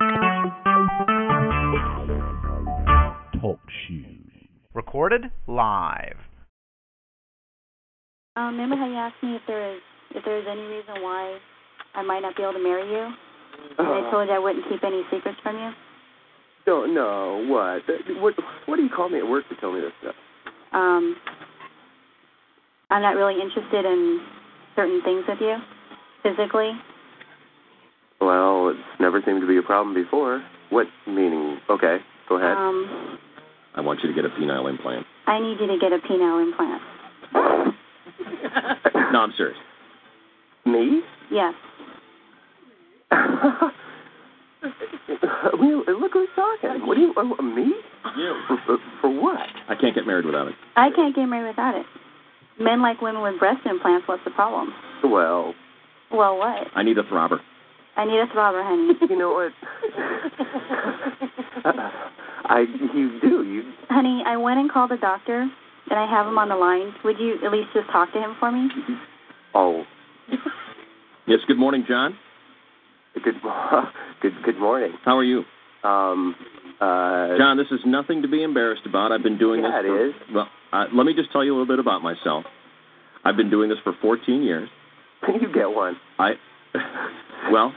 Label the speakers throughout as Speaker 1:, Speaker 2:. Speaker 1: Um,
Speaker 2: Talk Shoe.
Speaker 3: Recorded live.
Speaker 1: Um, remember how you asked me if there is if there is any reason why I might not be able to marry you? And I
Speaker 4: Uh-huh.
Speaker 1: told you I wouldn't keep any secrets from you.
Speaker 4: Don't know what. What what do you call me at work to tell me this stuff?
Speaker 1: Um, I'm not really interested in certain things with you physically.
Speaker 4: Well, it's never seemed to be a problem before. What meaning? Okay, go ahead.
Speaker 1: Um,
Speaker 5: I want you to get a penile implant.
Speaker 1: I need you to get a penile implant.
Speaker 5: No, I'm serious.
Speaker 4: me?
Speaker 1: Yes.
Speaker 4: Well, Look who's talking. What do you? Uh, me?
Speaker 5: You.
Speaker 4: For, for, for what?
Speaker 5: I can't get married without it.
Speaker 1: I can't get married without it. Men like women with breast implants. What's the problem?
Speaker 4: Well,
Speaker 1: Well, what?
Speaker 5: I need a throbber.
Speaker 1: I need a throbber, honey.
Speaker 4: you know what? I you do you
Speaker 1: honey, I went and called the doctor, and I have him on the line. Would you at least just talk to him for me?
Speaker 4: oh
Speaker 5: Yes, good morning, John.
Speaker 4: good good good morning.
Speaker 5: How are you?
Speaker 4: Um uh
Speaker 5: John, this is nothing to be embarrassed about. I've been doing
Speaker 4: Yeah,
Speaker 5: this
Speaker 4: it
Speaker 5: for,
Speaker 4: is.
Speaker 5: Well, uh, let me just tell you a little bit about myself. I've been doing this for 14 years.
Speaker 4: you get one.
Speaker 5: I Well,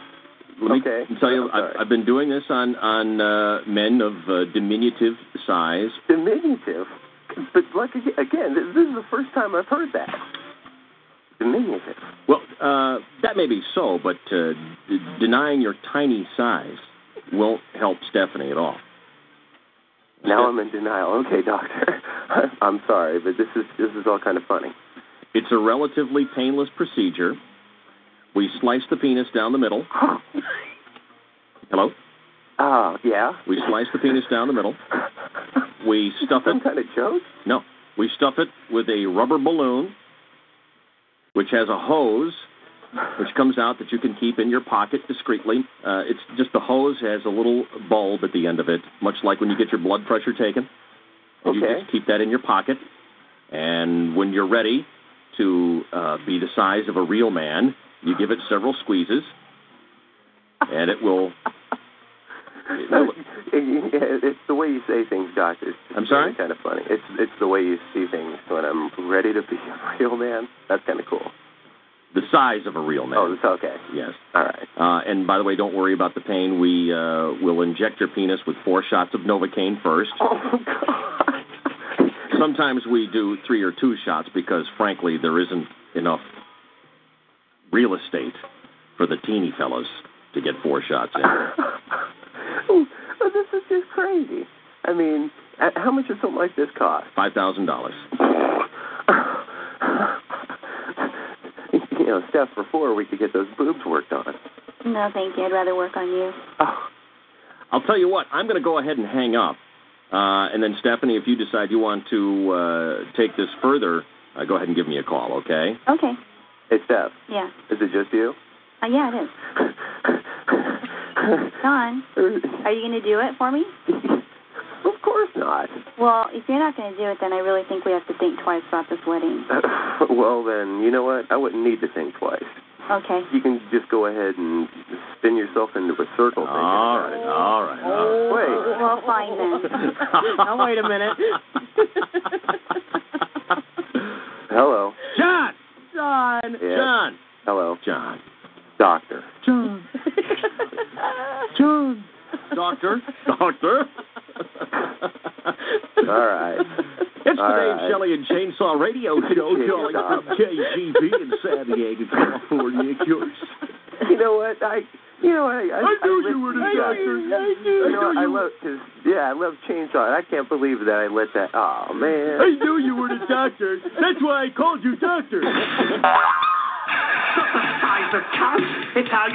Speaker 5: let me
Speaker 4: Okay.
Speaker 5: tell you, I've,
Speaker 4: I'm sorry.
Speaker 5: I've been doing this on on uh, men of uh, diminutive size.
Speaker 4: Diminutive. But like aga- again, th- this is the first time I've heard that. Diminutive.
Speaker 5: Well, uh, that may be so, but uh, d- denying your tiny size won't help Stephanie at all.
Speaker 4: Now I'm in denial. Okay, doctor. I'm sorry, but this is this is all kind of funny.
Speaker 5: It's a relatively painless procedure. We slice the penis down the middle. Hello?
Speaker 4: Ah, yeah.
Speaker 5: We slice the penis down the middle. We stuff
Speaker 4: Some
Speaker 5: it.
Speaker 4: kind of joke.
Speaker 5: No. We stuff it with a rubber balloon, which has a hose, which comes out that you can keep in your pocket discreetly. Uh, it's just the hose has a little bulb at the end of it, much like when you get your blood pressure taken. And You
Speaker 4: Okay.
Speaker 5: just keep that in your pocket. And when you're ready to uh, be the size of a real man, you give it several squeezes, and it will. it will-
Speaker 4: Yeah, it's the way you say things, doctor. It's just
Speaker 5: I'm sorry?
Speaker 4: Kind of funny. It's it's the way you see things when I'm ready to be a real man. That's kind of cool.
Speaker 5: the size of a real man.
Speaker 4: Oh, it's okay.
Speaker 5: yes.
Speaker 4: All right.
Speaker 5: Uh, and by the way, don't worry about the pain. We uh, will inject your penis with four shots of Novocaine first.
Speaker 4: Oh God.
Speaker 5: Sometimes we do three or two shots because, frankly, there isn't enough real estate for the teeny fellas to get four shots in.
Speaker 4: oh, oh, this is just crazy. I mean, uh, how much does something like this cost?
Speaker 5: Five thousand dollars.
Speaker 4: you know, Steph, before we could get those boobs worked on.
Speaker 1: No, thank you. I'd rather work on you.
Speaker 4: Oh,
Speaker 5: I'll tell you what. I'm going to go ahead and hang up, uh, and then Stephanie, if you decide you want to uh, take this further, uh, go ahead and give me a call. Okay?
Speaker 1: Okay.
Speaker 4: hey, Steph,
Speaker 1: Yeah.
Speaker 4: is it just you?
Speaker 1: Uh, yeah, it is. Don, are you going to do it for me?
Speaker 4: of course not.
Speaker 1: Well, if you're not going to do it, then I really think we have to think twice about this wedding.
Speaker 4: well, then, you know what? I wouldn't need to think twice.
Speaker 1: Okay.
Speaker 4: You can just go ahead and spin yourself into a circle.
Speaker 5: All
Speaker 4: thinking about
Speaker 5: right.
Speaker 4: it.
Speaker 5: All right. All right.
Speaker 4: Wait.
Speaker 1: Well, fine then.
Speaker 6: now wait a minute.
Speaker 4: Hello.
Speaker 5: John.
Speaker 6: John.
Speaker 4: Yes.
Speaker 5: John.
Speaker 4: Hello.
Speaker 5: John.
Speaker 4: Doctor.
Speaker 6: John. John.
Speaker 5: Doctor. Doctor.
Speaker 4: All right.
Speaker 5: It's
Speaker 4: All
Speaker 5: the Dave
Speaker 4: right.
Speaker 5: Shelley and Chainsaw Radio Show
Speaker 4: Chainsaw.
Speaker 5: calling from KGB in San Diego, California, of course.
Speaker 4: You know what? I. You know I. I,
Speaker 5: I knew
Speaker 4: I
Speaker 5: you were the
Speaker 4: listened
Speaker 5: doctor.
Speaker 4: to that.
Speaker 5: I knew
Speaker 4: You know,
Speaker 5: you
Speaker 4: I
Speaker 5: were-
Speaker 4: love cause, yeah, I love chainsaw. I can't believe that I let that. Oh
Speaker 5: I
Speaker 4: man.
Speaker 5: knew you were the doctor. That's why I called you doctor.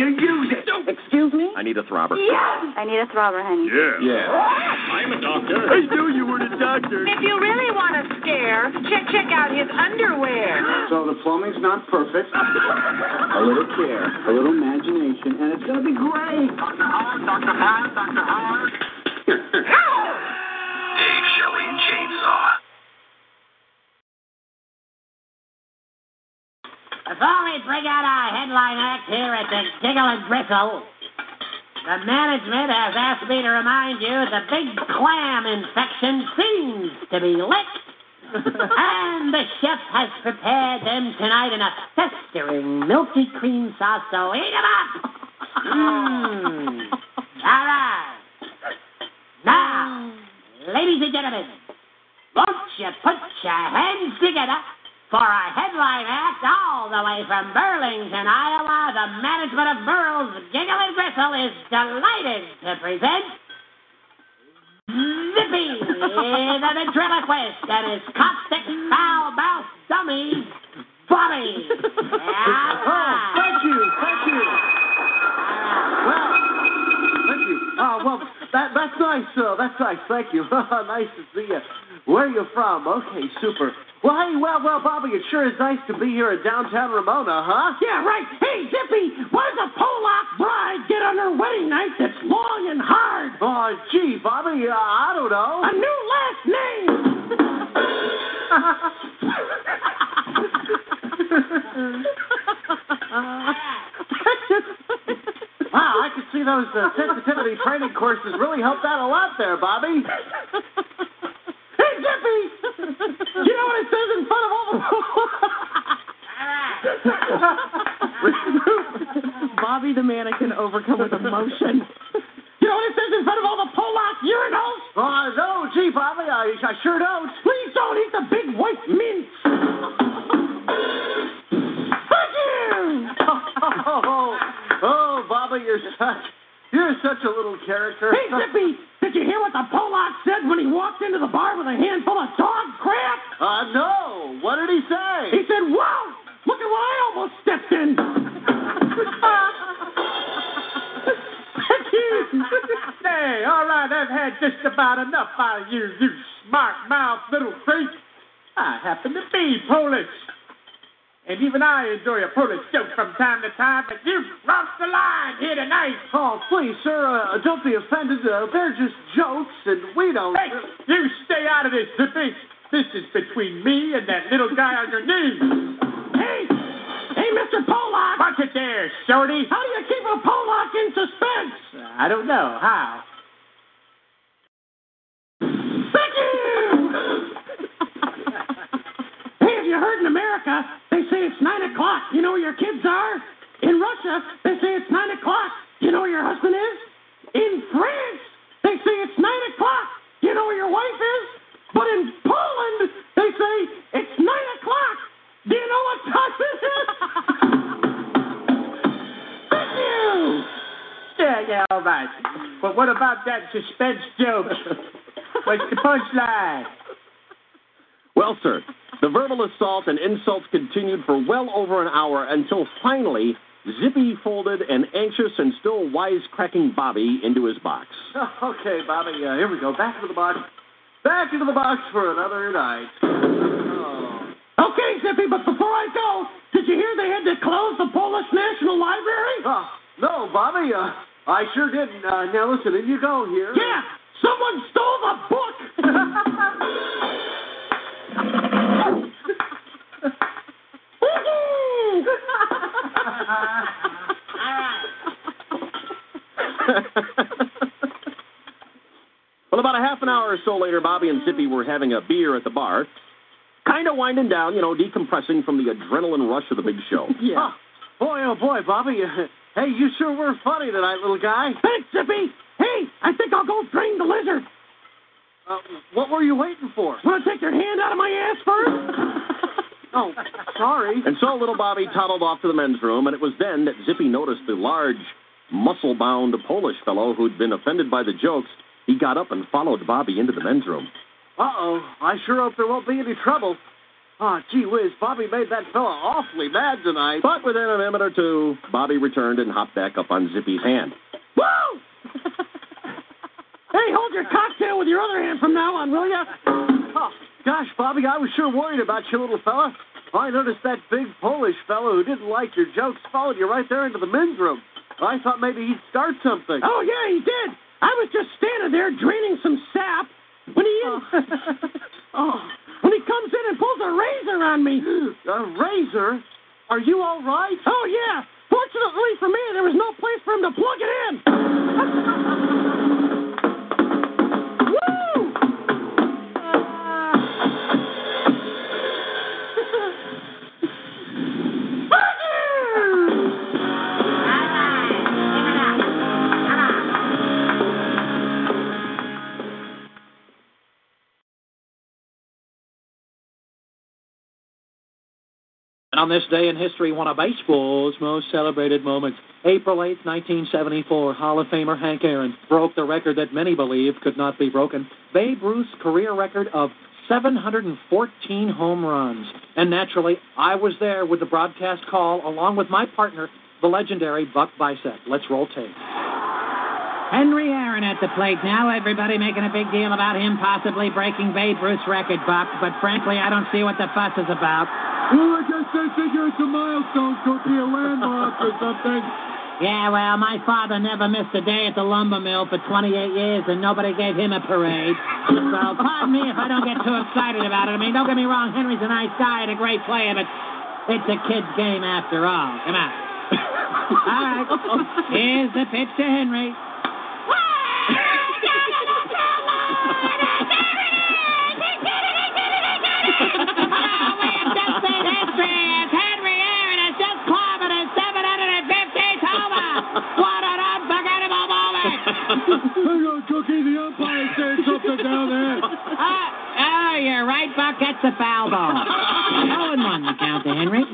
Speaker 6: Excuse me?
Speaker 5: I need a throbber.
Speaker 1: I need a throbber, honey.
Speaker 5: Yeah.
Speaker 7: I'm a doctor.
Speaker 5: I knew you were the doctor.
Speaker 8: If you really want a scare, check check out his underwear.
Speaker 9: So the plumbing's not perfect. a little care, a little imagination, and it's gonna be great.
Speaker 7: Dave Shelley and Chainsaw.
Speaker 8: Before we bring out our headline act here at the Giggle and Gristle, The management has asked me to remind you the big clam infection seems to be licked. and the chef has prepared them tonight in a festering milky cream sauce, so eat 'em up! Mm.
Speaker 6: Hmm.
Speaker 8: All right. Now, ladies and gentlemen, won't you put your hands together for a headline act all the way from Burlington, Iowa? The management of Burl's Giggle and Gristle is delighted to present Zippy the ventriloquist and his caustic foul mouth dummy, Bobby.
Speaker 5: Oh,
Speaker 8: All right.
Speaker 6: Thank you, thank you. Well, thank you. Oh, well, that, that's nice, uh, that's nice, thank you. nice to see you. Where you from? Okay, super. Well, hey, well, well, Bobby, it sure is nice to be here in downtown Ramona, huh?
Speaker 8: Yeah, right. Hey, Zippy, why does a Polak bride get on her wedding night that's long and hard?
Speaker 6: Oh, gee, Bobby, uh, I don't know.
Speaker 8: A new last name!
Speaker 6: Wow, I could see those uh, sensitivity training courses really helped out a lot there, Bobby. Hey, Jiffy! You know what it says in front of all the.
Speaker 10: Bobby the mannequin overcome with emotion.
Speaker 6: you know what it says in front of all the Polak urinals? Oh, no, gee, Bobby, I, I sure don't. Please don't eat the big white mints. Thank you! Oh, oh, oh, oh, Bobby, you're such, you're such a little character.
Speaker 8: Hey, Zippy, did you hear what the Polak said when he walked into the bar with a handful of dog crap?
Speaker 6: Uh, no. What did he say?
Speaker 8: He said, wow, look at what I almost stepped in.
Speaker 6: hey, all right, I've had just about enough out of you, you smart mouth little freak. I happen to be Polish. And even I enjoy a Polish joke from time to time, but you've crossed the line here tonight. Oh, please, sir, uh, don't be offended. Uh, they're just jokes, and we don't. uh, Hey, you stay out of this, Zippy. This is between me and that little guy on your knee.
Speaker 8: Hey, hey, Mr. Polak,
Speaker 6: Watch it there, shorty.
Speaker 8: how do you keep a Polak in suspense?
Speaker 6: I don't know how.
Speaker 8: Thank you! hey, have you heard in America, they say it's 9 o'clock. You know where your kids are? In Russia, they say it's 9 o'clock. You know where your husband is? In France, they say it's 9 o'clock. You know where your wife is? But in Poland, they say it's 9 o'clock. Do you know what time it is? Thank you!
Speaker 6: Yeah, yeah, all right. But what about that suspense joke? What's the punchline?
Speaker 5: Well, sir, the verbal assault and insults continued for well over an hour until finally Zippy folded an anxious and still wisecracking Bobby into his box.
Speaker 6: Okay, Bobby, uh, here we go. Back into the box. Back into the box for another night. Oh.
Speaker 8: Okay, Zippy, but before I go, did you hear they had to close the Polish National Library?
Speaker 6: Oh, no, Bobby, uh, I sure didn't. Uh, now, listen, if you go here.
Speaker 8: Yeah, someone stole the book. Ah.
Speaker 5: well, about a half an hour or so later, Bobby and Zippy were having a beer at the bar, kind of winding down, you know, decompressing from the adrenaline rush of the big show.
Speaker 6: Huh. boy, oh, boy, Bobby. uh, Hey, you sure were funny tonight, little guy.
Speaker 8: Thanks, Zippy. Hey, I think I'll go drain the lizard.
Speaker 6: Uh, what were you waiting for?
Speaker 8: Want to take your hand out of my ass first?
Speaker 6: Oh, sorry.
Speaker 5: And so little Bobby toddled off to the men's room, and it was then that Zippy noticed the large, muscle bound Polish fellow who'd been offended by the jokes. He got up and followed Bobby into the men's room.
Speaker 6: Uh oh, I sure hope there won't be any trouble. Ah, gee whiz, Bobby made that fella awfully mad tonight.
Speaker 5: But within a minute or two, Bobby returned and hopped back up on Zippy's hand.
Speaker 8: Woo! hey, hold your cocktail with your other hand from now on, will ya?
Speaker 6: Oh, gosh, Bobby, I was sure worried about you, little fella. Oh, I noticed that big Polish fellow who didn't like your jokes followed you right there into the men's room. I thought maybe he'd start something.
Speaker 8: Oh, yeah, he did. I was just standing there draining some sap when he oh. when he comes in and pulls a razor on me.
Speaker 6: A razor? Are you all right?
Speaker 8: Oh yeah, poor
Speaker 6: Fortunately for me, there was no place for him to plug it in. Woo!
Speaker 8: Ah!
Speaker 11: And on this day in history, one of baseball's most celebrated moments, April 8, 1974, Hall of Famer Hank Aaron broke the record that many believe could not be broken Babe Ruth's career record of 714 home runs. And naturally, I was there with the broadcast call along with my partner, the legendary Buck Bicep. Let's roll tape.
Speaker 8: Henry Aaron at the plate now. Everybody making a big deal about him possibly breaking Babe Ruth's record, Buck. But frankly, I don't see what the fuss is about.
Speaker 4: Well, I guess they figure it's a milestone, could be a landmark or something.
Speaker 8: Yeah, well, my father never missed a day at the lumber mill for 28 years, and nobody gave him a parade. So pardon me if I don't get too excited about it. I mean, don't get me wrong, Henry's a nice guy and a great player, but it's a kid's game after all. Come on. all right. Here's the pitch to Henry. Henry Aaron has just clobbered his 750th homer. What an unforgettable moment!
Speaker 4: Hang on, Cookie, the umpire's saying something down there.
Speaker 8: Oh, you're right, Buck. That's a foul ball. No one won the count to Henry.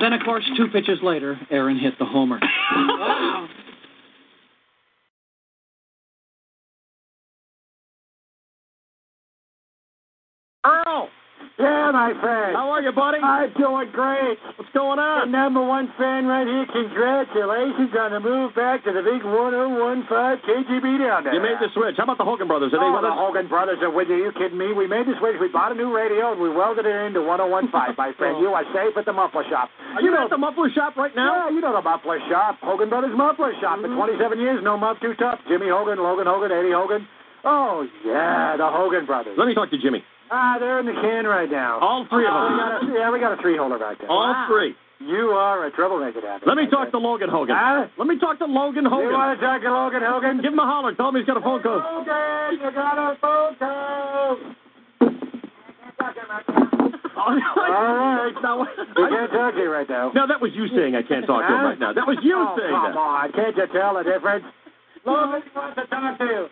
Speaker 11: Then, of course, two pitches later, Aaron hit the homer.
Speaker 6: Earl!
Speaker 4: Yeah, my friend.
Speaker 6: How are you, buddy?
Speaker 4: I'm doing great.
Speaker 6: What's going
Speaker 4: The
Speaker 6: on?
Speaker 4: number one fan right here, congratulations on the move back to the big 1015 KGB down there.
Speaker 5: You made the switch. How about the Hogan brothers? Are they
Speaker 4: Oh,
Speaker 5: with
Speaker 4: the
Speaker 5: us?
Speaker 4: Hogan brothers are with you. Are you kidding me? We made the switch. We bought a new radio and we welded it into 1015, my friend. You are safe at the muffler shop.
Speaker 6: Oh. Are you at the muffler shop right now? Mm-hmm.
Speaker 4: Yeah, you know the muffler shop. Hogan Brothers Muffler Shop. For 27 years, no muff too tough. Jimmy Hogan, Logan Hogan, Eddie Hogan. Oh, yeah, the Hogan Brothers.
Speaker 5: Let me talk to Jimmy.
Speaker 4: Ah, they're in the can right now.
Speaker 5: All three of
Speaker 4: Oh,
Speaker 5: them.
Speaker 4: we got a- yeah, we got a three-holder right there.
Speaker 5: All
Speaker 4: Wow.
Speaker 5: three.
Speaker 4: You are a troublemaker, Abby.
Speaker 5: Let me talk to Logan Hogan.
Speaker 4: Huh?
Speaker 5: Let me talk to Logan Hogan.
Speaker 4: You want to talk to Logan Hogan?
Speaker 5: Give him a holler. Tell him he's got a phone call.
Speaker 4: Hogan, you got a phone call.
Speaker 5: All
Speaker 4: right.
Speaker 5: Now,
Speaker 4: We can't talk to you right now.
Speaker 5: now, that was you saying I can't talk to him
Speaker 4: Huh?
Speaker 5: right now. That was you
Speaker 4: oh,
Speaker 5: saying
Speaker 4: come
Speaker 5: that.
Speaker 4: on. Can't you tell the difference? Logan wants to talk to you.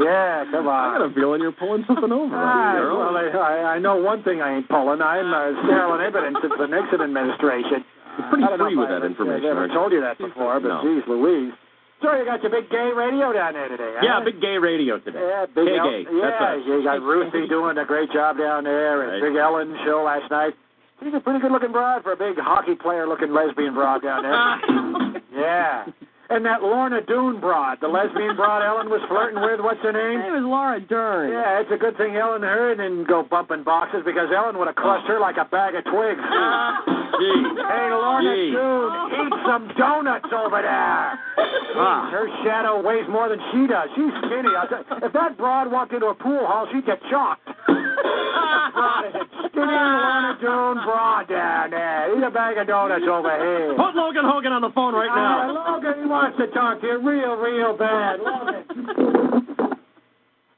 Speaker 4: yeah, come
Speaker 5: I got a
Speaker 4: on.
Speaker 5: feeling you're pulling something over.
Speaker 4: Ah,
Speaker 5: on me, Earl.
Speaker 4: well, I, I know one thing I ain't pulling. I'm uh, sterile and impotent since the Nixon administration.
Speaker 5: You're pretty
Speaker 4: I don't know
Speaker 5: free
Speaker 4: if
Speaker 5: with
Speaker 4: I
Speaker 5: that
Speaker 4: ever-
Speaker 5: information,
Speaker 4: I never
Speaker 5: aren't you?
Speaker 4: told you that before, but
Speaker 5: No.
Speaker 4: geez Louise. So you got your big gay radio down there today, huh?
Speaker 5: Yeah, big gay radio today.
Speaker 4: Yeah, big
Speaker 5: Gay
Speaker 4: El-
Speaker 5: gay.
Speaker 4: Yeah,
Speaker 5: That's us.
Speaker 4: you got Ruthie doing a great job down there, and
Speaker 5: Right.
Speaker 4: Big Ellen's show last night. She's a pretty good looking broad for a big hockey player looking lesbian broad down there. yeah. And that Lorna Doone broad, the lesbian broad Ellen was flirting with, what's
Speaker 12: Her
Speaker 4: her
Speaker 12: name
Speaker 4: name?
Speaker 12: is Laura Dern.
Speaker 4: Yeah, it's a good thing Ellen heard and go bumping boxes because Ellen would have crushed her like a bag of twigs.
Speaker 5: Gee.
Speaker 4: hey, Lorna
Speaker 5: Gee.
Speaker 4: Doone, eat some donuts over there.
Speaker 5: Ah.
Speaker 4: Her shadow weighs more than she does. She's skinny. I'll tell you. If that broad walked into a pool hall, she'd get shocked. that broad is a skinny Lorna Doone broad down there. Eat a bag of donuts over here.
Speaker 5: Put Logan Hogan on the phone right
Speaker 4: Uh,
Speaker 5: now.
Speaker 4: Logan wants to talk to you real, real bad. Logan.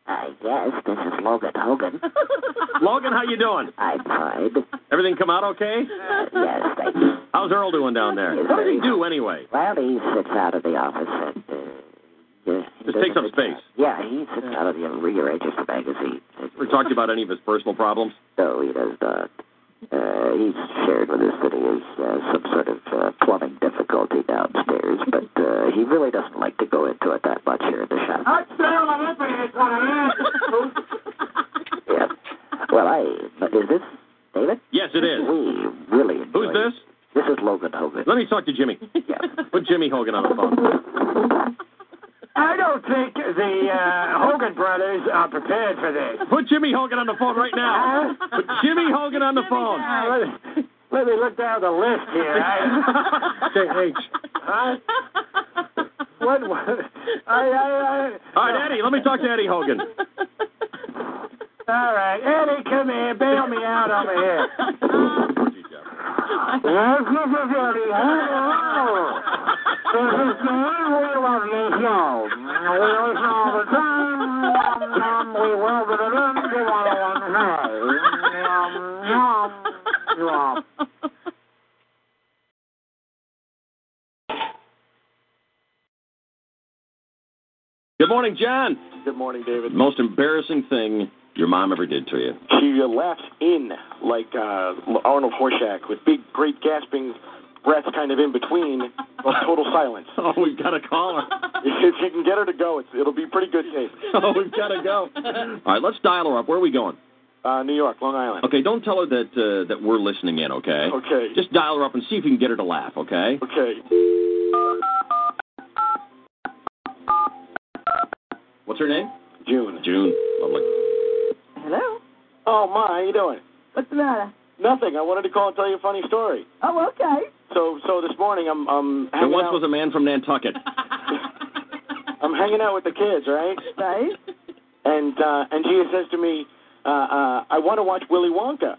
Speaker 4: I guess this is Logan Hogan.
Speaker 5: Logan, how you doing?
Speaker 4: I'm fine. Uh,
Speaker 5: Everything come out okay?
Speaker 4: Yes, thank you.
Speaker 5: How's Earl doing down there? What does he do anyway?
Speaker 4: Well, he sits out of the office and uh,
Speaker 5: Just takes up space.
Speaker 4: yeah, he sits out of the rearranges the magazine.
Speaker 5: Ever talked about any of his personal problems?
Speaker 4: No, he does not. Uh, he's shared with us that he has uh, some sort of uh, plumbing difficulty downstairs, but uh, he really doesn't like to go into it that much here in the shop. I'm still an idiot, what I Yeah. Well, I. But is this David?
Speaker 5: Yes, it is.
Speaker 4: We really enjoy
Speaker 5: Who's this?
Speaker 4: This is Logan Hogan.
Speaker 5: Let me talk to Jimmy. Put Jimmy Hogan on the phone.
Speaker 4: I don't think the uh, Hogan brothers are prepared for this.
Speaker 5: Put Jimmy Hogan on the phone right now. Put Jimmy Hogan on the phone.
Speaker 4: let, me, let me look down the list here. I, I, what, what? I, I, I,
Speaker 5: All right, Eddie. Let me talk to Eddie Hogan.
Speaker 10: All right, Eddie, come here. Bail me out over here. This is a very hello. This is the we love this show. We listen all the time. Yum, yum, we welcome it into 101 Yum, yum, yum.
Speaker 5: Good morning, John.
Speaker 4: Good morning, David.
Speaker 5: Most embarrassing thing your mom ever did to you.
Speaker 4: She uh, laughs in like uh, Arnold Horshack with big, great gasping breaths kind of in between, of total silence.
Speaker 5: Oh, we've got a caller.
Speaker 4: if you can get her to go, it's, it'll be pretty good taste.
Speaker 5: Oh, we've got to go. All right, let's dial her up. Where are we going?
Speaker 4: Uh, New York, Long Island.
Speaker 5: Okay, don't tell her that uh, that we're listening in. Okay.
Speaker 4: Okay.
Speaker 5: Just dial her up and see if you can get her to laugh. Okay.
Speaker 4: Okay.
Speaker 5: What's her name?
Speaker 4: June.
Speaker 5: June. Lovely.
Speaker 6: Hello.
Speaker 4: Oh, my, how you doing?
Speaker 6: What's the matter?
Speaker 4: Nothing. I wanted to call and tell you a funny story.
Speaker 6: Oh, okay.
Speaker 4: So, so this morning I'm I'm
Speaker 5: There
Speaker 4: hanging
Speaker 5: once
Speaker 4: out.
Speaker 5: was a man from Nantucket.
Speaker 4: I'm hanging out with the kids, right?
Speaker 6: Right.
Speaker 4: And uh, and Gia says to me, uh, uh, I want to watch Willy Wonka.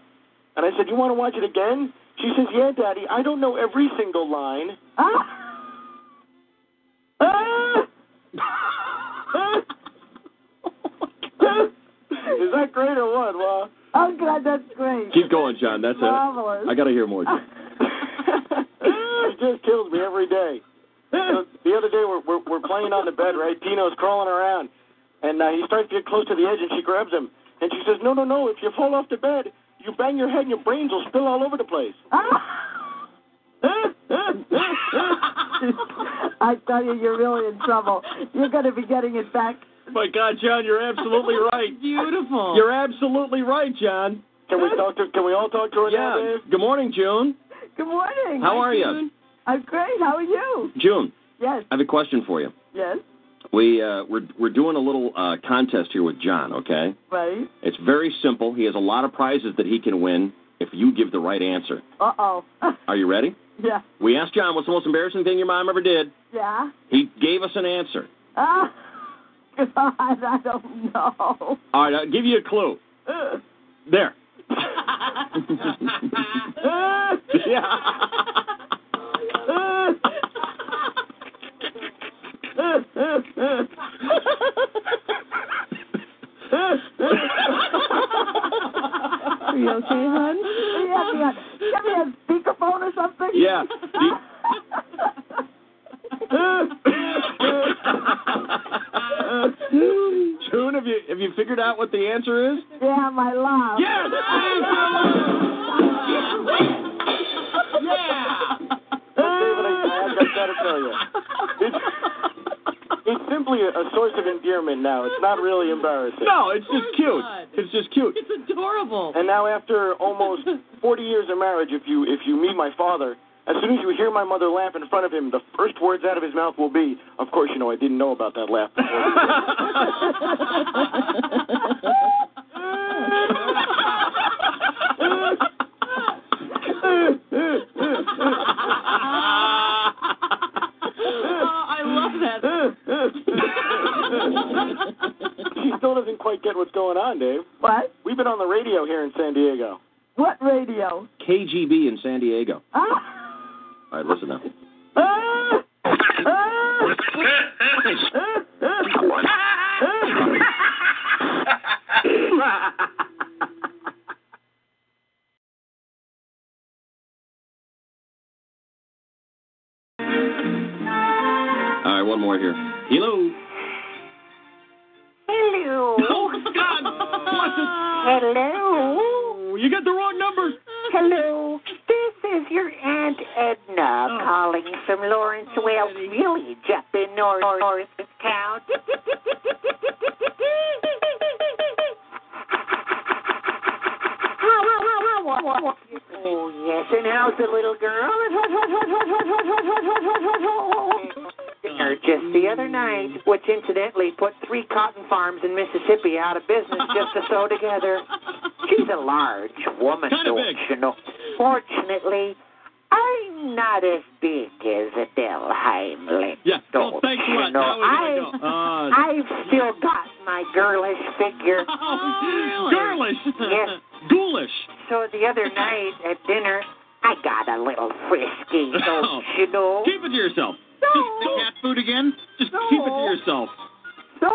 Speaker 4: And I said, You want to watch it again? She says, Yeah, Daddy. I don't know every single line.
Speaker 6: Ah.
Speaker 4: Is that great or what? Well,
Speaker 6: Oh, God, that's great.
Speaker 5: Keep going, John. That's
Speaker 6: Marvelous.
Speaker 5: it. I got to hear more.
Speaker 4: it just kills me every day. So the other day we're, we're we're playing on the bed, right? Dino's crawling around, and uh, he starts to get close to the edge, and she grabs him, and she says, "No, no, no! If you fall off the bed, you bang your head, and your brains will spill all over the place."
Speaker 6: I tell you, you're really in trouble. You're going to be getting it back.
Speaker 5: My God, John, you're absolutely right.
Speaker 6: Beautiful.
Speaker 5: You're absolutely right, John.
Speaker 4: Can we talk to? Can we all talk to her now,
Speaker 5: Yeah. Good morning, June.
Speaker 6: Good morning.
Speaker 5: How are you?
Speaker 6: I'm great. How are you?
Speaker 5: June,
Speaker 6: Yes.
Speaker 5: I have a question for you.
Speaker 6: Yes.
Speaker 5: We uh, we're we're doing a little uh, contest here with John. Okay.
Speaker 6: Right.
Speaker 5: It's very simple. He has a lot of prizes that he can win if you give the right answer.
Speaker 6: Uh oh.
Speaker 5: Are you ready?
Speaker 6: yeah.
Speaker 5: We asked John what's the most embarrassing thing your mom ever did.
Speaker 6: Yeah.
Speaker 5: He gave us an answer.
Speaker 6: Ah. God, I don't know.
Speaker 5: All right, I'll give you a clue. There.
Speaker 6: Are you okay, hon? Yeah, yeah. Give me a speakerphone or something.
Speaker 5: Yeah. June, have you have you figured out what the answer is?
Speaker 6: yeah, my love.
Speaker 5: Yes.
Speaker 4: David? I, I got to tell you, it's, it's simply a, a source of endearment now. It's not really embarrassing.
Speaker 5: No, it's just cute. It's just cute.
Speaker 4: Oh It's adorable. And now after almost 40 years of marriage, if you if you meet my father, as soon as you hear my mother laugh in front of him, the first words out of his mouth will be, "Of course, you know I didn't know about that laugh."
Speaker 3: Oh, I love that.
Speaker 4: she still doesn't quite get what's going on, Dave.
Speaker 6: What?
Speaker 4: We've been on the radio here in San Diego.
Speaker 6: What radio?
Speaker 5: KGB in San Diego.
Speaker 6: Ah.
Speaker 5: All right, listen now. All right, one more here. Hello.
Speaker 8: Hello. Oh, God. Hello.
Speaker 5: You got the wrong number.
Speaker 8: Hello. This is your Aunt Edna
Speaker 5: Oh.
Speaker 8: calling from Lawrence Wales Village up in North North Town. Oh, yes. And how's the little girl? Dinner just the other night, which incidentally put three cotton farms in Mississippi out of business just to sew together. She's a large woman,
Speaker 13: Kinda
Speaker 8: don't
Speaker 13: big.
Speaker 8: you know. Fortunately, I'm not as big as Adele Heimlich.
Speaker 13: Yeah, well,
Speaker 8: don't
Speaker 13: thanks a
Speaker 8: you
Speaker 13: lot.
Speaker 8: know.
Speaker 13: That was
Speaker 8: I,
Speaker 13: gonna go. Uh,
Speaker 8: I've still got
Speaker 10: my girlish figure.
Speaker 4: Girlish.
Speaker 10: Yes.
Speaker 4: Ghoulish.
Speaker 10: So the other night at dinner, I got a little frisky, don't you know?
Speaker 5: Keep it to yourself.
Speaker 14: So,
Speaker 5: Cat food again? Just keep it to yourself.
Speaker 14: so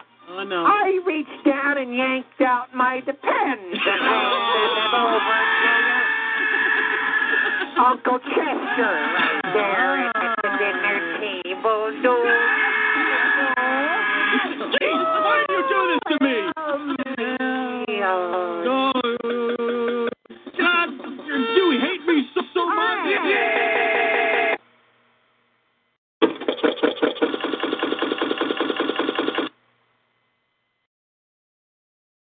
Speaker 5: Oh, no.
Speaker 10: I reached down and yanked out my depends and handed them over to Uncle Chester right there at the dinner table.
Speaker 4: Jesus, why did you do this to me? Oh, God, you hate me so, so much.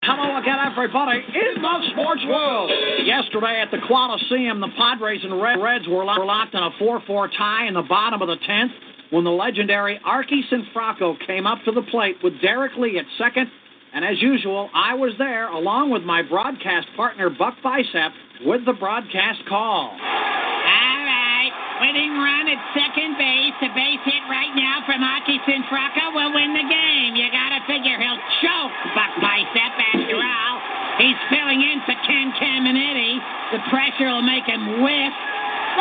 Speaker 11: Hello again, everybody, in the sports world. Yesterday at the Coliseum, the Padres and Red- Reds were lo- were locked in a 4-4 tie in the bottom of the 10th when the legendary Archie Sinfracco came up to the plate with Derek Lee at second. And as usual, I was there along with my broadcast partner, Buck Bicep, with the broadcast call.
Speaker 8: All right. Winning run at second base. A base hit right now from Aki Sinfraka will win the game. You got to figure he'll choke Buck Bicep after all. He's filling in for Ken Caminetti. The pressure will make him whiff.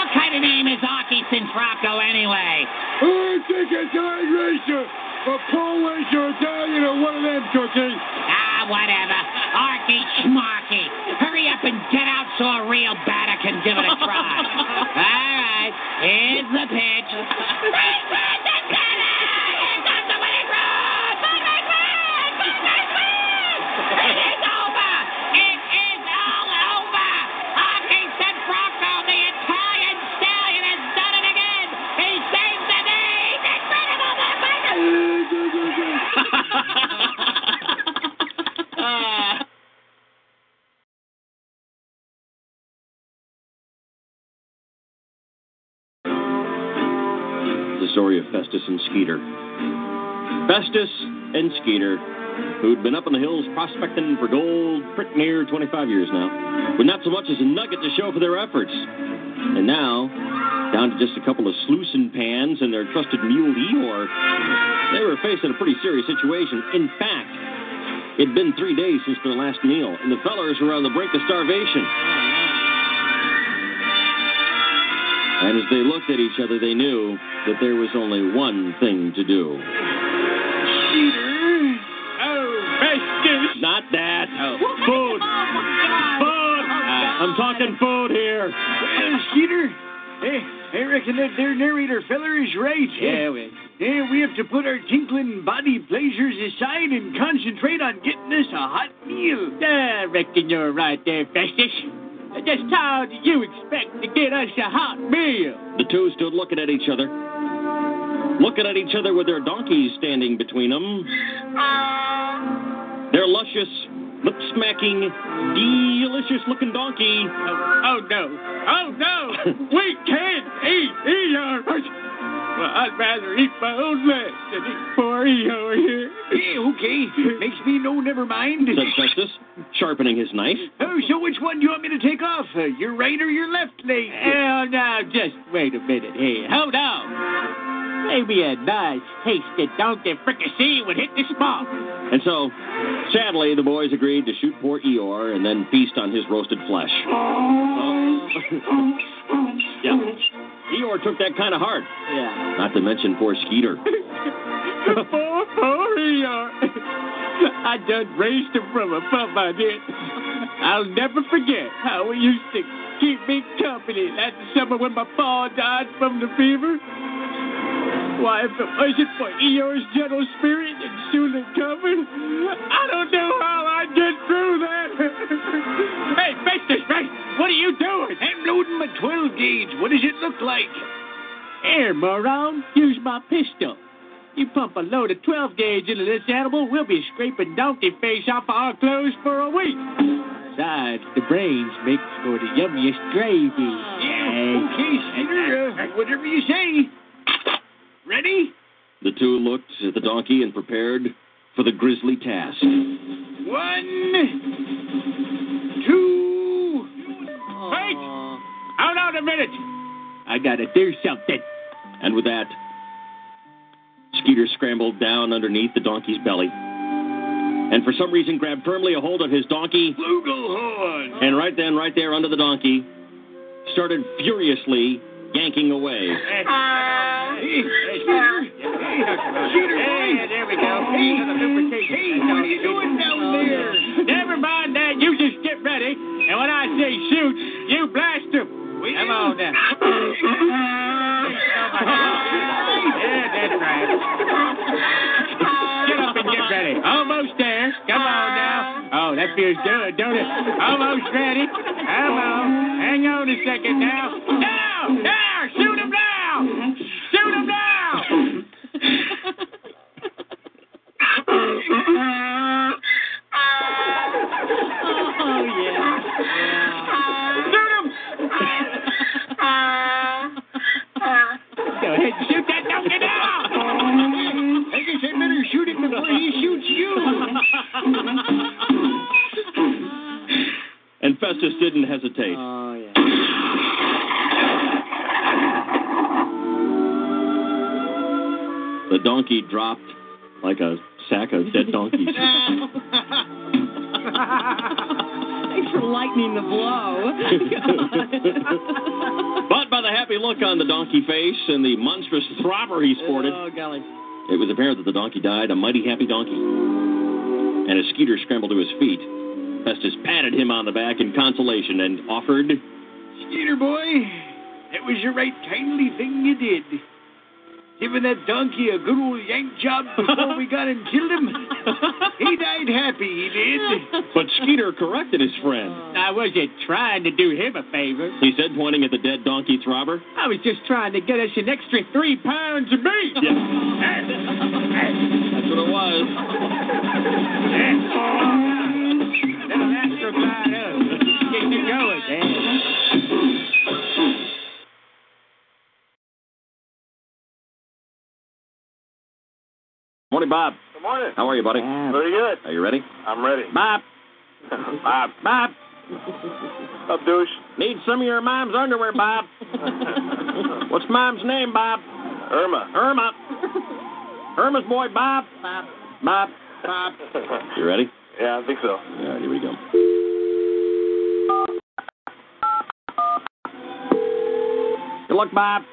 Speaker 8: What kind of name is Aki Sinfracco anyway?
Speaker 15: I think it's Iron Racer, a Pole Racer, Italian, or one of them cookies.
Speaker 8: Ah, whatever. Arky Schmarky. Hurry up and get out so a real batter can give it a try. All right, here's the pitch.
Speaker 5: The story of Festus and Skeeter. Festus and Skeeter, who'd been up in the hills prospecting for gold pretty near 25 years now, with not so much as a nugget to show for their efforts. And now, down to just a couple of sluice and pans and their trusted mule Eeyore, they were facing a pretty serious situation. In fact, it'd been three days since their last meal, and the fellers were on the brink of starvation. And as they looked at each other, they knew that there was only one thing to do. Not that. Food. Food. I'm talking food here.
Speaker 6: Skeeter, hey, I reckon that their narrator feller is right.
Speaker 11: Yeah, we-
Speaker 6: Yeah, we have to put our tinkling body pleasures aside and concentrate on getting us a hot meal. I reckon you're right there, Festus. Just how do you expect to get us a hot meal?
Speaker 5: The two stood looking at each other, looking at each other with their donkeys standing between them. Their luscious, lip smacking, delicious looking donkey.
Speaker 6: Oh, no. Oh, no. we can't eat Eeyore. Well, uh, I'd rather eat my own leg than eat poor Eeyore here. okay. Makes me no never mind.
Speaker 5: said Festus, sharpening his knife.
Speaker 6: Oh, so which one do you want me to take off? Uh, your right or your left leg? Oh, now, just wait a minute. Hey, hold on. Maybe a nice tasty donkey fricassee would hit the spot.
Speaker 5: And so, sadly, the boys agreed to shoot poor Eeyore and then feast on his roasted flesh. yeah. Eeyore took that kind of hard.
Speaker 6: Yeah.
Speaker 5: Not to mention poor Skeeter.
Speaker 6: poor, poor Eeyore. Oh, I just raised him from above my head. I'll never forget how he used to keep me company that summer when my pa died from the fever. Why, if it wasn't for Eeyore's gentle spirit and soothing comfort, I don't know how I'd get through that. hey, Festus, right? What are you doing? I'm loading my 12 gauge. What does it look like? Here, moron, use my pistol. You pump a load of 12 gauge into this animal, we'll be scraping donkey face off of our clothes for a week. Besides, the brains makes for the yummiest gravy. Yeah, okay, Skinner, uh, whatever you say. Ready?
Speaker 5: The two looked at the donkey and prepared for the grisly task.
Speaker 6: One, two, wait! Hold on a minute. I gotta do something.
Speaker 5: And with that, Skeeter scrambled down underneath the donkey's belly, and for some reason grabbed firmly a hold of his donkey.
Speaker 6: Flugelhorn!
Speaker 5: And right then, right there under the donkey, started furiously yanking away.
Speaker 6: Hey, there we go. Hey, what are you doing down there? Never mind that. You just get ready. And when I say shoot, you blast him. Come on now. yeah, that's right. Get up and get ready. Almost there. Come on now. Oh, that feels good, don't it? Almost ready. Come on. Hang on a second now. Now! Now! Shoot him now! Shoot him now!
Speaker 10: Oh, yeah.
Speaker 6: Go ahead and shoot that donkey now! I guess I better shoot him before he shoots you.
Speaker 5: And Festus didn't hesitate. The donkey dropped like a sack of dead donkeys.
Speaker 16: Thanks for lightening the blow.
Speaker 5: but by the happy look on the donkey face and the monstrous throbber he sported,
Speaker 16: Oh, golly.
Speaker 5: it was apparent that the donkey died a mighty happy donkey. And as Skeeter scrambled to his feet, Festus patted him on the back in consolation and offered
Speaker 6: Skeeter boy, that was the right kindly thing you did. Giving that donkey a good old yank job before we got and killed him. He died happy, he did.
Speaker 5: But Skeeter corrected his friend.
Speaker 6: I wasn't trying to do him a
Speaker 16: Oh,
Speaker 6: favor.
Speaker 5: He said, pointing at the dead donkey throbber.
Speaker 6: I was just trying to get us an extra three pounds of meat.
Speaker 5: That's what it was.
Speaker 6: Little extra fired up. Get you going, Dan.
Speaker 5: Morning, Bob.
Speaker 4: Good morning.
Speaker 5: How are you, buddy?
Speaker 4: Very good.
Speaker 5: Are you ready?
Speaker 4: I'm ready.
Speaker 5: Bob.
Speaker 4: Bob.
Speaker 5: Bob.
Speaker 4: Up, douche.
Speaker 5: Need some of your mom's underwear, Bob. What's mom's name, Bob?
Speaker 4: Irma.
Speaker 5: Irma. Irma's boy, Bob.
Speaker 10: Bob.
Speaker 5: Bob.
Speaker 10: Bob.
Speaker 5: You ready?
Speaker 4: Yeah, I think so.
Speaker 5: All right, here we go. Good luck, Bob.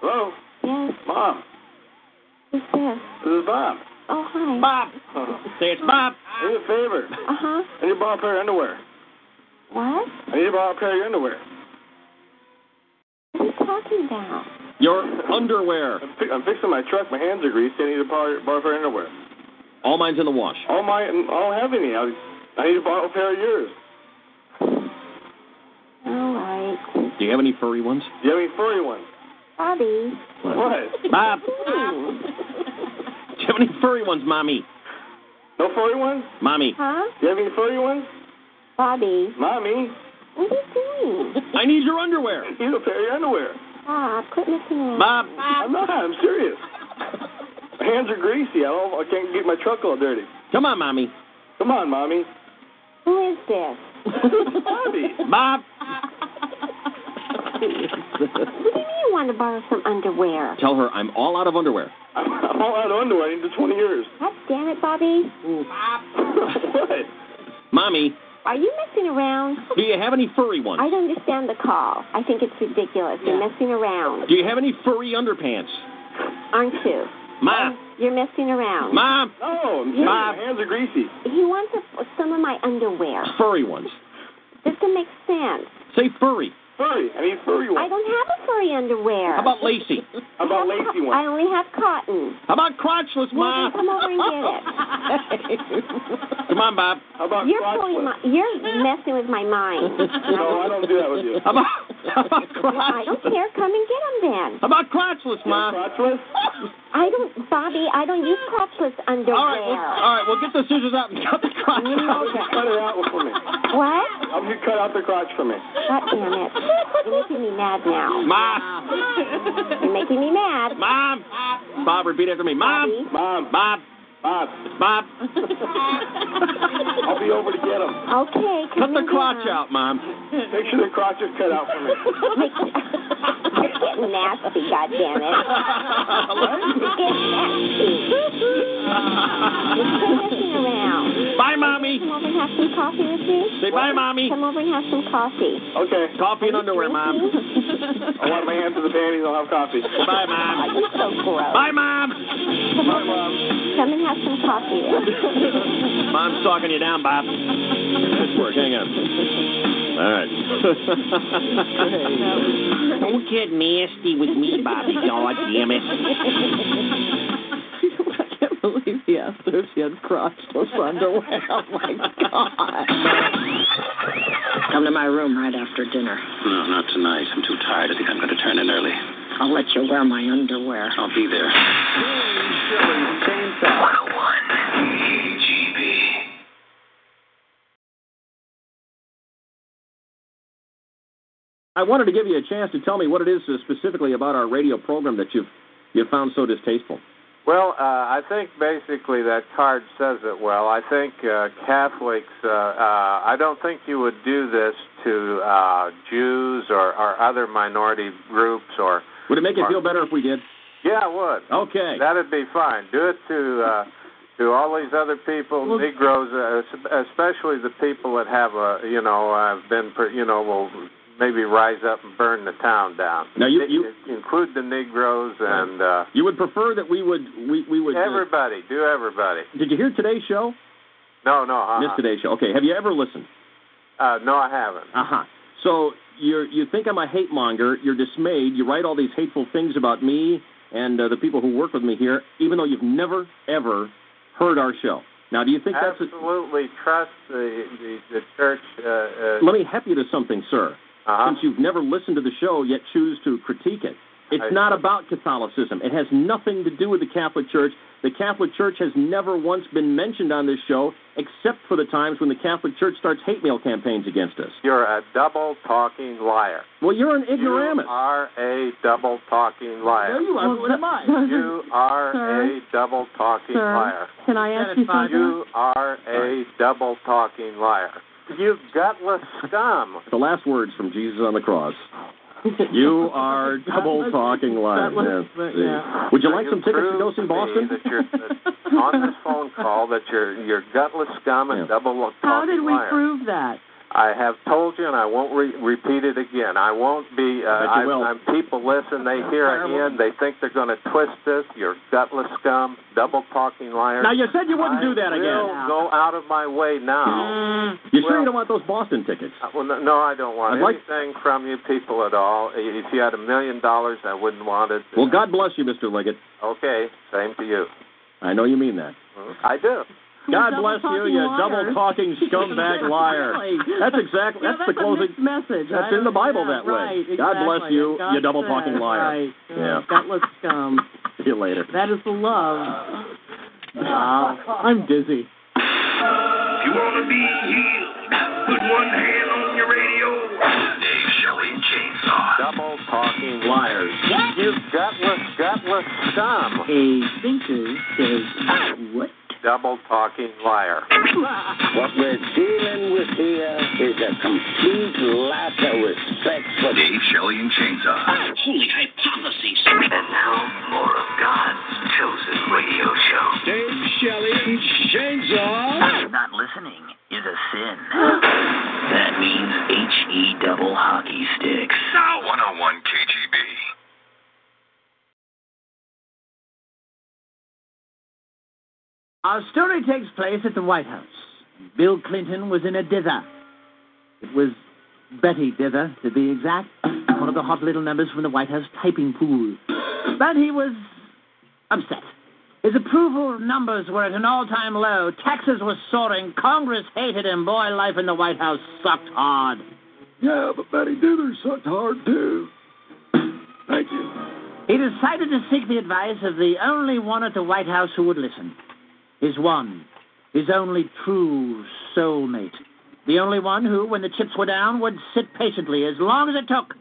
Speaker 4: Hello?
Speaker 8: Yes,
Speaker 4: Mom.
Speaker 8: who's this?
Speaker 4: This is Bob.
Speaker 8: Oh, hi.
Speaker 5: Bob. Say it's Bob.
Speaker 4: I need a favor.
Speaker 8: Uh-huh.
Speaker 4: I need to borrow a pair of underwear.
Speaker 8: What?
Speaker 4: I need to borrow a pair of your underwear.
Speaker 8: What are you talking about?
Speaker 5: Your underwear.
Speaker 4: I'm, fi- I'm fixing my truck. My hands are greased. I need to borrow, borrow a pair of underwear.
Speaker 5: All mine's in the wash.
Speaker 4: All my, I don't have any. I, I need to borrow a pair of yours.
Speaker 8: All right.
Speaker 5: Do you have any furry ones?
Speaker 4: Do you have any furry ones?
Speaker 8: Bobby.
Speaker 4: What?
Speaker 5: Bob.
Speaker 8: Hmm.
Speaker 5: Do you have any furry ones, mommy?
Speaker 4: No furry ones?
Speaker 5: Mommy.
Speaker 8: Huh?
Speaker 4: Do you have any furry ones?
Speaker 8: Bobby.
Speaker 4: Mommy.
Speaker 8: What are you doing?
Speaker 5: I need your underwear.
Speaker 4: You need a pair of your underwear.
Speaker 8: Bob, quit looking at
Speaker 5: Bob.
Speaker 4: I'm not. I'm serious. My hands are greasy. I don't. I can't get my truck all dirty.
Speaker 5: Come on, mommy.
Speaker 4: Come on, mommy.
Speaker 8: Who is this?
Speaker 4: Bobby.
Speaker 5: Bob.
Speaker 8: What do you mean you want to borrow some underwear?
Speaker 5: Tell her I'm all out of underwear.
Speaker 4: I'm, I'm all out of underwear. I need the 20 years.
Speaker 8: God damn it, Bobby.
Speaker 4: what?
Speaker 5: Mommy,
Speaker 8: Are you messing around?
Speaker 5: do you have any furry ones?
Speaker 8: I don't understand the call. I think it's ridiculous. You're messing around,
Speaker 5: Do you have any furry underpants?
Speaker 8: aren't you?
Speaker 5: Mom.
Speaker 8: You're messing around.
Speaker 5: Mom.
Speaker 4: No, I'm serious.
Speaker 5: Bob.
Speaker 4: my hands are greasy.
Speaker 8: He wants a, some of my underwear.
Speaker 5: Furry ones.
Speaker 8: Doesn't make sense.
Speaker 5: Say furry.
Speaker 4: Furry. I need furry
Speaker 8: I
Speaker 4: ones.
Speaker 8: don't have a furry underwear.
Speaker 5: How about lacy?
Speaker 4: How about lacy
Speaker 8: I
Speaker 4: ones?
Speaker 8: only have cotton.
Speaker 5: How about crotchless,
Speaker 8: Well,
Speaker 5: Mom?
Speaker 8: then come over and get it.
Speaker 5: Come on, Bob.
Speaker 4: How about
Speaker 8: You're
Speaker 4: crotchless?
Speaker 8: pulling my, you're messing with my mind.
Speaker 4: No, I don't do that with you.
Speaker 5: How about, how about
Speaker 8: I don't
Speaker 5: crotchless?
Speaker 8: care. Come and get them then.
Speaker 5: How about crotchless, Mom?
Speaker 4: You're crotchless?
Speaker 8: I don't, Bobby. I don't use crotchless underwear.
Speaker 5: All right, well, all right, well, get the scissors out and cut the crotch
Speaker 4: How about you
Speaker 5: out.
Speaker 4: cut it out for me?
Speaker 8: What?
Speaker 4: How about you cut out the crotch for me?
Speaker 8: God damn it! You're making me mad now.
Speaker 5: Mom,
Speaker 8: You're making me mad.
Speaker 5: Mom, Bob, repeat after me. Mom,
Speaker 4: Mom.
Speaker 5: Bob,
Speaker 4: Bob.
Speaker 5: Bob,
Speaker 4: I'll be over to get them.
Speaker 8: Okay,
Speaker 5: cut
Speaker 8: come
Speaker 5: the
Speaker 8: and
Speaker 5: crotch
Speaker 8: get 'em.
Speaker 5: out, Mom.
Speaker 4: Make sure the crotch is cut out for me.
Speaker 8: Make- You're
Speaker 17: getting nasty, goddammit. Get nasty. Quit messing around.
Speaker 5: Bye, Mommy.
Speaker 17: Come over and have some coffee with me.
Speaker 5: Say bye, Mommy.
Speaker 17: Come over and have some coffee.
Speaker 18: Okay.
Speaker 5: Coffee and underwear, Mom.
Speaker 18: I want my hands in the panties. I'll have coffee.
Speaker 5: Bye, Mom.
Speaker 17: Oh, you're so gross.
Speaker 5: Bye, Mom.
Speaker 17: Come over. Come and have some coffee with me.
Speaker 5: Mom's talking you down, Bob. Good work. Hang on. All right.
Speaker 2: Don't get nasty with me, Bobby. God damn it.
Speaker 19: I can't believe he asked her if she had crotchless underwear. Oh my god.
Speaker 1: Come to my room right after dinner.
Speaker 3: No, not tonight. I'm too tired. I think I'm going to turn in early.
Speaker 1: I'll let you wear my underwear.
Speaker 3: I'll be there.
Speaker 5: I wanted to give you a chance to tell me what it is uh, specifically about our radio program that you've you found so distasteful.
Speaker 20: Well, uh, I think basically that card says it well. I think uh, Catholics, uh, uh, I don't think you would do this to uh, Jews or, or other minority groups or.
Speaker 5: Would it make you
Speaker 20: or-
Speaker 5: feel better if we did?
Speaker 20: Yeah, it would.
Speaker 5: Okay.
Speaker 20: That'd be fine. Do it to uh, to all these other people,
Speaker 5: Well-
Speaker 20: Negroes, uh, es- especially the people that have a you know have been per- you know will maybe rise up and burn the town down.
Speaker 5: Now, you-
Speaker 20: Ne-
Speaker 5: you-
Speaker 20: include the Negroes and uh,
Speaker 5: You would prefer that we would we we would. uh,
Speaker 20: everybody. Do everybody.
Speaker 5: did you hear today's show?
Speaker 20: No, no, uh-uh.
Speaker 5: Missed today's show. Okay. Have you ever listened?
Speaker 20: Uh, no, I haven't.
Speaker 5: Uh huh. So you you think I'm a hate monger? You're dismayed. You write all these hateful things about me and uh, the people who work with me here, even though you've never ever heard our show. Now, do you think that's? A,
Speaker 20: Absolutely trust the the, the church. Uh, uh,
Speaker 5: let me help you to something, sir.
Speaker 20: Uh-huh.
Speaker 5: Since you've never listened to the show yet, choose to critique it. It's
Speaker 20: I-
Speaker 5: not about Catholicism. It has nothing to do with the Catholic Church. The Catholic Church has never once been mentioned on this show, except for the times when the Catholic Church starts hate mail campaigns against us.
Speaker 20: You're a double talking liar.
Speaker 5: Well, you're an ignoramus.
Speaker 20: You are a double talking liar.
Speaker 19: No, you aren't. What am I?
Speaker 20: You are
Speaker 19: Sir?
Speaker 20: a double talking
Speaker 19: Sir?
Speaker 20: liar.
Speaker 19: Can I ask you something?
Speaker 20: You are a double talking liar. You gutless scum.
Speaker 5: The last words from Jesus on the cross. You are double talking liar.
Speaker 20: That was-
Speaker 5: Yes,
Speaker 20: yeah.
Speaker 5: see. Would you like some tickets to
Speaker 20: Prove
Speaker 5: Dose in
Speaker 20: to me
Speaker 5: Boston?
Speaker 20: that you're- On this phone call, that you're you're gutless scum and double talking liar.
Speaker 19: How did we prove that?
Speaker 20: I have told you, and I won't re- repeat it again. I won't be. Uh,
Speaker 5: I bet you
Speaker 20: I,
Speaker 5: will.
Speaker 20: am people listen. They hear it in. They think they're going to twist this. You're gutless scum, double talking liar.
Speaker 5: Now, you said you wouldn't
Speaker 20: I
Speaker 5: do that
Speaker 20: will
Speaker 5: again.
Speaker 20: Go out of my way now.
Speaker 5: You sure
Speaker 20: Well,
Speaker 5: you don't want those Boston tickets?
Speaker 20: uh, Well, no, no, I don't want
Speaker 5: Mm-hmm. I'd like-
Speaker 20: anything from you people at all. If you had a million dollars, I wouldn't want it.
Speaker 5: Well, God bless you, Mr. Liggett.
Speaker 20: Okay, same to you.
Speaker 5: I know you mean that.
Speaker 20: I do.
Speaker 5: God
Speaker 19: double
Speaker 5: bless you,
Speaker 19: talking
Speaker 5: you
Speaker 19: liar.
Speaker 5: double talking scumbag liar.
Speaker 19: Really?
Speaker 5: That's exactly
Speaker 19: Yeah,
Speaker 5: that's, the
Speaker 19: a
Speaker 5: closing.
Speaker 19: mixed message. I
Speaker 5: That's in the
Speaker 19: don't-
Speaker 5: Bible
Speaker 19: yeah,
Speaker 5: that way.
Speaker 19: Right,
Speaker 5: God bless
Speaker 19: exactly.
Speaker 5: you,
Speaker 19: God
Speaker 5: you double talking
Speaker 19: said,
Speaker 5: liar.
Speaker 19: Right.
Speaker 5: Yeah.
Speaker 19: Gutless scum.
Speaker 5: See you later.
Speaker 19: That is the love. I'm dizzy.
Speaker 4: Uh,
Speaker 3: If you want to be healed, put one hand on your radio. Dave Shelley Chainsaw.
Speaker 20: Double talking
Speaker 5: liars.
Speaker 20: You gutless, gutless scum.
Speaker 19: A thinker says what?
Speaker 20: Double talking liar.
Speaker 21: What we're dealing with here is a complete lack of respect for
Speaker 3: Dave Shelley and Chainsaw. Holy hypotheses. And now, more of God's chosen radio show. Dave Shelley and Chainsaw.
Speaker 1: Not listening is a sin. That means H E double hockey sticks.
Speaker 3: 101 KGB.
Speaker 8: Our story takes place at the White House. Bill Clinton was in a dither. It was Betty Dither, to be exact, one of the hot little numbers from the White House typing pool. But he was upset. His approval numbers were at an all time low. Taxes were soaring. Congress hated him. Boy, life in the White House sucked hard.
Speaker 22: Yeah, but Betty Dither sucked hard too. Thank you.
Speaker 8: He decided to seek the advice of the only one at the White House who would listen. His one, his only true soulmate. The only one who, when the chips were down, would sit patiently as long as it took.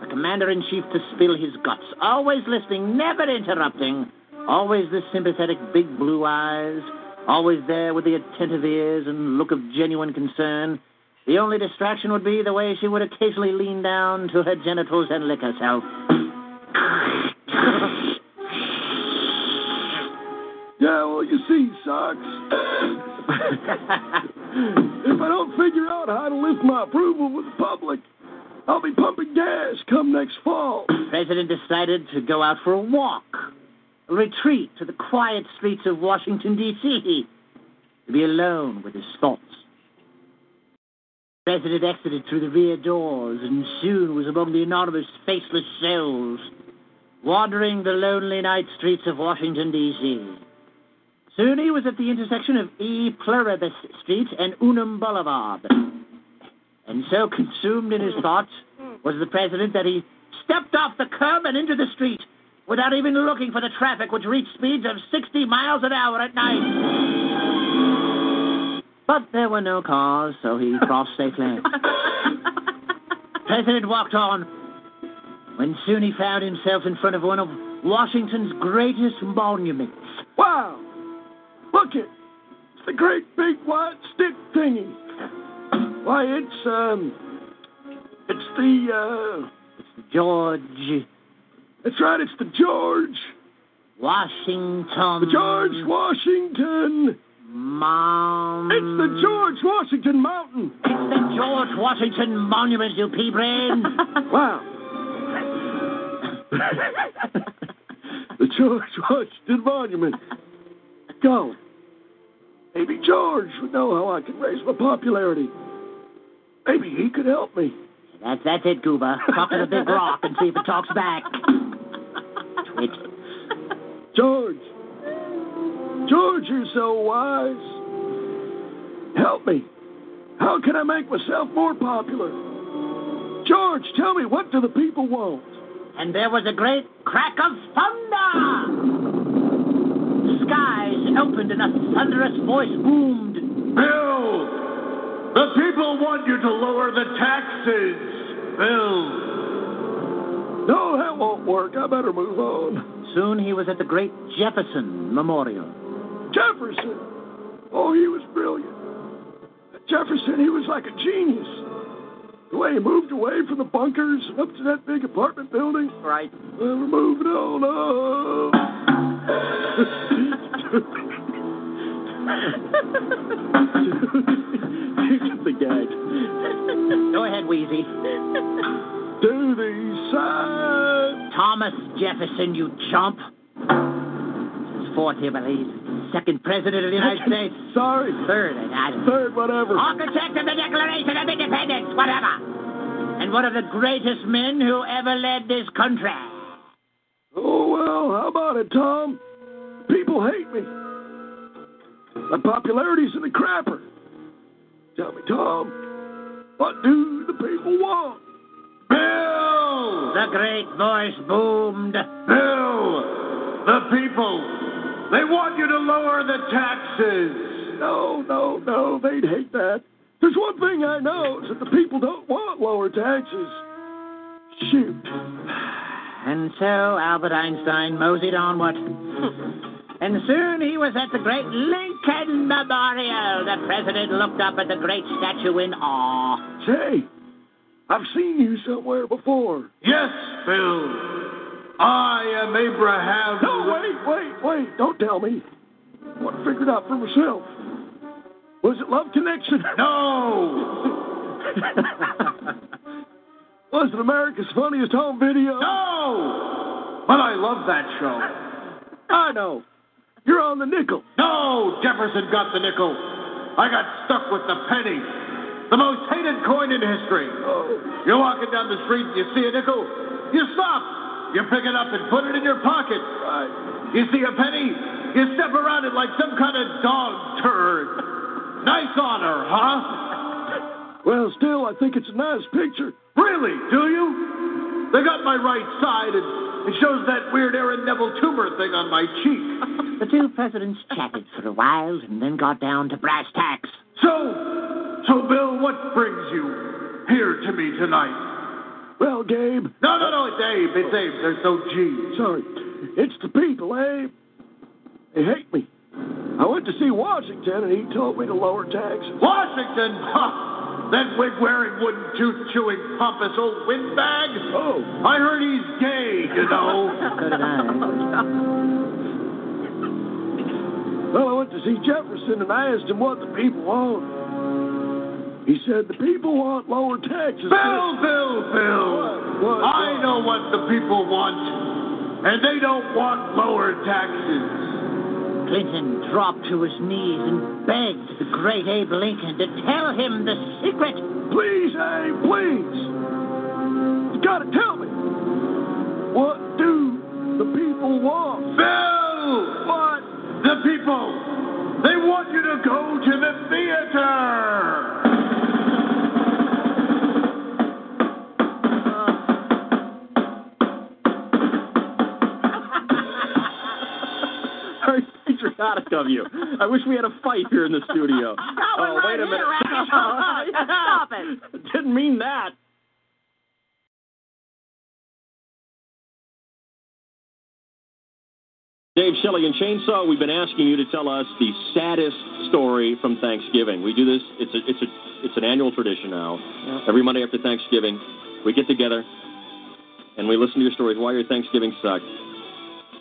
Speaker 8: The commander in chief to spill his guts, always listening, never interrupting, always the sympathetic big blue eyes, always there with the attentive ears and look of genuine concern. The only distraction would be the way she would occasionally lean down to her genitals and lick herself.
Speaker 4: all you see sucks. if I don't figure out how to lift my approval with the public, I'll be pumping gas come next fall.
Speaker 8: president decided to go out for a walk, a retreat to the quiet streets of Washington, D.C., to be alone with his thoughts. The president exited through the rear doors and soon was among the anonymous, faceless souls wandering the lonely night streets of Washington, D.C. Soon he was at the intersection of E. Pluribus Street and Unum Boulevard. And so consumed in his thoughts was the president that he stepped off the curb and into the street without even looking for the traffic, which reached speeds of 60 miles an hour at night. But there were no cars, so he crossed safely. president walked on, when soon he found himself in front of one of Washington's greatest monuments.
Speaker 4: Wow! Look it! It's the great big white stick thingy. Why, it's, um, it's the, uh,
Speaker 8: George
Speaker 4: that's right, it's the George.
Speaker 8: Washington.
Speaker 4: The George Washington.
Speaker 8: Mom.
Speaker 4: It's the George Washington Mountain.
Speaker 8: It's the George Washington Monument, you pea brain.
Speaker 4: wow. the George Washington Monument. Go. Maybe George would know how I can raise my popularity. Maybe he could help me.
Speaker 8: That's that's it, Gooba. Talk to the big rock and see if it talks back. Twit.
Speaker 4: George. George, you're so wise. Help me. How can I make myself more popular? George, tell me, what do the people want?
Speaker 8: And there was a great crack of thunder. The skies opened and a thunderous voice boomed.
Speaker 6: Bill, the people want you to lower the taxes. Bill.
Speaker 4: No, that won't work. I better move on.
Speaker 8: Soon he was at the great Jefferson Memorial.
Speaker 4: Jefferson. Oh, he was brilliant. Jefferson, he was like a genius. The way he moved away from the bunkers and up to that big apartment building.
Speaker 8: Right.
Speaker 4: Well, we're moving on up. the gag.
Speaker 8: Go ahead, Wheezy.
Speaker 4: To the side.
Speaker 8: Thomas Jefferson, you chump. This is Fourth, I believe. Second president of the United States.
Speaker 4: Sorry.
Speaker 8: Third, I don't know.
Speaker 4: Third, whatever.
Speaker 8: Architect of the Declaration of Independence, whatever. And one of the greatest men who ever led this country.
Speaker 4: Oh, well, how about it, Tom? People hate me. My popularity's in the crapper. Tell me, Tom, what do the people want?
Speaker 6: Bill!
Speaker 8: The great voice boomed.
Speaker 6: Bill! The people! They want you to lower the taxes!
Speaker 4: No, no, no, they'd hate that. There's one thing I know is that the people don't want lower taxes. Shoot.
Speaker 8: And so Albert Einstein moseyed onward. And soon he was at the great Lincoln Memorial. The president looked up at the great statue in awe.
Speaker 4: Say, I've seen you somewhere before.
Speaker 6: Yes, Bill! I am Abraham.
Speaker 4: No, wait, wait, wait. Don't tell me. I want to figure it out for myself. Was it Love Connection?
Speaker 6: No!
Speaker 4: Was it America's Funniest Home Video?
Speaker 6: No! But I love that show.
Speaker 4: I know. You're on the nickel.
Speaker 6: No! Jefferson got the nickel. I got stuck with the penny. The most hated coin in history. You're walking down the street and you see a nickel. You stop. You pick it up and put it in your pocket. You see a penny. You step around it like some kind of dog turd. nice honor, huh?
Speaker 4: Well, still, I think it's a nice picture.
Speaker 6: Really, do you? They got my right side and it shows that weird Aaron Neville tumor thing on my cheek.
Speaker 8: The two presidents chatted for a while and then got down to brass tacks.
Speaker 6: So, so Bill, what brings you here to me tonight?
Speaker 4: Well, Gabe,
Speaker 6: No, no, no, it's Abe. It's Abe. There's no G.
Speaker 4: sorry. It's the people, eh? They hate me. I went to see Washington and he told me to lower taxes.
Speaker 6: Washington? Huh. That wig wearing, wooden tooth chewing, pompous old windbag?
Speaker 4: Oh.
Speaker 6: I heard he's gay, you know.
Speaker 8: So did I.
Speaker 4: Well,
Speaker 22: to see Jefferson, and I asked him what the people want. He said the people want lower taxes.
Speaker 23: Bill, Bill, Bill. I know what the people want, and they don't want lower taxes.
Speaker 24: Clinton dropped to his knees and begged the great Abe Lincoln to tell him the secret.
Speaker 22: Please, Abe, please. You gotta tell me. What do the people want?
Speaker 23: Bill! What? The people! They want you to go to the theater!
Speaker 5: Very patriotic of you. I wish we had a fight here in the studio.
Speaker 4: we're
Speaker 5: oh, wait
Speaker 4: right
Speaker 5: a minute.
Speaker 4: here, Randy. Stop it.
Speaker 5: Didn't mean that. Dave Shelley and Chainsaw, we've been asking you to tell us the saddest story from Thanksgiving. We do this; it's a, it's a, it's an annual tradition now. Every Monday after Thanksgiving, we get together and we listen to your stories why your Thanksgiving sucked.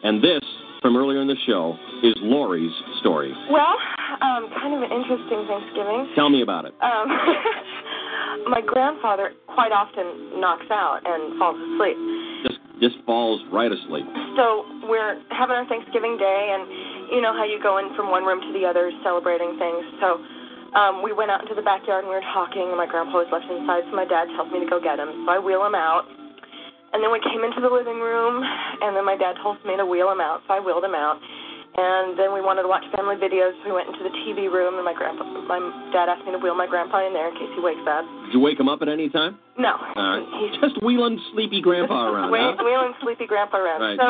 Speaker 5: And this from earlier in the show is Lori's story.
Speaker 25: Well, um, kind of an interesting Thanksgiving.
Speaker 5: Tell me about it.
Speaker 25: Um, my grandfather quite often knocks out and falls asleep.
Speaker 5: Just just falls right asleep.
Speaker 25: So we're having our Thanksgiving day, and you know how you go in from one room to the other celebrating things. So um, we went out into the backyard and we were talking, and my grandpa was left inside, so my dad tells me to go get him. So I wheel him out, and then we came into the living room, and then my dad told me to wheel him out, so I wheeled him out. And then we wanted to watch family videos, so we went into the TV room, and my grandpa, my dad asked me to wheel my grandpa in there in case he wakes up.
Speaker 5: Did you wake him up at any time?
Speaker 25: No,
Speaker 5: All right. Just wheeling sleepy grandpa around.
Speaker 25: Wheel-
Speaker 5: huh?
Speaker 25: Wheeling sleepy grandpa around.
Speaker 5: Right.
Speaker 25: So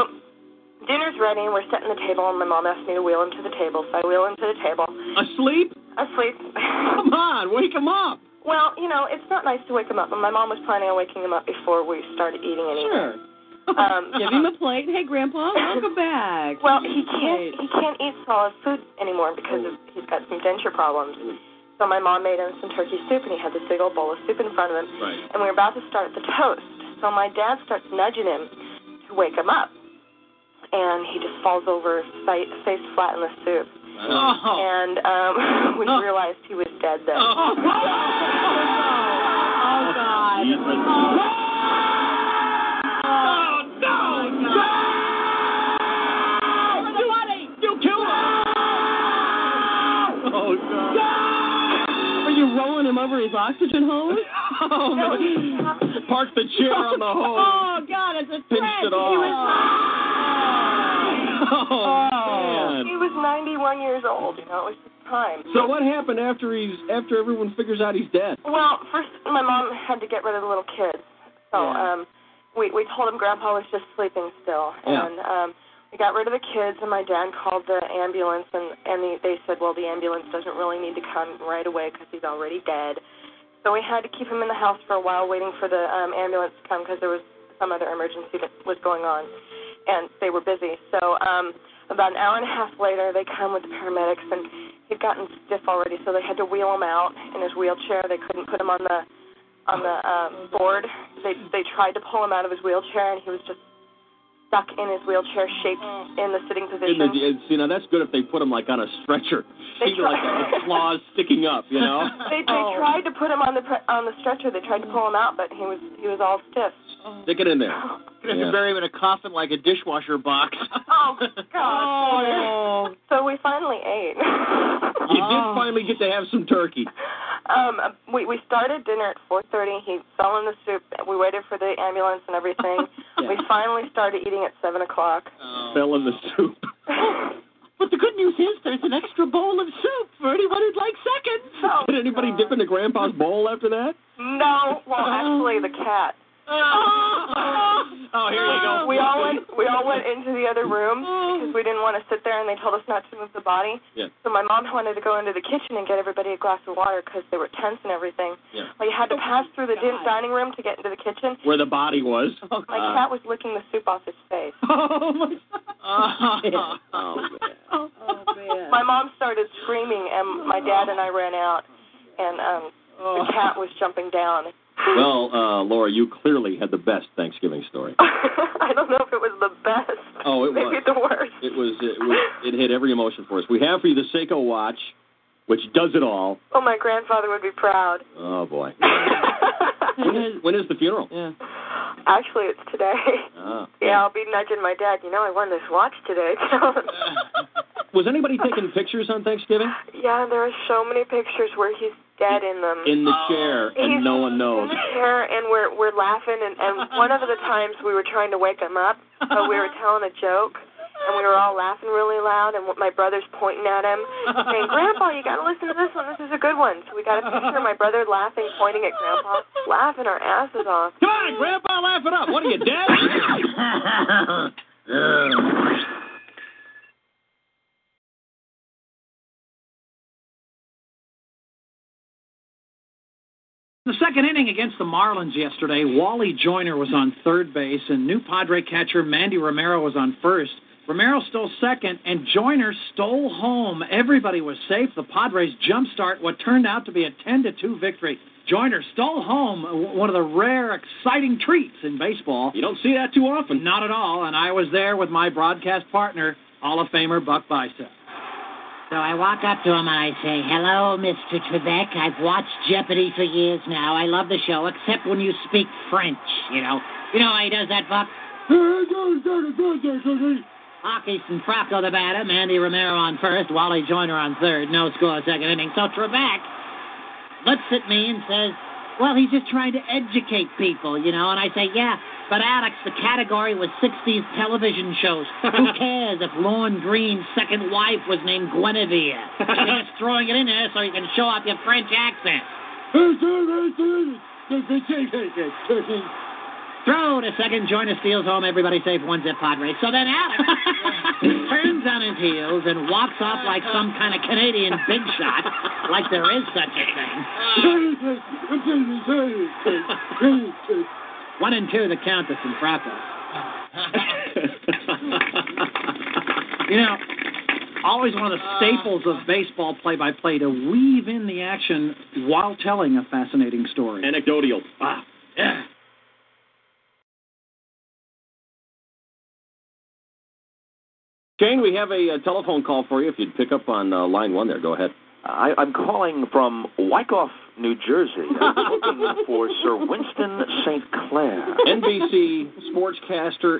Speaker 25: dinner's ready, and we're setting the table, and my mom asked me to wheel him to the table, so I wheel him to the table.
Speaker 5: Asleep?
Speaker 25: Asleep.
Speaker 5: Come on, wake him up.
Speaker 25: Well, you know, it's not nice to wake him up, but my mom was planning on waking him up before we started eating anything. Sure. Um,
Speaker 4: Give him a plate. Hey, Grandpa, welcome back.
Speaker 25: Well, he can't he can't eat solid food anymore because of, he's got some denture problems. So my mom made him some turkey soup, and he had this big old bowl of soup in front of him.
Speaker 5: Right.
Speaker 25: and we were about to start the toast. So my dad starts nudging him to wake him up, and he just falls over, fa- face flat in the soup.
Speaker 5: Oh.
Speaker 25: And um, we realized he was dead then.
Speaker 4: Oh, God. Oh, no.
Speaker 5: You killed
Speaker 4: him.
Speaker 5: Oh, God.
Speaker 4: Are you rolling him over his oxygen hose?
Speaker 5: Oh,
Speaker 4: no.
Speaker 5: Park the chair on the hole.
Speaker 4: Oh, God, it's a
Speaker 5: Pinched it
Speaker 4: thread. He
Speaker 5: off.
Speaker 4: was,
Speaker 5: Oh,
Speaker 25: He
Speaker 5: man.
Speaker 25: was 91 years old. You know, it was his time.
Speaker 5: So what happened after he's after everyone figures out he's dead?
Speaker 25: Well, first my mom had to get rid of the little kids, so
Speaker 5: Yeah.
Speaker 25: um, we we told him Grandpa was just sleeping still,
Speaker 5: Yeah.
Speaker 25: and um, we got rid of the kids, and my dad called the ambulance, and and the, they said, well, the ambulance doesn't really need to come right away because he's already dead, so we had to keep him in the house for a while, waiting for the um, ambulance to come because there was some other emergency that was going on, and they were busy. So um, about an hour and a half later, they come with the paramedics, and he'd gotten stiff already, so they had to wheel him out in his wheelchair. They couldn't put him on the on the um, board. They they tried to pull him out of his wheelchair, and he was just stuck in his wheelchair, shaped in the sitting
Speaker 5: In
Speaker 25: position.
Speaker 5: the, see, now that's good if they put him like on a stretcher.
Speaker 25: They
Speaker 5: He's like
Speaker 25: try-
Speaker 5: the claws sticking up, you know.
Speaker 25: They they tried to put him on the pre- on the stretcher. They tried to pull him out, but he was he was all stiff.
Speaker 5: Stick it in there.
Speaker 24: You're gonna have to bury him in a coffin like a dishwasher box.
Speaker 25: Oh God! So we finally ate.
Speaker 5: You
Speaker 25: Oh.
Speaker 5: did finally get to have some turkey.
Speaker 25: Um, we we started dinner at 4:30. He fell in the soup. We waited for the ambulance and everything. We finally started eating at seven o'clock.
Speaker 5: Fell in the soup.
Speaker 25: But the good news is there's an extra bowl of soup for anyone who'd like seconds. Oh,
Speaker 5: Did anybody dip into Grandpa's bowl after that?
Speaker 25: no, well actually the cat.
Speaker 5: Oh, here you go.
Speaker 25: We all went we all went into the other room because we didn't want to sit there and they told us not to move the body.
Speaker 5: Yeah.
Speaker 25: So my mom wanted to go into the kitchen and get everybody a glass of water because they were tense and everything.
Speaker 5: Yeah.
Speaker 25: Well, you had to
Speaker 4: Oh
Speaker 25: pass through the din- dining room to get into the kitchen.
Speaker 5: Where the body was.
Speaker 25: My cat was licking the soup off his face.
Speaker 4: Oh my
Speaker 5: Uh, oh, man.
Speaker 25: My mom started
Speaker 4: Oh.
Speaker 25: screaming, and my dad and I ran out, and um, the cat was jumping down.
Speaker 4: Well, uh, Laura, you clearly had the best Thanksgiving story.
Speaker 25: I don't know if it was the best.
Speaker 4: Oh, it
Speaker 25: Maybe
Speaker 4: was.
Speaker 25: the worst.
Speaker 4: It was, it was. It hit every emotion for us. We have for you the Seiko watch, which does it all.
Speaker 25: Oh, my grandfather would be proud.
Speaker 4: Oh boy. when, is, when is the funeral? Yeah.
Speaker 25: Actually, it's today.
Speaker 4: Ah.
Speaker 25: Yeah, I'll be nudging my dad. You know, I won this watch today. Tell him.
Speaker 4: Was anybody taking pictures on Thanksgiving?
Speaker 25: yeah, there are so many pictures where he's dead in them.
Speaker 4: In the chair, and
Speaker 25: He's
Speaker 4: no one knows.
Speaker 25: in the chair, and we're we're laughing, and and one of the times we were trying to wake him up, but we were telling a joke, and we were all laughing really loud, and my brother's pointing at him, saying, "Grandpa, you gotta listen to this one. This is a good one." So we got a picture of my brother laughing, pointing at Grandpa, laughing our asses off.
Speaker 4: Come on, Grandpa, laugh it up. What are you dead?
Speaker 11: The second inning against the Marlins yesterday, Wally Joyner was on third base, and new Padre catcher Mandy Romero was on first. Romero stole second, and Joyner stole home. Everybody was safe. The Padres jumpstart what turned out to be a 10 to 2 victory. Joyner stole home, w- one of the rare, exciting treats in baseball. You
Speaker 4: don't see that too often.
Speaker 11: Not at all, and I was there with my broadcast partner, Hall of Famer Buck Bicep.
Speaker 8: So I walk up to him and I say, Hello, Mr. Trebek. I've watched Jeopardy for years now. I love the show, except when you speak French, you know. You know how he does that, Buck? Hawkinson, Frocko the batter, Mandy Romero on first, Wally Joyner on third, no score, second inning. So Trebek looks at me and says, Well, he's just trying to educate people, you know. And I say, Yeah, but Alex, the category was 60s television shows. Who cares if Lorne Green's second wife was named Guinevere? You're just throwing it in there so you can show off your French accent. Throw to second, Joyner steals home, everybody safe, one zip Padres. So then Alex turns on his heels and walks off like some kind of Canadian big shot, like there is such a thing. One and two, the count to Frappo.
Speaker 11: You know, always one of the staples of baseball play by play to weave in the action while telling a fascinating story.
Speaker 4: Anecdotal.
Speaker 11: Ah, yeah.
Speaker 4: Shane, we have a, uh telephone call for you. If you'd pick up on uh, line one there, go ahead.
Speaker 5: I, I'm calling from Wyckoff, New Jersey. I'm looking for Sir Winston St. Clair.
Speaker 4: NBC sportscaster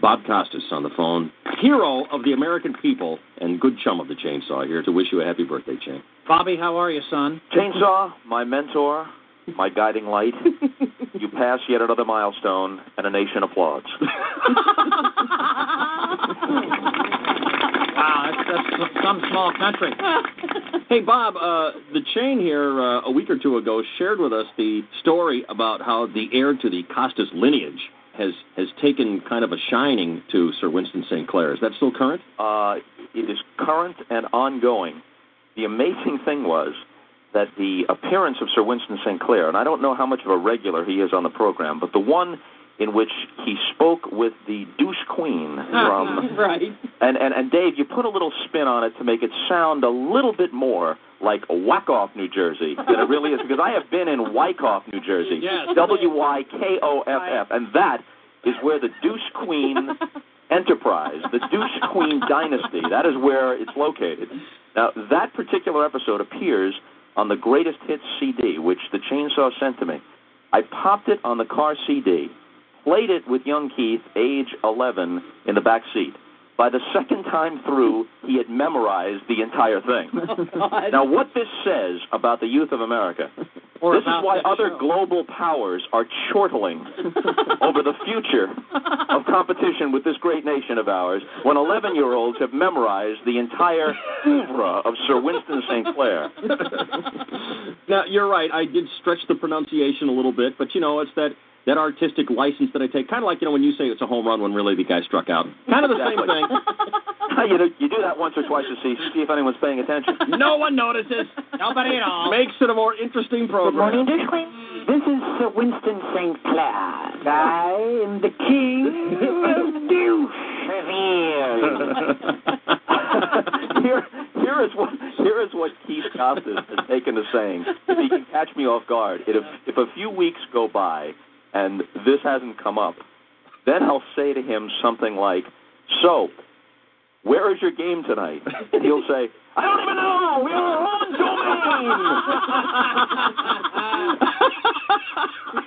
Speaker 4: Bob Costas on the phone, hero of the American people and good chum of the chainsaw here to wish you a happy birthday, Shane.
Speaker 11: Bobby, how are you, son?
Speaker 5: Chainsaw, my mentor, my guiding light. you pass yet another milestone, and a nation applauds.
Speaker 11: Wow, that's, that's some small country.
Speaker 4: Hey, Bob, uh, the chain here uh, a week or two ago shared with us the story about how the heir to the Costas lineage has has taken kind of a shining to Sir Winston St. Clair. Is that still current?
Speaker 5: Uh, it is current and ongoing. The amazing thing was that the appearance of Sir Winston St. Clair, and I don't know how much of a regular he is on the program, but the one in which he spoke with the Deuce Queen
Speaker 4: Uh-huh.
Speaker 5: from.
Speaker 26: right.
Speaker 5: And, and, and Dave, you put a little spin on it to make it sound a little bit more like Wyckoff, New Jersey, than it really is, because I have been in Wyckoff, New Jersey.
Speaker 4: Yes.
Speaker 5: W Y K O F F. And that is where the Deuce Queen enterprise, the Deuce Queen dynasty, that is where it's located. Now, that particular episode appears on the Greatest Hits CD, which the Chainsaw sent to me. I popped it on the car CD, played it with young Keith, age 11, in the back seat. By the second time through, he had memorized the entire thing. Now, what this says about the youth of America,
Speaker 11: Or
Speaker 5: this is
Speaker 11: about
Speaker 5: why
Speaker 11: that
Speaker 5: other
Speaker 11: show.
Speaker 5: global powers are chortling over the future of competition with this great nation of ours when 11 year olds have memorized the entire oeuvre of Sir Winston St. Clair.
Speaker 4: Now you're right. I did stretch the pronunciation a little bit, but you know it's that that artistic license that I take. Kind of like you know when you say it's a home run when really the guy struck out. Kind of the same
Speaker 5: Exactly.
Speaker 4: thing.
Speaker 5: you, know, you do that once or twice to see, see if anyone's paying attention.
Speaker 4: No one notices.
Speaker 11: Nobody at all.
Speaker 4: Makes it a more interesting
Speaker 27: Good morning,
Speaker 4: program.
Speaker 27: Dish Queen. This is Sir Winston St. Clair. I am the king of Deuce.
Speaker 5: here, here is what here is what Keith
Speaker 4: Costas has taken to saying, if he can catch me off guard, if if a few weeks go by and this hasn't come up, then I'll say to him something like, "So, where is your game tonight?" And he'll say, "I don't even know. We are on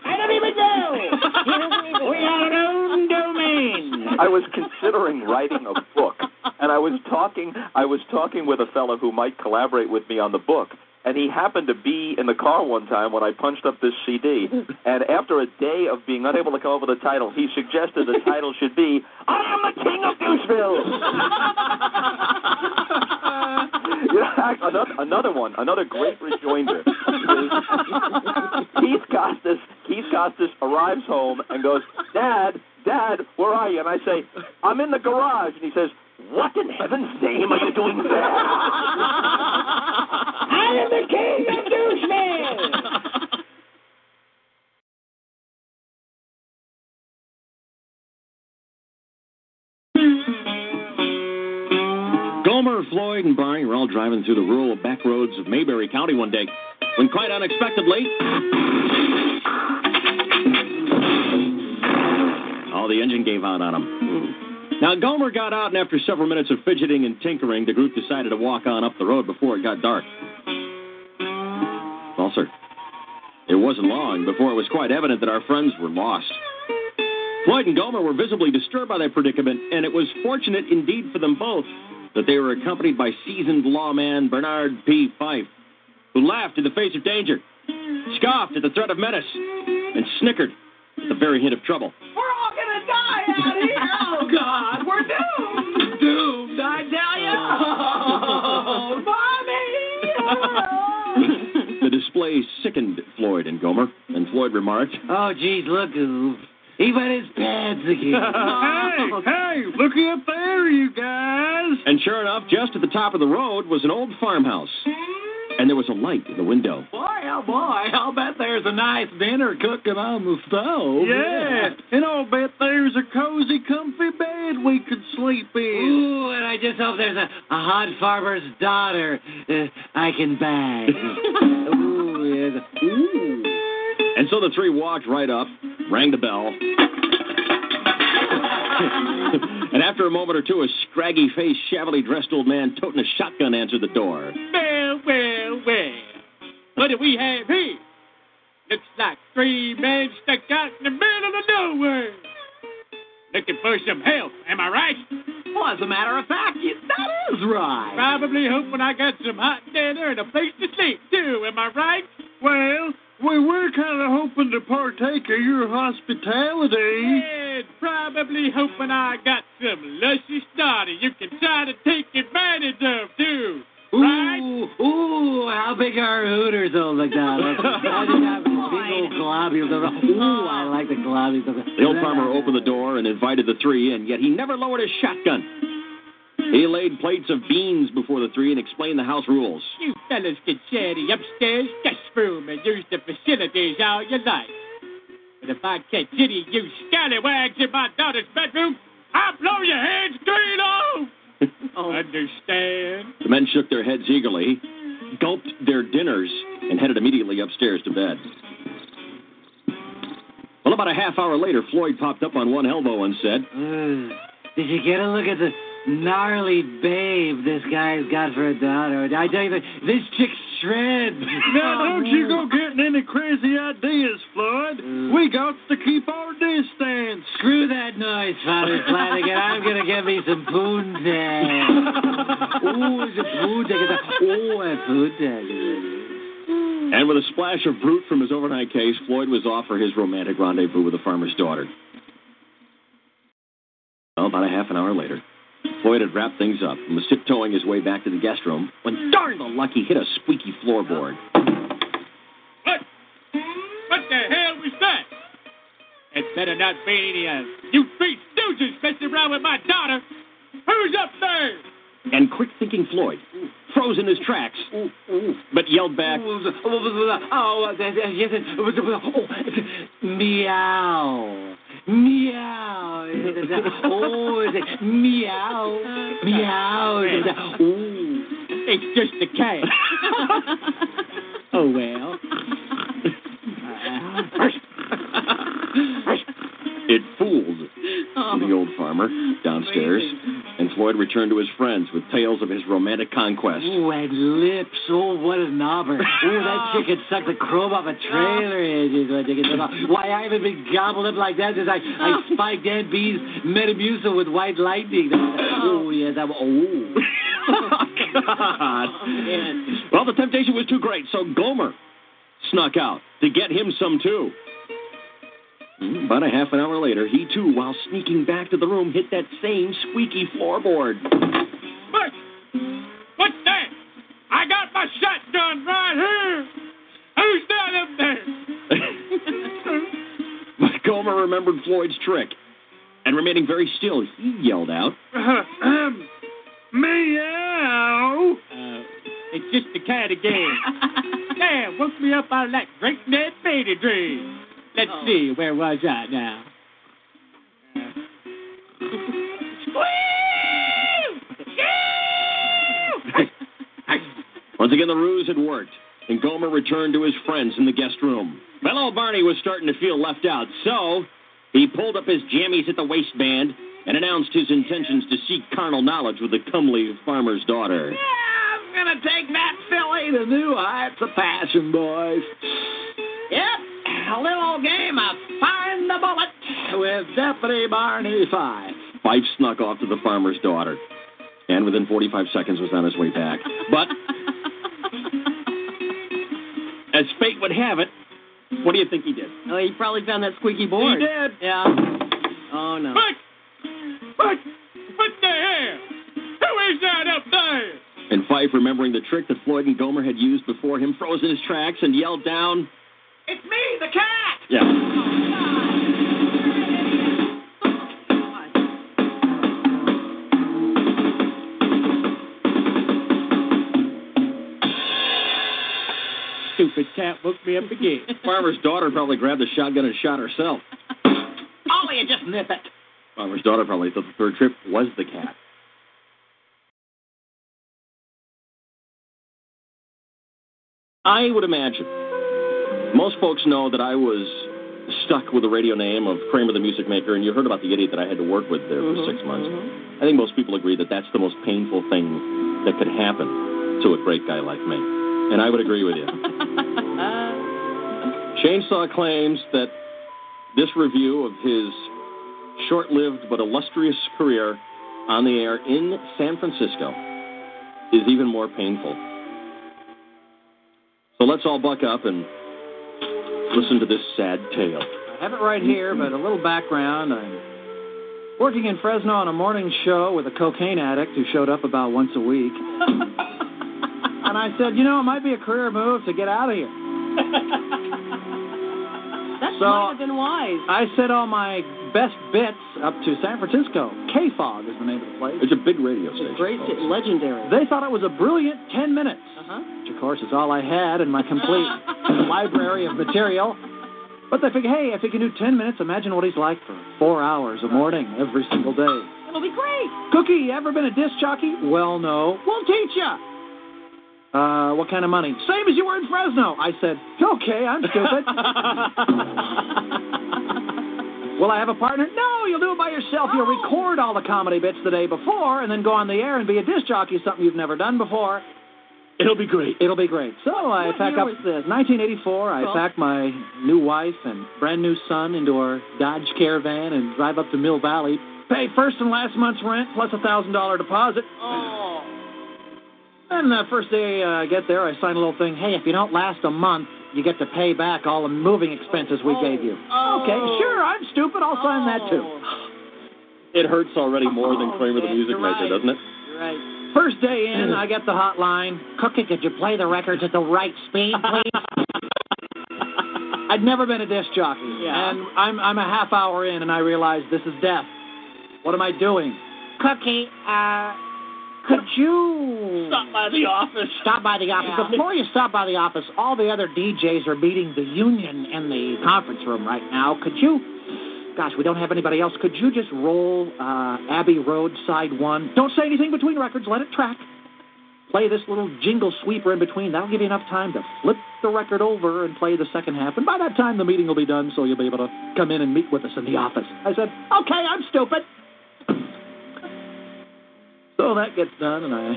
Speaker 4: domain."
Speaker 3: I don't even know. we are our own domain.
Speaker 4: I was considering writing a book, and I was talking. I was talking with a fellow who might collaborate with me on the book, and he happened to be in the car one time when I punched up this CD. And after a day of being unable to come up with a title, he suggested the title should be "I Am the King of Gooseville." You know, act- another, another one, another great rejoinder is Keith Costas. Keith Costas arrives home and goes, "Dad, Dad, where are you?" And I say, "I'm in the garage." And he says, "What in heaven's name are you doing there?"
Speaker 3: I am the king of douchebag.
Speaker 5: Gomer, Floyd, and Barney were all driving through the rural back roads of Mayberry County one day when, quite unexpectedly, all Oh, the engine gave out on them. Now, Gomer got out, and after several minutes of fidgeting and tinkering, the group decided to walk on up the road before it got dark. Well, sir, it wasn't long before it was quite evident that our friends were lost. Floyd and Gomer were visibly disturbed by their predicament, and it was fortunate indeed for them both that they were accompanied by seasoned lawman Bernard P. Fife, who laughed in the face of danger, scoffed at the threat of menace, and snickered at the very hint of trouble.
Speaker 10: We're all gonna die out here. Oh God, we're doomed. Doomed, I tell you. Oh, mommy.
Speaker 5: The display sickened Floyd and Gomer, and Floyd remarked,
Speaker 8: Oh, geez, look who. He wet his pants
Speaker 6: hey,
Speaker 8: again.
Speaker 6: hey, look up there, you guys.
Speaker 5: And sure enough, just at the top of the road was an old farmhouse, and there was a light in the window.
Speaker 8: boy, oh boy, I'll bet there's a nice dinner cooking on the stove.
Speaker 6: Yeah, and I'll bet there's a cozy, comfy bed we could sleep in.
Speaker 8: Ooh, and I just hope there's a, a hot farmer's daughter uh, I can bang. Ooh, yes. Ooh.
Speaker 5: And so the three walked right up, rang the bell, and after a moment or two, a scraggy faced, shabbily dressed old man toting a shotgun answered the door.
Speaker 6: Well, well, well. What do we have here? Looks like three men stuck out in the middle of nowhere. Looking for some help, am I right?
Speaker 8: Well, as a matter of fact, you, that is right.
Speaker 6: Probably hoping I got some hot dinner and a place to sleep, too, am I right? Well, we were kind of hoping to partake of your hospitality. And probably hoping I got some luscious daughter you can try to take advantage of, too.
Speaker 8: Ooh,
Speaker 6: Right?
Speaker 8: ooh, how big are Hooters old McDonald? I just have a big old globules of Ooh, I like the globules of
Speaker 5: The old farmer opened the door and invited the three in, yet he never lowered his shotgun. He laid plates of beans before the three and explained the house rules.
Speaker 6: You fellas can share the upstairs guest room and use the facilities all you like. But if I catch any of you scallywags in my daughter's bedroom, I'll blow your heads clean off!
Speaker 8: Oh.
Speaker 6: Understand?
Speaker 5: The men shook their heads eagerly, gulped their dinners, and headed immediately upstairs to bed. Well, about a half hour later, Floyd popped up on one elbow and said,
Speaker 8: Ooh, did you get a look at the gnarly babe this guy's got for a daughter? I tell you, that this chick shreds.
Speaker 6: Now, don't you go getting any crazy ideas, Floyd. We got to keep our distance.
Speaker 8: Mm. Screw that noise, Father Flanagan. I'm gonna get me some poontang. Ooh, it's a poontang. Ooh, a poontang.
Speaker 5: And with a splash of brute from his overnight case, Floyd was off for his romantic rendezvous with the farmer's daughter. Well, about a half an hour later, Floyd had wrapped things up and was tiptoeing his way back to the guest room when darn the luck he hit a squeaky floorboard.
Speaker 6: What the hell was that? It better not be any of you three stooges messing around with my daughter. Who's up there?
Speaker 5: And quick thinking Floyd froze in his tracks, but yelled back,
Speaker 8: Oh, that- that- yes, it- oh, it's- meow, meow. It's- it's- Oh, it's- meow, meow. It's- it's- ooh.
Speaker 6: It's just the cat. oh well.
Speaker 5: It fooled the old farmer downstairs, and Floyd returned to his friends with tales of his romantic conquest.
Speaker 28: Ooh, and lips. Oh, what a knobber. Ooh, that chick could suck the chrome off a trailer edge is what they could suck off. Why, I haven't been gobbled up like that since I, I spiked Aunt B's Metamucil with white lightning. Oh, yes, I'm. Oh.
Speaker 5: God. Well, the temptation was too great, so Gomer snuck out to get him some too. Hmm, About a half an hour later, he too, while sneaking back to the room, hit that same squeaky floorboard.
Speaker 6: What? What's that? I got my shotgun right here. Who's that up there?
Speaker 5: But Gomer remembered Floyd's trick, and remaining very still, he yelled out.
Speaker 6: Ahem. Meow. it's just the cat again. Damn, woke me up out of that great mad baby dream. Let's
Speaker 5: Oh.
Speaker 6: see, where was I now?
Speaker 5: Once again, the ruse had worked, and Gomer returned to his friends in the guest room. But old Barney was starting to feel left out, so he pulled up his jammies at the waistband and announced his intentions to seek carnal knowledge with the comely farmer's daughter.
Speaker 29: I'm gonna take that filly to new heights of passion, boys. Yep, a little old game of find the bullet with Deputy Barney Fife.
Speaker 5: Fife snuck off to the farmer's daughter, and within 45 seconds was on his way back. But as fate would have it, what do you think he did?
Speaker 19: Oh, he probably found that squeaky board.
Speaker 6: He did.
Speaker 19: Yeah. Oh no.
Speaker 6: What? What the hell? Who is that up there?
Speaker 5: And Fife, remembering the trick that Floyd and Gomer had used before him, froze in his tracks and yelled down.
Speaker 29: It's me, the cat.
Speaker 5: Yeah.
Speaker 6: Stupid cat woke me up again.
Speaker 5: Farmer's daughter probably grabbed the shotgun and shot herself.
Speaker 29: Oh, you just nip it.
Speaker 5: Farmer's daughter probably thought the third trip was the cat. I would imagine most folks know that I was stuck with the radio name of Kramer the Music Maker, and you heard about the idiot that I had to work with there for six months. I think most people agree that that's the most painful thing that could happen to a great guy like me, and I would agree with you. Chainsaw claims that this review of his short lived but illustrious career on the air in San Francisco is even more painful. So let's all buck up and listen to this sad tale.
Speaker 11: I have it right here, but a little background. I'm working in Fresno on a morning show with a cocaine addict who showed up about once a week. and I said, you know, it might be a career move to get out of here.
Speaker 19: That
Speaker 11: So-
Speaker 19: might have been wise.
Speaker 11: I sent all my best bits up to San Francisco. K Fog is the name of the place.
Speaker 5: It's a big radio
Speaker 11: station.
Speaker 19: Great,
Speaker 11: folks.
Speaker 19: legendary.
Speaker 11: They thought it was a brilliant 10 minutes,
Speaker 19: Uh-huh.
Speaker 11: which, of course, is all I had in my complete library of material. But they figured, hey, if he can do 10 minutes, imagine what he's like for four hours a morning every single day.
Speaker 19: It'll be great.
Speaker 11: Cookie, you ever been a disc jockey? Well, no. We'll teach you. Uh, what kind of money? Same as you were in Fresno. I said, okay, I'm stupid. Will I have a partner? No, you'll do it by yourself. You'll record all the comedy bits the day before and then go on the air and be a disc jockey, something you've never done before.
Speaker 5: It'll be great.
Speaker 11: It'll be great. So I
Speaker 19: What
Speaker 11: pack
Speaker 19: year
Speaker 11: up.
Speaker 19: was this?
Speaker 11: 1984. I
Speaker 19: Cool.
Speaker 11: pack my new wife and brand new son into our Dodge Caravan and drive up to Mill Valley. Pay first and last month's rent plus a thousand dollar deposit.
Speaker 19: Oh.
Speaker 11: And the first day uh, I get there, I sign a little thing. Hey, if you don't last a month, you get to pay back all the moving expenses we gave you.
Speaker 29: Oh, uh,
Speaker 6: Oh.
Speaker 11: Okay, sure, I'm stupid. I'll sign that too.
Speaker 5: It hurts already more than Kramer the
Speaker 11: man,
Speaker 5: Music
Speaker 11: you're
Speaker 5: Maker,
Speaker 11: right.
Speaker 5: doesn't it?
Speaker 19: Right.
Speaker 11: First day in, I get the hotline. Cookie, could you play the records at the right speed, please? I'd never been a disc jockey,
Speaker 19: Yeah.
Speaker 11: and I'm I'm a half hour in, and I realize this is death. What am I doing?
Speaker 8: Cookie, uh, could you
Speaker 29: Stop by the office.
Speaker 8: stop by the office?
Speaker 11: Yeah.
Speaker 8: Before you stop by the office, all the other DJs are meeting the union in the conference room right now. Could you? Gosh, we don't have anybody else. Could you just roll uh, Abbey Road side one?
Speaker 11: Don't say anything between records. Let it track. Play this little jingle sweeper in between. That'll give you enough time to flip the record over and play the second half. And by that time, the meeting will be done, so you'll be able to come in and meet with us in the office. I said, okay, I'm stupid. So that gets done, and I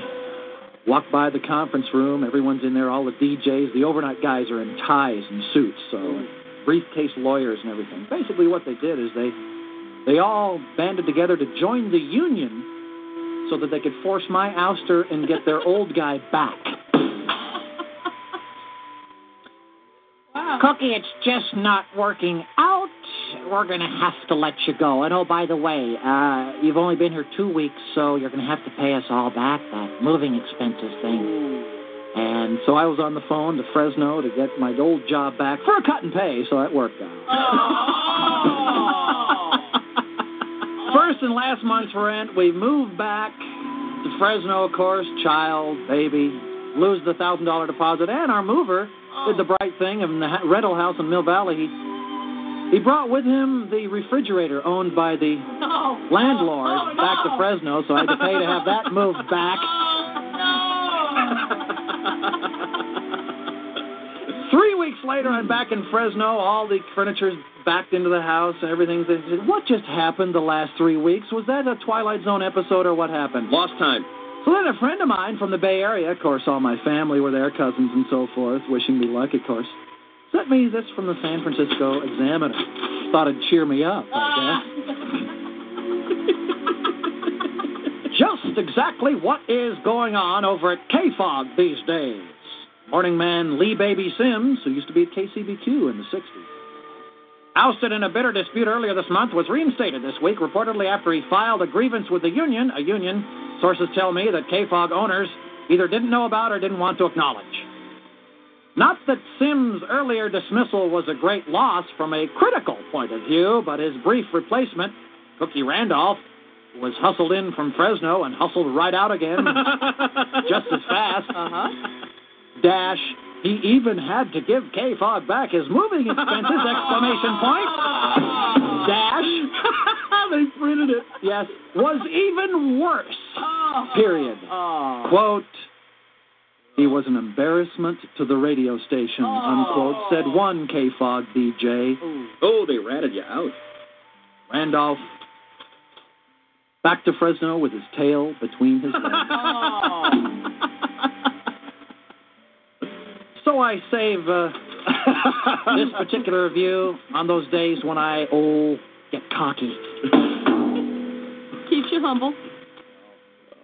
Speaker 11: walk by the conference room. Everyone's in there, all the DJs. The overnight guys are in ties and suits, so briefcase lawyers and everything. Basically, what they did is they they all banded together to join the union so that they could force my ouster and get their old guy back.
Speaker 10: Cookie, it's just not working out. We're going to have to let you go. And oh, by the way, uh, you've only been here two weeks, so you're going to have to pay us all back that moving expenses thing. And so I was on the phone to Fresno to get my old job back for a cut and pay, so that worked out. First and last month's rent, we moved back to Fresno, of course, child, baby, lose the thousand dollar deposit, and our mover did the bright thing in the ha- rental house in Mill Valley. He, he brought with him the refrigerator owned by the landlord
Speaker 8: Oh,
Speaker 10: back to Fresno, so I had to pay to have that moved back.
Speaker 29: Oh,
Speaker 11: Three weeks later, I'm back in Fresno. All the furniture's backed into the house and everything's. they said, What just happened the last three weeks? Was that a Twilight Zone episode or what happened?
Speaker 5: Lost time.
Speaker 11: So then a friend of mine from the Bay Area, of course, all my family were there, cousins and so forth, wishing me luck, of course, sent me this from the San Francisco Examiner. Thought it'd cheer me up, I guess. Just exactly what is going on over at K-Fog these days? Morning man Lee Baby Sims, who used to be at KCBQ in the 60s, ousted in a bitter dispute earlier this month, was reinstated this week, reportedly after he filed a grievance with the union, a union Sources tell me that KFOG owners either didn't know about or didn't want to acknowledge. Not that Sims' earlier dismissal was a great loss from a critical point of view, but his brief replacement, Cookie Randolph, was hustled in from Fresno and hustled right out again just as fast. Uh-huh. Dash, he even had to give KFOG back his moving expenses, exclamation point. Dash. they printed it. Yes. Was even worse.
Speaker 6: Oh.
Speaker 11: Period. Quote. He was an embarrassment to the radio station, unquote, said one KFOG DJ.
Speaker 5: Oh, they ratted you out.
Speaker 11: Randolph back to Fresno with his tail between his legs. so I save uh, this particular review on those days when I, oh, get cocky.
Speaker 30: Keeps you humble.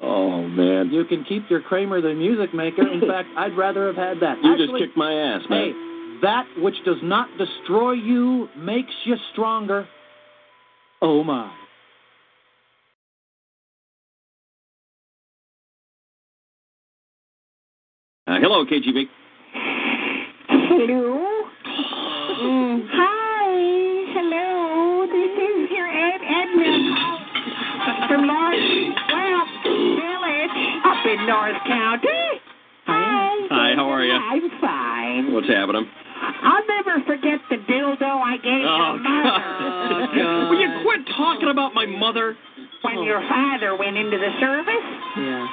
Speaker 5: Oh man.
Speaker 11: You can keep your Kramer the music maker. In fact, I'd rather have had that.
Speaker 5: You just
Speaker 11: Actually,
Speaker 5: kicked my ass,
Speaker 11: Hey,
Speaker 5: man.
Speaker 11: that which does not destroy you makes you stronger. Oh my.
Speaker 5: Uh, hello, KGB.
Speaker 8: Hello. Hi. Hello. This is your Aunt Edna from North Swamp Village up in North County. Hi.
Speaker 5: Hi, how are you?
Speaker 8: I'm fine.
Speaker 5: Oh, What's happening?
Speaker 8: I'll never forget the dildo I gave
Speaker 5: Oh,
Speaker 8: your mother
Speaker 5: God. Will you quit talking about my mother? Oh.
Speaker 8: when your father went into the service.
Speaker 5: Yeah.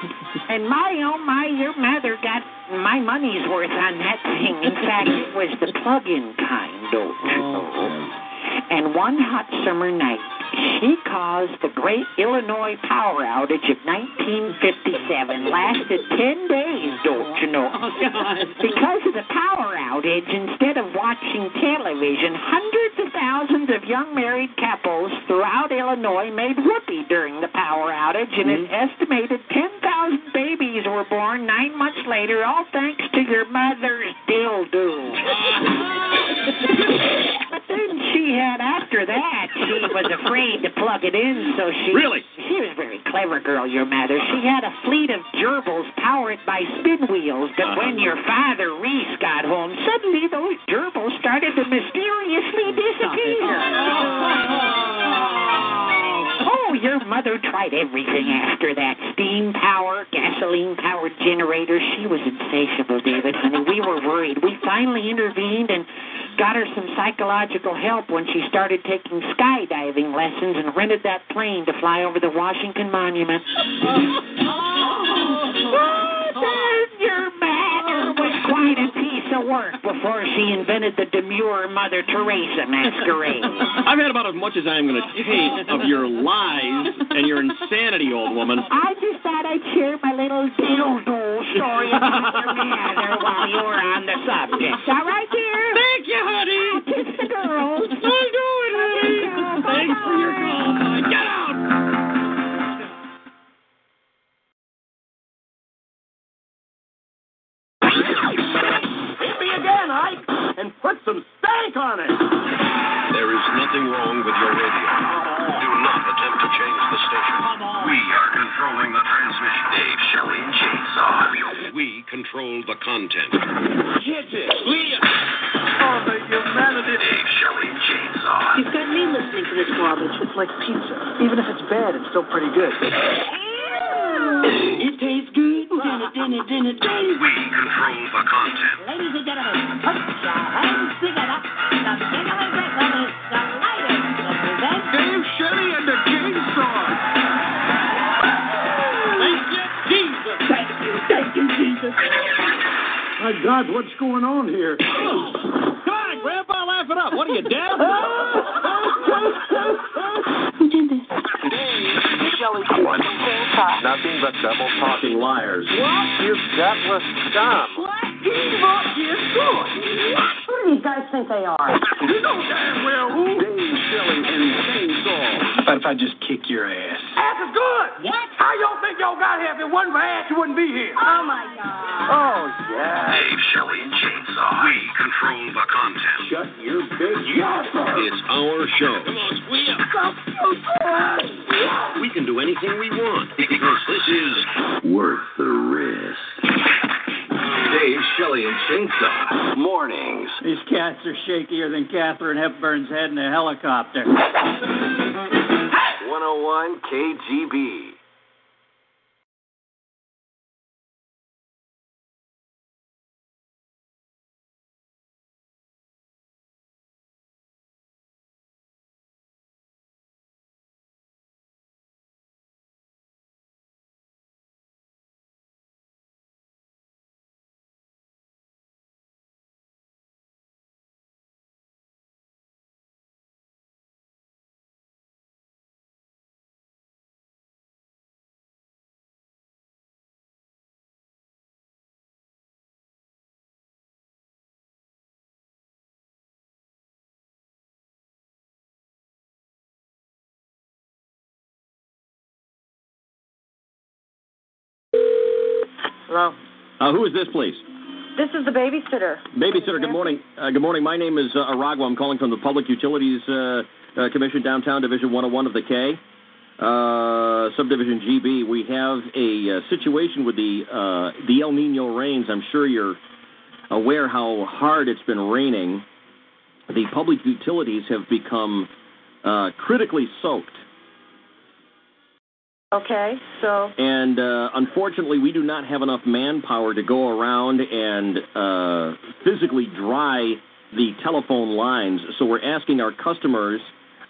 Speaker 8: And my, oh my, your mother got my money's worth on that thing. In fact, it was the plug-in kind.
Speaker 10: Oh,
Speaker 8: And one hot summer night, she caused the great Illinois power outage of 1957. Lasted 10 days, don't you know? Because of the power outage, instead of watching television, hundreds of thousands of young married couples throughout Illinois made whoopee during the power outage, and an estimated 10,000 babies were born nine months later, all thanks to your mother's dildo. But then she had after that she was afraid to plug it in, so she
Speaker 5: Really?
Speaker 8: she was a very clever girl, your mother. She had a fleet of gerbils powered by spin wheels. But when your father Reese got home, suddenly those gerbils started to mysteriously disappear. Oh, your mother tried everything after that. Steam power, gasoline powered generator. She was insatiable, David, honey. We were worried. We finally intervened and got her some psychological help when she started taking skydiving lessons and rented that plane to fly over the Washington Monument. What the work before she invented the demure Mother Teresa masquerade.
Speaker 5: I've had about as much as I'm going to take of your lies and your insanity, old woman.
Speaker 8: I just thought I'd share my little dildo story about your mother while you were on the subject. All right, dear?
Speaker 3: Thank you, honey.
Speaker 8: I'll kiss the girls.
Speaker 3: I'll do it, honey. Thanks for your call. honey. Get out.
Speaker 6: Hit me again, Ike, and put some stank on it.
Speaker 4: There is nothing wrong with your radio. Do not attempt to change the station. We are controlling the transmission. Dave Shelley and Chainsaw. We control the content. Get it. Oh, the humanity. Dave Shelley and Chainsaw.
Speaker 31: You've got me listening to this garbage. It's like pizza. Even if it's bad, it's still pretty good.
Speaker 8: It tastes good. Dinner, dinner, dinner, dinner.
Speaker 4: We control the content.
Speaker 8: uh,
Speaker 10: Ladies and gentlemen, put your hands together. The Giggling Brittle is delighted to present
Speaker 6: Dave Shelley and the Chainsaw.
Speaker 3: Thank you, Jesus. Thank you, thank you, Jesus.
Speaker 6: My God, what's going on here?
Speaker 5: Come on, Grandpa, laugh it up. What are you, deaf?
Speaker 31: Who did this?
Speaker 5: Nothing but double talking liars.
Speaker 20: What? You gutless scum.
Speaker 8: What evil is good?
Speaker 31: Who do these guys think they are?
Speaker 4: You know damn well who? Dave Shelley and Chainsaw.
Speaker 32: But if I just kick your ass.
Speaker 6: Ass is good. What? How y'all think y'all got here? If it wasn't for ass, you wouldn't be here.
Speaker 31: Oh my god.
Speaker 6: Oh, yeah.
Speaker 4: Dave Shelley and Chainsaw. We control the content.
Speaker 6: Shut your big yapper.
Speaker 4: It's our show. Come on, squeal. We can do anything we want because this is worth the risk. Dave Shelley and Chainsaw. Mornings.
Speaker 33: These cats are shakier than Katherine Hepburn's head in a helicopter.
Speaker 4: 101 KGB.
Speaker 25: Hello.
Speaker 5: Uh, who is this, please?
Speaker 25: This is the babysitter.
Speaker 5: Babysitter, good morning. Uh, good morning. My name is uh, Aragua. I'm calling from the Public Utilities uh, uh, Commission, Downtown Division 101 of the K, uh, Subdivision GB. We have a uh, situation with the uh, the El Nino rains. I'm sure you're aware how hard it's been raining. The public utilities have become uh, critically soaked.
Speaker 25: Okay, so
Speaker 5: And uh, unfortunately, we do not have enough manpower to go around and uh, physically dry the telephone lines. So we're asking our customers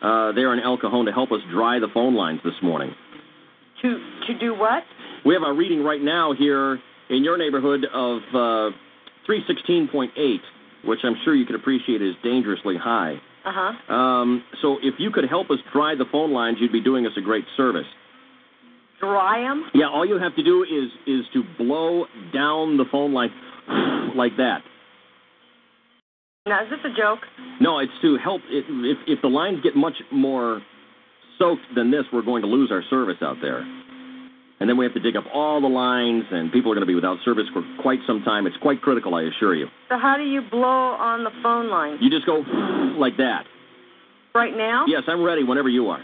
Speaker 5: uh, there in El Cajon to help us dry the phone lines this morning.
Speaker 25: to to do what?
Speaker 5: We have our reading right now here in your neighborhood of uh, 316.8, which I'm sure you can appreciate is dangerously high.
Speaker 25: Uh huh.
Speaker 5: Um, so if you could help us dry the phone lines, you'd be doing us a great service.
Speaker 25: Dry them.
Speaker 5: Yeah, all you have to do is is to blow down the phone like like that.
Speaker 25: Now is this a joke?
Speaker 5: No, it's to help. If if, if the lines get much more soaked than this, we're going to lose our service out there. And then we have to dig up all the lines, and people are going to be without service for quite some time. It's quite critical, I assure you.
Speaker 25: So how do you blow on the phone line?
Speaker 5: You just go like that.
Speaker 25: Right now?
Speaker 5: Yes, I'm ready whenever you are.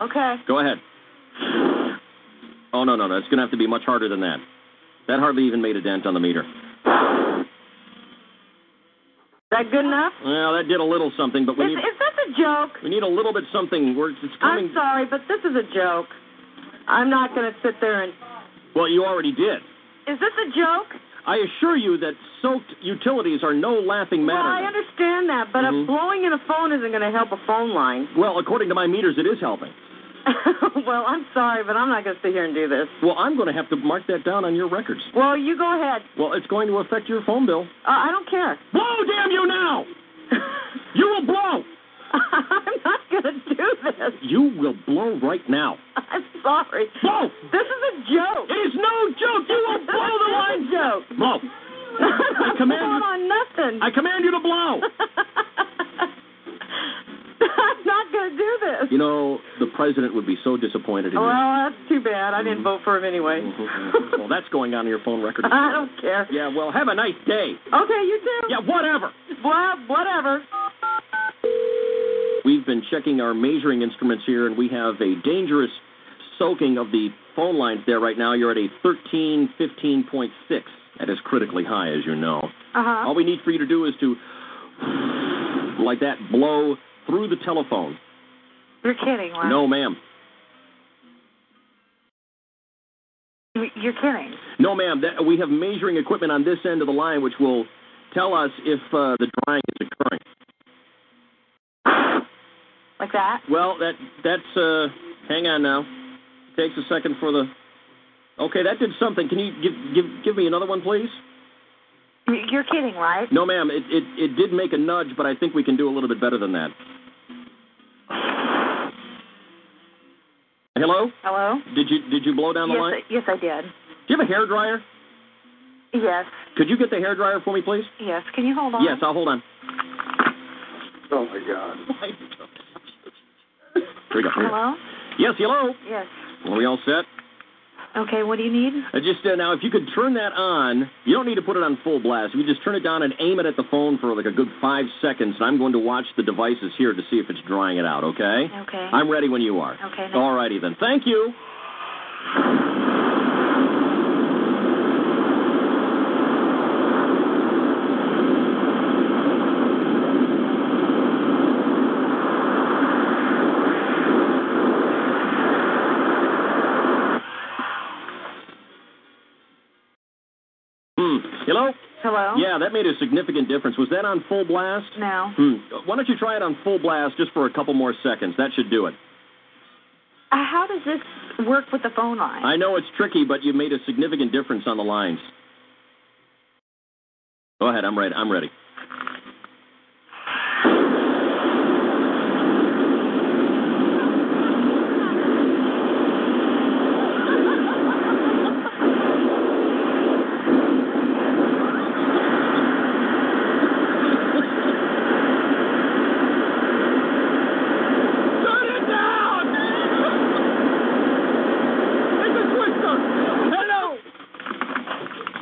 Speaker 25: Okay.
Speaker 5: Go ahead. Oh, no, no, no. It's going to have to be much harder than that. That hardly even made a dent on the meter.
Speaker 25: That good enough?
Speaker 5: Well, that did a little something, but we
Speaker 25: Is,
Speaker 5: need,
Speaker 25: is this a joke?
Speaker 5: we need a little bit something. We're, it's coming.
Speaker 25: I'm sorry, but this is a joke. I'm not going to sit there and.
Speaker 5: Well, you already did.
Speaker 25: Is this a joke?
Speaker 5: I assure you that soaked utilities are no laughing
Speaker 25: Well, I
Speaker 5: matter.
Speaker 25: understand that, but
Speaker 5: Mhm.
Speaker 25: a blowing in a phone isn't going to help a phone line.
Speaker 5: Well, according to my meters, it is helping.
Speaker 17: well, I'm sorry, but I'm not going to sit here and do this.
Speaker 5: Well, I'm going to have to mark that down on your records.
Speaker 17: Well, you go ahead.
Speaker 5: Well, it's going to affect your phone bill.
Speaker 17: Uh, I don't care.
Speaker 5: Blow, damn you now! you will blow!
Speaker 17: I'm not going to do this.
Speaker 5: You will blow right now.
Speaker 17: I'm sorry.
Speaker 5: Blow!
Speaker 17: This is a joke.
Speaker 5: It is no joke. You will blow the
Speaker 17: line. joke.
Speaker 5: Blow. I command
Speaker 17: I'm
Speaker 5: you.
Speaker 17: on nothing.
Speaker 5: I command you to blow.
Speaker 17: I'm not going to do this.
Speaker 5: You know, the president would be so disappointed in
Speaker 17: well,
Speaker 5: you.
Speaker 17: that's too bad. I didn't vote for him anyway.
Speaker 5: Well, that's going on in your phone record.
Speaker 17: I don't care.
Speaker 5: Yeah, well, have a nice day.
Speaker 17: Okay, you too.
Speaker 5: Yeah, whatever.
Speaker 17: Well, whatever.
Speaker 5: We've been checking our measuring instruments here, and we have a dangerous soaking of the phone lines there right now. You're at a 1315.6. That is critically high, as you know.
Speaker 17: Uh-huh.
Speaker 5: All we need for you to do is to, like that, blow through the telephone.
Speaker 17: You're kidding, right?
Speaker 5: No, ma'am.
Speaker 17: You're kidding.
Speaker 5: No, ma'am. That, we have measuring equipment on this end of the line, which will tell us if uh, the drying is occurring.
Speaker 17: Like that?
Speaker 5: Well, that that's. Uh, hang on now. Takes a second for the. Okay, that did something. Can you give give give me another one, please?
Speaker 17: You're kidding, right?
Speaker 5: No, ma'am. It it it did make a nudge, but I think we can do a little bit better than that. Hello?
Speaker 17: Hello?
Speaker 5: Did you did you blow down the
Speaker 17: yes,
Speaker 5: line?
Speaker 17: I, yes, I did.
Speaker 5: Do you have a hair dryer?
Speaker 17: Yes,
Speaker 5: Could you get the hair dryer for me, please?
Speaker 17: yes. Can you hold on?
Speaker 5: Yes, I'll hold on.
Speaker 20: Oh my God.
Speaker 5: Here we go. Here we go.
Speaker 17: Hello?
Speaker 5: Yes, hello.
Speaker 17: Yes.
Speaker 5: Are we all set?
Speaker 17: Okay, what do you need?
Speaker 5: Uh, just uh, now, if you could turn that on, you don't need to put it on full blast. You just turn it down and aim it at the phone for like a good five seconds, and I'm going to watch the devices here to see if it's drying it out. Okay?
Speaker 17: Okay.
Speaker 5: I'm ready when you are.
Speaker 17: Okay. now-
Speaker 5: All righty then. Thank you.
Speaker 17: uh,
Speaker 5: Hmm. Hello?
Speaker 17: Hello?
Speaker 5: Yeah, that made a significant difference. Was that on full blast?
Speaker 17: No.
Speaker 5: Hmm. Why don't you try it on full blast just for a couple more seconds? That should do it.
Speaker 17: Uh, how does this work with the phone line?
Speaker 5: I know it's tricky, but you made a significant difference on the lines. Go ahead, I'm ready. I'm ready.
Speaker 23: Turn it down! It's a twister! Hello!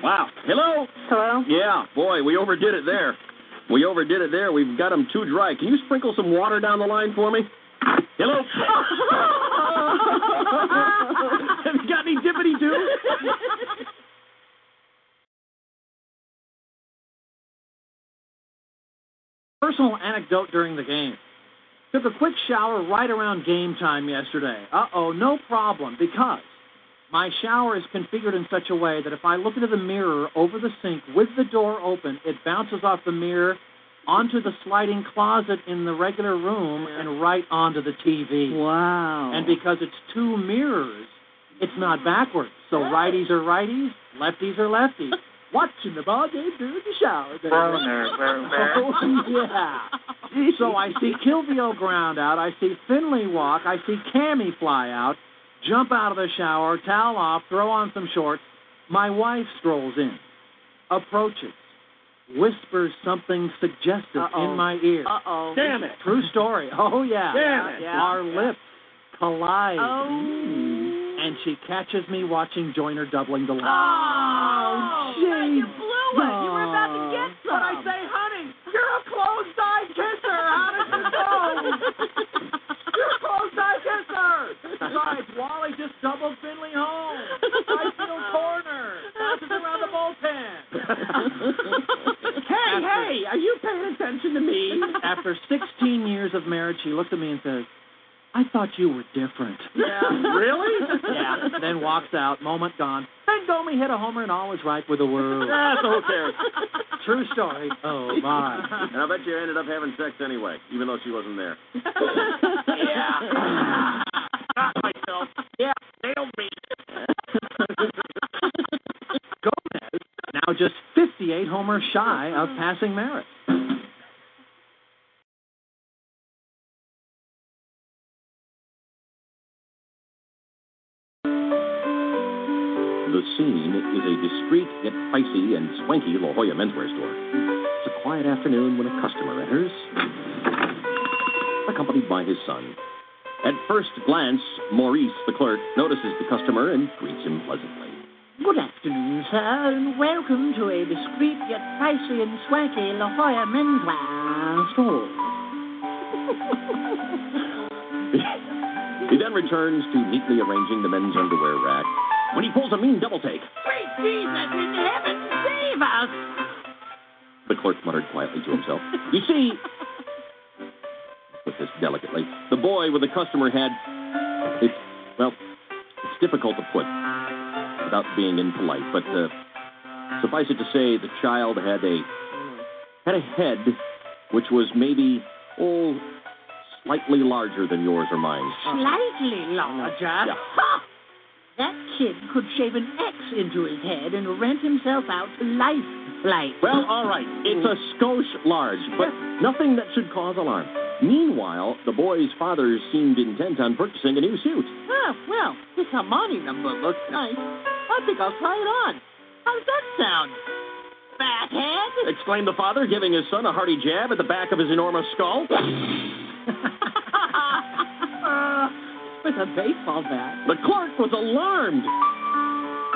Speaker 5: Wow. Hello?
Speaker 17: Hello?
Speaker 5: Yeah, boy, we overdid it there. We overdid it there. We've got them too dry. Can you sprinkle some water down the line for me? Hello? Have you got any dippity do?
Speaker 11: Personal anecdote during the game. Took a quick shower right around game time yesterday. Uh oh, no problem because my shower is configured in such a way that if I look into the mirror over the sink with the door open, it bounces off the mirror onto the sliding closet in the regular room and right onto the TV.
Speaker 19: Wow.
Speaker 11: And because it's two mirrors, it's not backwards. So righties are righties, lefties are lefties. Watching the ball game through the shower. baby.
Speaker 18: Boner, boner.
Speaker 11: Oh, yeah. So I see Kilvio ground out. I see Finley walk. I see Cammy fly out, jump out of the shower, towel off, throw on some shorts. My wife strolls in, approaches, whispers something suggestive
Speaker 19: Uh-oh.
Speaker 11: in my ear.
Speaker 19: Uh-oh.
Speaker 11: Damn it. True story. Oh, yeah.
Speaker 19: Damn it. Yeah.
Speaker 11: Our lips collide.
Speaker 19: Oh.
Speaker 11: And she catches me watching Joyner doubling the line.
Speaker 19: Oh,
Speaker 11: Jane.
Speaker 19: you blew it. You were about to get some.
Speaker 11: Oh. But I say,
Speaker 19: honey, you're a closed-eyed kisser. How did you know? you're a closed-eyed kisser.
Speaker 11: Guys, Wally just doubled Finley home. Right field corner. Bounces around the bullpen.
Speaker 19: Hey, hey,
Speaker 11: are you paying attention to me? After 16 years of marriage, she looked at me and says, I thought you were different.
Speaker 19: Yeah. Really?
Speaker 11: Yeah. Then walks out, moment gone. Then Domi hit a homer and all is right with the world.
Speaker 5: Ah, so who cares?
Speaker 11: True story. Oh, my.
Speaker 5: And I bet you ended up having sex anyway, even though she wasn't there.
Speaker 19: yeah.
Speaker 29: yeah, nailed me.
Speaker 11: Gomez, now just 58 homers shy of passing merit.
Speaker 5: The scene is a discreet yet pricey and swanky La Jolla menswear store. It's a quiet afternoon when a customer enters, accompanied by his son. At first glance, Maurice, the clerk, notices the customer and greets him pleasantly.
Speaker 24: Good afternoon, sir, and welcome to a discreet yet pricey and swanky La Jolla menswear store.
Speaker 5: He then returns to neatly arranging the men's underwear rack when he pulls a mean double take.
Speaker 19: Sweet Jesus in heaven, save us!
Speaker 5: The clerk muttered quietly to himself. You see, put this delicately, the boy with the customer had. It, well, it's difficult to put without being impolite, but uh, suffice it to say, the child had a had a head which was maybe oh slightly larger than yours or mine.
Speaker 8: Slightly larger. Ha! That kid could shave an X into his head and rent himself out to life flight.
Speaker 5: Well, all right. It's a skosh large, but nothing that should cause alarm. Meanwhile, the boy's father seemed intent on purchasing a new suit.
Speaker 8: Ah, well, this Armani number looks nice. I think I'll try it on. How does that sound? Fathead?
Speaker 5: Exclaimed the father, giving his son a hearty jab at the back of his enormous skull.
Speaker 8: uh, with a baseball bat.
Speaker 5: The clerk was alarmed.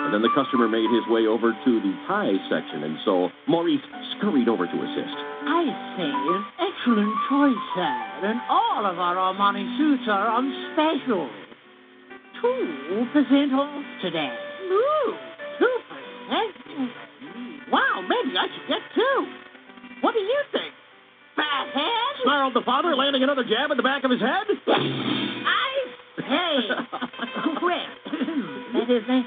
Speaker 5: And then the customer made his way over to the tie section, and so Maurice scurried over to assist.
Speaker 8: I say, an excellent choice, sir. And all of our Armani suits are on special. Two percent off today. Ooh, two percent? Wow, maybe I should get two. What do you think, fathead?
Speaker 5: Snarled the father, landing another jab at the back of his head.
Speaker 8: I say, well, that is, may,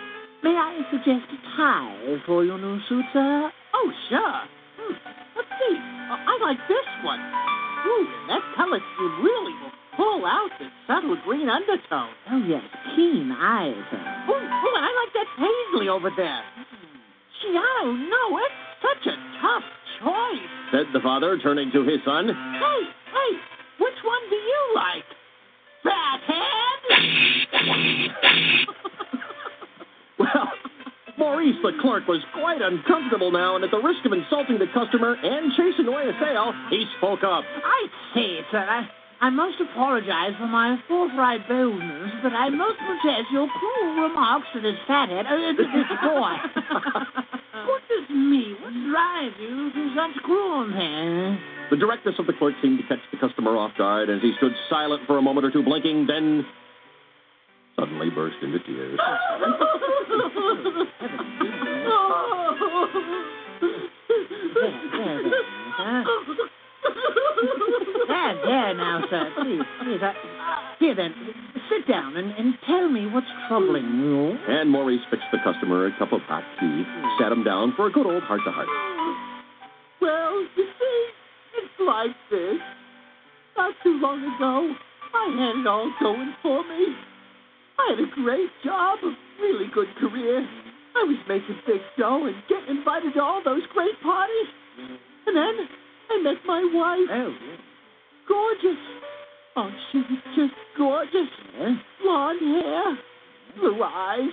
Speaker 8: may I suggest a tie for your new suit, sir? Oh, sure. Hmm. Let's see. Uh, I like this one. Ooh, that color scheme really will pull out the subtle green undertone. Oh, yes, keen eyes. Ooh, ooh, and I like that paisley over there. Gee, I don't know. It's such a tough choice.
Speaker 5: Said the father, turning to his son.
Speaker 8: Hey, hey, which one do you like? Fathead?
Speaker 5: Well, Maurice the clerk was quite uncomfortable now, and at the risk of insulting the customer and chasing away a sale, he spoke up.
Speaker 8: I say, sir, I, I must apologize for my forthright boldness, but I must protest your cruel remarks to this fathead, uh, to this boy. what does me? What drives you to such cruelty?
Speaker 5: The directness of the clerk seemed to catch the customer off guard as he stood silent for a moment or two, blinking, then suddenly burst into tears.
Speaker 8: There, there now, sir. Please, please. I, here then, sit down and, and tell me what's troubling you.
Speaker 5: And Maurice fixed the customer a cup of hot tea, sat him down for a good old heart to heart.
Speaker 8: Well, you see, it's like this. Not too long ago, I had it all going for me. I had a great job, a really good career. I was making big dough and getting invited to all those great parties. And then I met my wife.
Speaker 24: Oh,
Speaker 8: Gorgeous. Oh, she was just gorgeous. Blonde hair, blue eyes,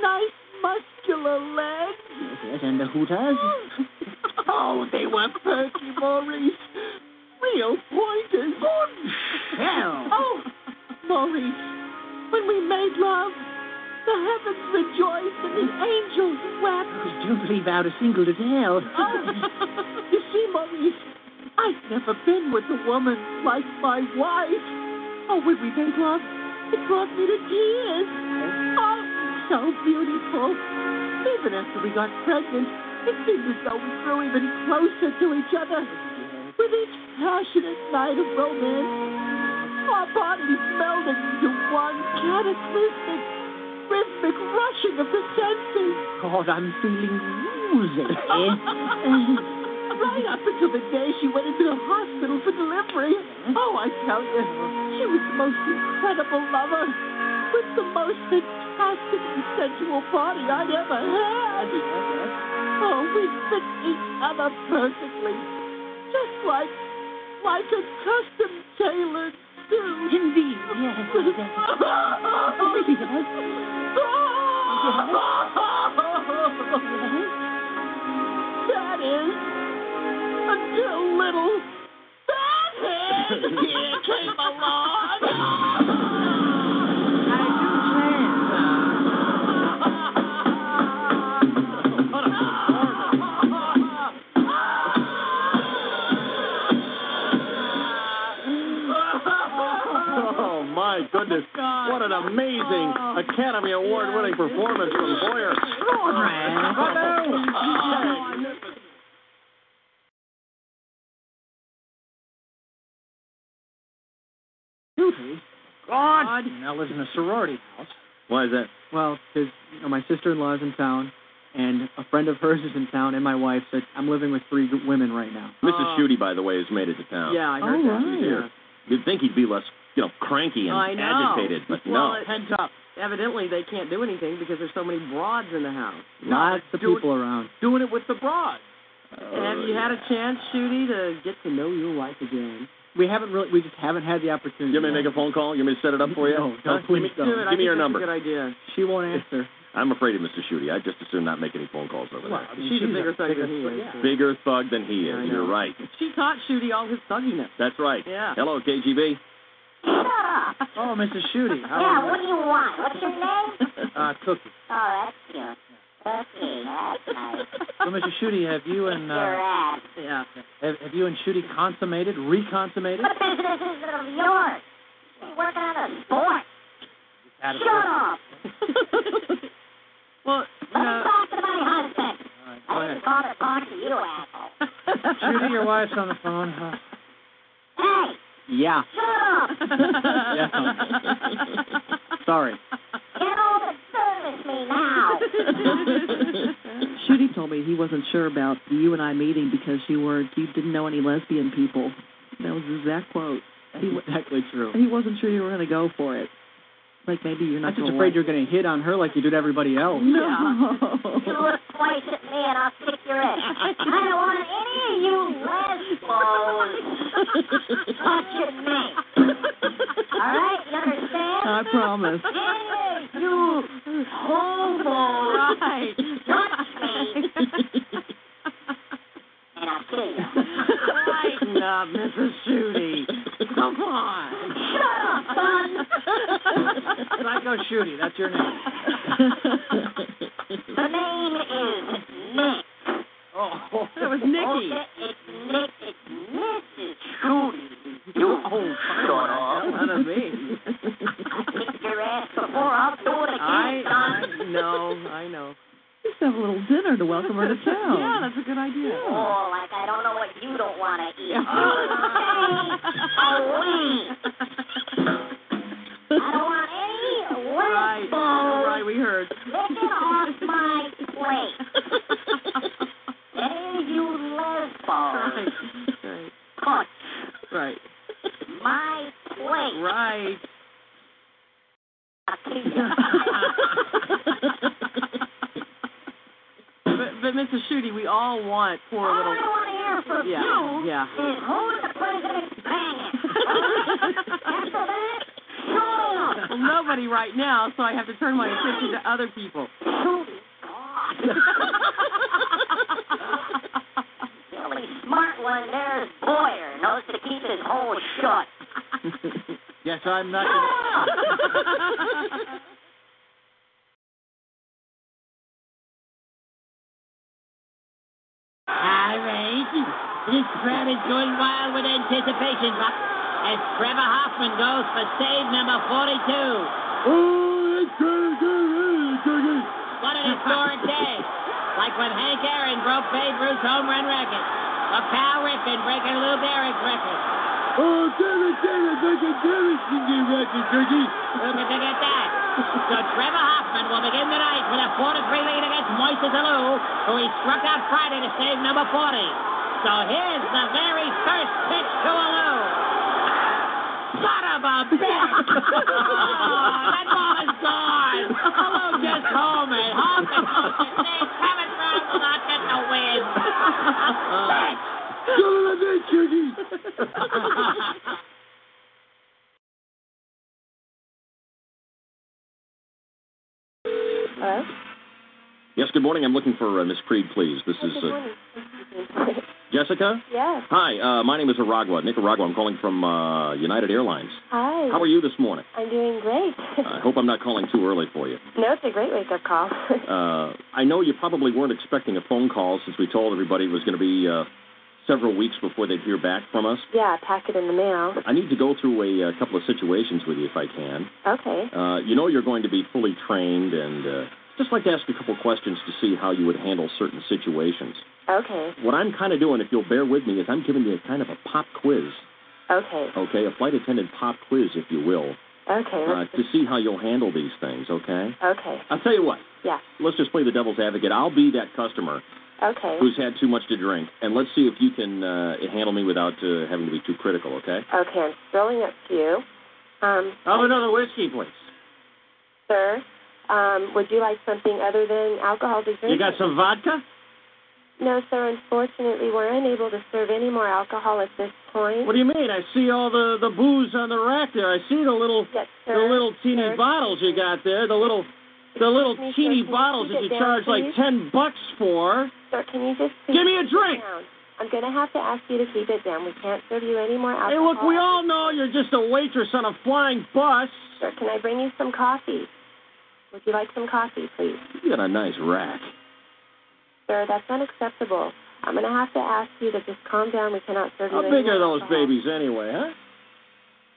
Speaker 8: nice muscular legs.
Speaker 24: yes, yes, and the Hooters.
Speaker 8: Oh, they were perky, Maurice. Real pointers.
Speaker 24: hell.
Speaker 8: Oh, Maurice, when we made love, the heavens rejoiced and the angels wept.
Speaker 24: You don't leave out a single detail.
Speaker 8: Oh, you see, Maurice, I've never been with a woman like my wife. Oh, when we made love, it brought me to tears. Oh, so beautiful. Even after we got pregnant, it seemed as though we grew even closer to each other. With each passionate night of romance, our bodies melded into one cataclysmic, rhythmic rushing of the senses.
Speaker 24: God, I'm feeling woozy.
Speaker 11: Eh?
Speaker 8: right up until the day she went into the hospital for delivery. Oh, I tell you, she was the most incredible lover.
Speaker 6: was the most fantastic and sensual party I'd ever had. Oh, we fit each other perfectly, just like like a custom tailored suit. Indeed, yes.
Speaker 8: Ah!
Speaker 6: That is until little fathead here came along.
Speaker 5: Oh my goodness! What an amazing
Speaker 4: Oh.
Speaker 5: Academy Award-winning performance from Boyer.
Speaker 11: Duty? God! And I live in a sorority house.
Speaker 5: Why is that?
Speaker 11: Well, because you know, my sister-in-law is in town, and a friend of hers is in town, and my wife. So I'm living with three g- women right now.
Speaker 4: Uh,
Speaker 5: Mrs. Shooty, by the way, has made it to town.
Speaker 11: Yeah, I heard that. Yeah.
Speaker 5: You'd think he'd be less, you know, cranky and
Speaker 4: I know.
Speaker 5: agitated, but
Speaker 4: well,
Speaker 5: no.
Speaker 4: it- Evidently, they can't do anything because there's so many broads in the house.
Speaker 11: Lots of
Speaker 4: Do it-
Speaker 11: people around.
Speaker 4: Doing it with the broads. Have you had
Speaker 11: yeah.
Speaker 4: a chance, Shooty, to get to know your wife again?
Speaker 11: We haven't really. We just haven't had the opportunity.
Speaker 5: You want me to make a phone call? You want me to set it up for you?
Speaker 11: No,
Speaker 5: Huh?
Speaker 11: don't please
Speaker 5: Give me,
Speaker 11: don't.
Speaker 5: Give me your number.
Speaker 4: idea.
Speaker 11: She won't answer.
Speaker 5: I'm afraid of Mr. Shooty. I just assume not make any phone calls over
Speaker 4: Well,
Speaker 5: there.
Speaker 4: I mean, she's, a bigger thug than he is.
Speaker 5: Bigger thug than he
Speaker 4: I
Speaker 5: is.
Speaker 4: know.
Speaker 5: You're right.
Speaker 4: She taught Shooty all his thugginess.
Speaker 5: That's right.
Speaker 4: Yeah.
Speaker 5: Hello, KGB.
Speaker 11: Oh, Mrs. Shooty. How
Speaker 10: yeah,
Speaker 11: are you?
Speaker 10: what do you want? What's your name?
Speaker 11: Uh, Cookie.
Speaker 10: Oh, that's cute. Cookie, that's nice.
Speaker 11: So, Mr. Shooty, have you and
Speaker 10: Your
Speaker 11: uh,
Speaker 10: ass.
Speaker 4: yeah,
Speaker 11: have, have you and Shooty consummated, reconsummated?
Speaker 10: What business is it of yours? You're working on a sport.
Speaker 11: Out of-
Speaker 10: Shut up.
Speaker 4: well,
Speaker 10: Let me talk to my husband.
Speaker 11: Go
Speaker 10: I
Speaker 11: ahead.
Speaker 10: didn't call to talk to you, asshole.
Speaker 11: Shooty, your wife's on the phone. Huh?
Speaker 10: Hey,
Speaker 11: Yeah.
Speaker 10: shut up.
Speaker 11: Yeah. Sorry.
Speaker 10: Get home and service me now.
Speaker 34: Shooty told me he wasn't sure about you and I meeting because you were you didn't know any lesbian people. That was his exact quote.
Speaker 11: That's
Speaker 34: He, wa-
Speaker 11: exactly true.
Speaker 34: and he wasn't sure you were going to go for it. Like maybe you're
Speaker 11: I'm
Speaker 34: not.
Speaker 11: just
Speaker 34: gonna
Speaker 11: afraid
Speaker 34: like
Speaker 11: you're going to hit on her like you did everybody else.
Speaker 10: You look twice at me and I'll kick your ass. I don't want any of you lesbos touching me. All right, you understand?
Speaker 34: I promise.
Speaker 10: Any of you homo
Speaker 4: Right.
Speaker 10: touch me. And I'll kill you.
Speaker 4: Lighten up, Mrs. Shooty. Come on.
Speaker 10: Shut up, son.
Speaker 11: Psycho Shooty, that's your name.
Speaker 10: The name is Nick.
Speaker 11: Oh,
Speaker 4: That was Nikki.
Speaker 10: Okay, it's Nick. It's Mrs. Shooty. You
Speaker 4: Oh,
Speaker 10: shut up.
Speaker 4: None of me.
Speaker 10: Kick your ass before I'll do it
Speaker 4: I,
Speaker 10: again, son.
Speaker 4: I know, I know.
Speaker 34: Just have a little dinner to welcome her to town.
Speaker 4: Yeah, that's a good idea.
Speaker 10: Oh, like I don't know what you don't want to eat.
Speaker 4: Yeah.
Speaker 10: Away. I don't want any
Speaker 4: Right,
Speaker 10: weird
Speaker 4: right, we heard.
Speaker 10: Get off my plate. Any of you lesbos
Speaker 4: Right, right,
Speaker 10: touch
Speaker 4: right.
Speaker 10: my plate.
Speaker 4: Right.
Speaker 10: I'll kill you.
Speaker 4: But, but Mr. Shooty, we all want poor
Speaker 10: All
Speaker 4: little.
Speaker 10: I want to hear from
Speaker 4: yeah,
Speaker 10: you
Speaker 4: yeah.
Speaker 10: is who the president's banging. All right? After that, shut up.
Speaker 4: Well, nobody right now, so I have to turn my attention to other people.
Speaker 10: The only smart one there is Boyer. Knows to keep his hole shut.
Speaker 11: yes, I'm not.
Speaker 3: Ah.
Speaker 10: Shut up.
Speaker 8: All right. This crowd is going wild with anticipation, Buck, as Trevor Hoffman goes for save number 42. Oh, it's good, good, good. What an historic day. Like when Hank Aaron broke Babe Ruth's home run record. Or Cal Ripken breaking Lou Gehrig's record.
Speaker 35: Oh, damn it, damn it, make a damage in the record, Ricky.
Speaker 8: Look at look at that. So Trevor Hoffman will begin tonight with a 4-3 lead against Moises Alou, who he struck out Friday to save number 40. So here's the very first pitch to Alou. Bada of a bitch! oh, that ball is gone! Hello, just home and home and they're coming from such in the wind! bitch!
Speaker 3: Go to the next cookie!
Speaker 25: Hello?
Speaker 5: Yes, good morning. I'm looking for uh, Miss Creed, please. This is
Speaker 25: Good
Speaker 5: uh,
Speaker 25: morning.
Speaker 5: Jessica.
Speaker 25: Yes.
Speaker 5: Hi, uh, my name is Aragua, Nicaragua. I'm calling from uh, United Airlines.
Speaker 25: Hi.
Speaker 5: How are you this morning?
Speaker 25: I'm doing great.
Speaker 4: Uh,
Speaker 5: I hope I'm not calling too early for you.
Speaker 25: no, it's a great wake-up call.
Speaker 5: Uh, I know you probably weren't expecting a phone call since we told everybody it was going to be uh, several weeks before they'd hear back from us.
Speaker 25: yeah, pack it in the mail.
Speaker 5: I need to go through a, uh couple of situations with you if I can.
Speaker 25: Okay.
Speaker 5: Uh, you know you're going to be fully trained, and uh, just like to ask you a couple of questions to see how you would handle certain situations.
Speaker 25: Okay.
Speaker 5: What I'm kind of doing, if you'll bear with me, is I'm giving you a kind of a pop quiz,
Speaker 25: Okay.
Speaker 5: okay? A flight attendant pop quiz, if you will,
Speaker 25: Okay.
Speaker 5: uh, to see how you'll handle these things, okay?
Speaker 25: Okay.
Speaker 5: I'll tell you what.
Speaker 25: Yeah.
Speaker 5: Let's just play the devil's advocate. I'll be that customer
Speaker 25: Okay.
Speaker 5: who's had too much to drink, and let's see if you can uh, handle me without uh, having to be too critical, okay?
Speaker 25: Okay, I'm spelling it to you. Um,
Speaker 4: Have another Oh, whiskey, please.
Speaker 25: sir, um, would you like something other than alcohol to drink?
Speaker 4: You got some vodka?
Speaker 25: No, sir. Unfortunately, we're unable to serve any more alcohol at this point.
Speaker 4: What do you mean? I see all the the booze on the rack there. I see the little the little teeny bottles you got there. The little the little
Speaker 25: Excuse me,
Speaker 4: teeny
Speaker 25: sir, can you
Speaker 4: bottles
Speaker 25: keep it
Speaker 4: that you
Speaker 25: down,
Speaker 4: charge
Speaker 25: please?
Speaker 4: like ten bucks for.
Speaker 25: Sir, can you just please
Speaker 4: Give me a
Speaker 25: keep it
Speaker 4: drink.
Speaker 25: down? I'm going to have to ask you to keep it down. We can't serve you any more
Speaker 4: Hey,
Speaker 25: alcohol.
Speaker 4: look, we all know you're just a waitress on a flying bus.
Speaker 25: Sir, can I bring you some coffee? Would you like some coffee, please?
Speaker 5: You got a nice rack.
Speaker 25: Sir, that's unacceptable. I'm going to have to ask you to just calm down. We cannot serve
Speaker 4: How
Speaker 25: you any
Speaker 4: big
Speaker 25: more
Speaker 4: are those
Speaker 25: alcohol.
Speaker 4: babies anyway, huh?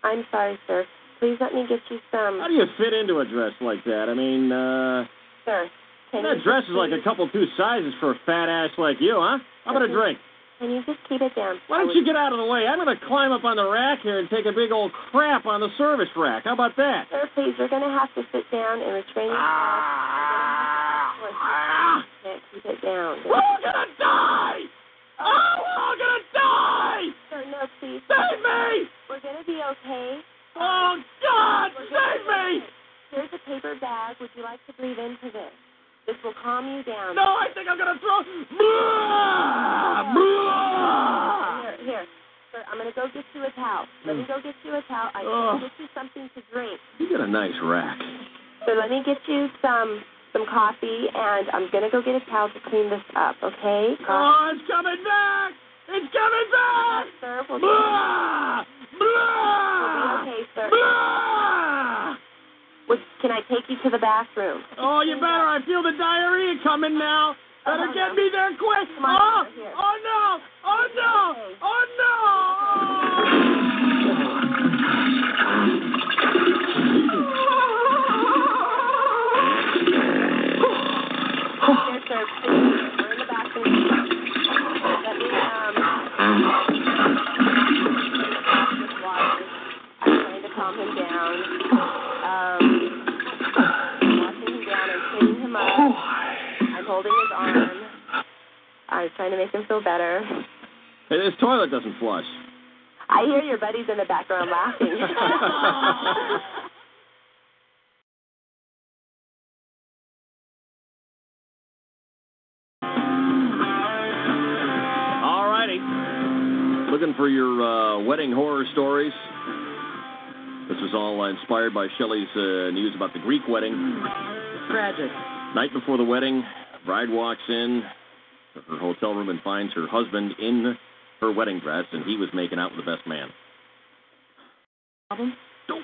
Speaker 25: I'm sorry, sir. Please let me get you some.
Speaker 4: How do you fit into a dress like that? I mean, uh,
Speaker 25: Sir, can you
Speaker 4: that dress is like a couple two sizes for a fat ass like you, huh? How about a drink?
Speaker 25: Can you just keep it down?
Speaker 4: Why don't you get out of the way? I'm going to climb up on the rack here and take a big old crap on the service rack. How about that?
Speaker 25: Sir, please, we're going to have to sit down and restrain
Speaker 4: Ah.
Speaker 25: yourself. We're gonna have to- Can't keep it down. We're
Speaker 4: gonna die! Oh, we're all gonna die!
Speaker 25: Sir, no, please.
Speaker 4: Save me!
Speaker 25: We're gonna be okay.
Speaker 4: Oh God,
Speaker 25: We're gonna
Speaker 4: save
Speaker 25: be
Speaker 4: me!
Speaker 25: okay. Here's a paper bag. Would you like to breathe into this? This will calm you down.
Speaker 4: No, I think I'm gonna throw. Blah! Blah!
Speaker 25: Ah. Here, here. Sir, I'm gonna go get you a towel. Let me
Speaker 4: Mm.
Speaker 25: go get you a towel. I can
Speaker 5: Ugh.
Speaker 25: get you something to drink.
Speaker 5: You got a nice rack.
Speaker 25: So let me get you some some coffee, and I'm gonna go get a towel to clean this up. Okay?
Speaker 4: Oh, it's coming back! It's coming back!
Speaker 25: Sir, we'll
Speaker 4: Blah! Blah!
Speaker 25: Okay, sir.
Speaker 4: Blah!
Speaker 25: Would, can I take you to the bathroom?
Speaker 4: Oh, you better! I feel the diarrhea coming now. Better get me there quick!
Speaker 25: Come on,
Speaker 4: oh,
Speaker 25: over here.
Speaker 4: oh no! Oh no! Oh no!
Speaker 25: Here, sir, please. We're in the bathroom. Let me, um, just water. I'm trying to calm him down. Um, washing him down and cleaning him up. I'm holding his arm. I'm trying to make him feel better.
Speaker 5: Hey, this toilet doesn't flush.
Speaker 25: I hear your buddies in the background laughing.
Speaker 5: All righty. Looking for your uh, wedding horror stories. This was all uh, inspired by Shelley's uh, news about the Greek wedding.
Speaker 4: Tragic.
Speaker 5: Night before the wedding, bride walks in to her hotel room and finds her husband in her wedding dress, and he was making out with the best man.
Speaker 4: Problem? No!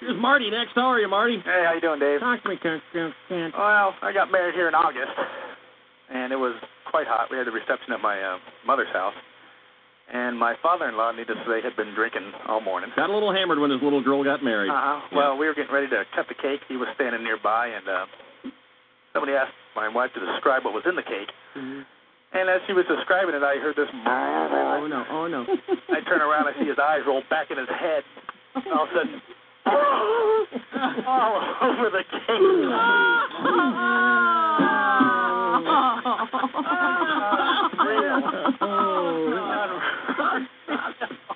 Speaker 4: Here's Marty next. How are you, Marty?
Speaker 11: Hey, how you doing, Dave?
Speaker 4: Talk to me, Kirk. Kirk, Kirk.
Speaker 11: Well, I got married here in August, and it was quite hot. We had the reception at my uh, mother's house, and my father-in-law, needless to say, had been drinking all morning.
Speaker 5: Got a little hammered when his little girl got married.
Speaker 11: Uh-huh. Well, we were getting ready to cut the cake. He was standing nearby, and uh, somebody asked my wife to describe what was in the cake. And as she was describing it, I heard this.
Speaker 4: Oh no! Oh no!
Speaker 11: I turn around, I see his eyes roll back in his head. And all of a sudden, all over the
Speaker 4: cake.
Speaker 6: Oh,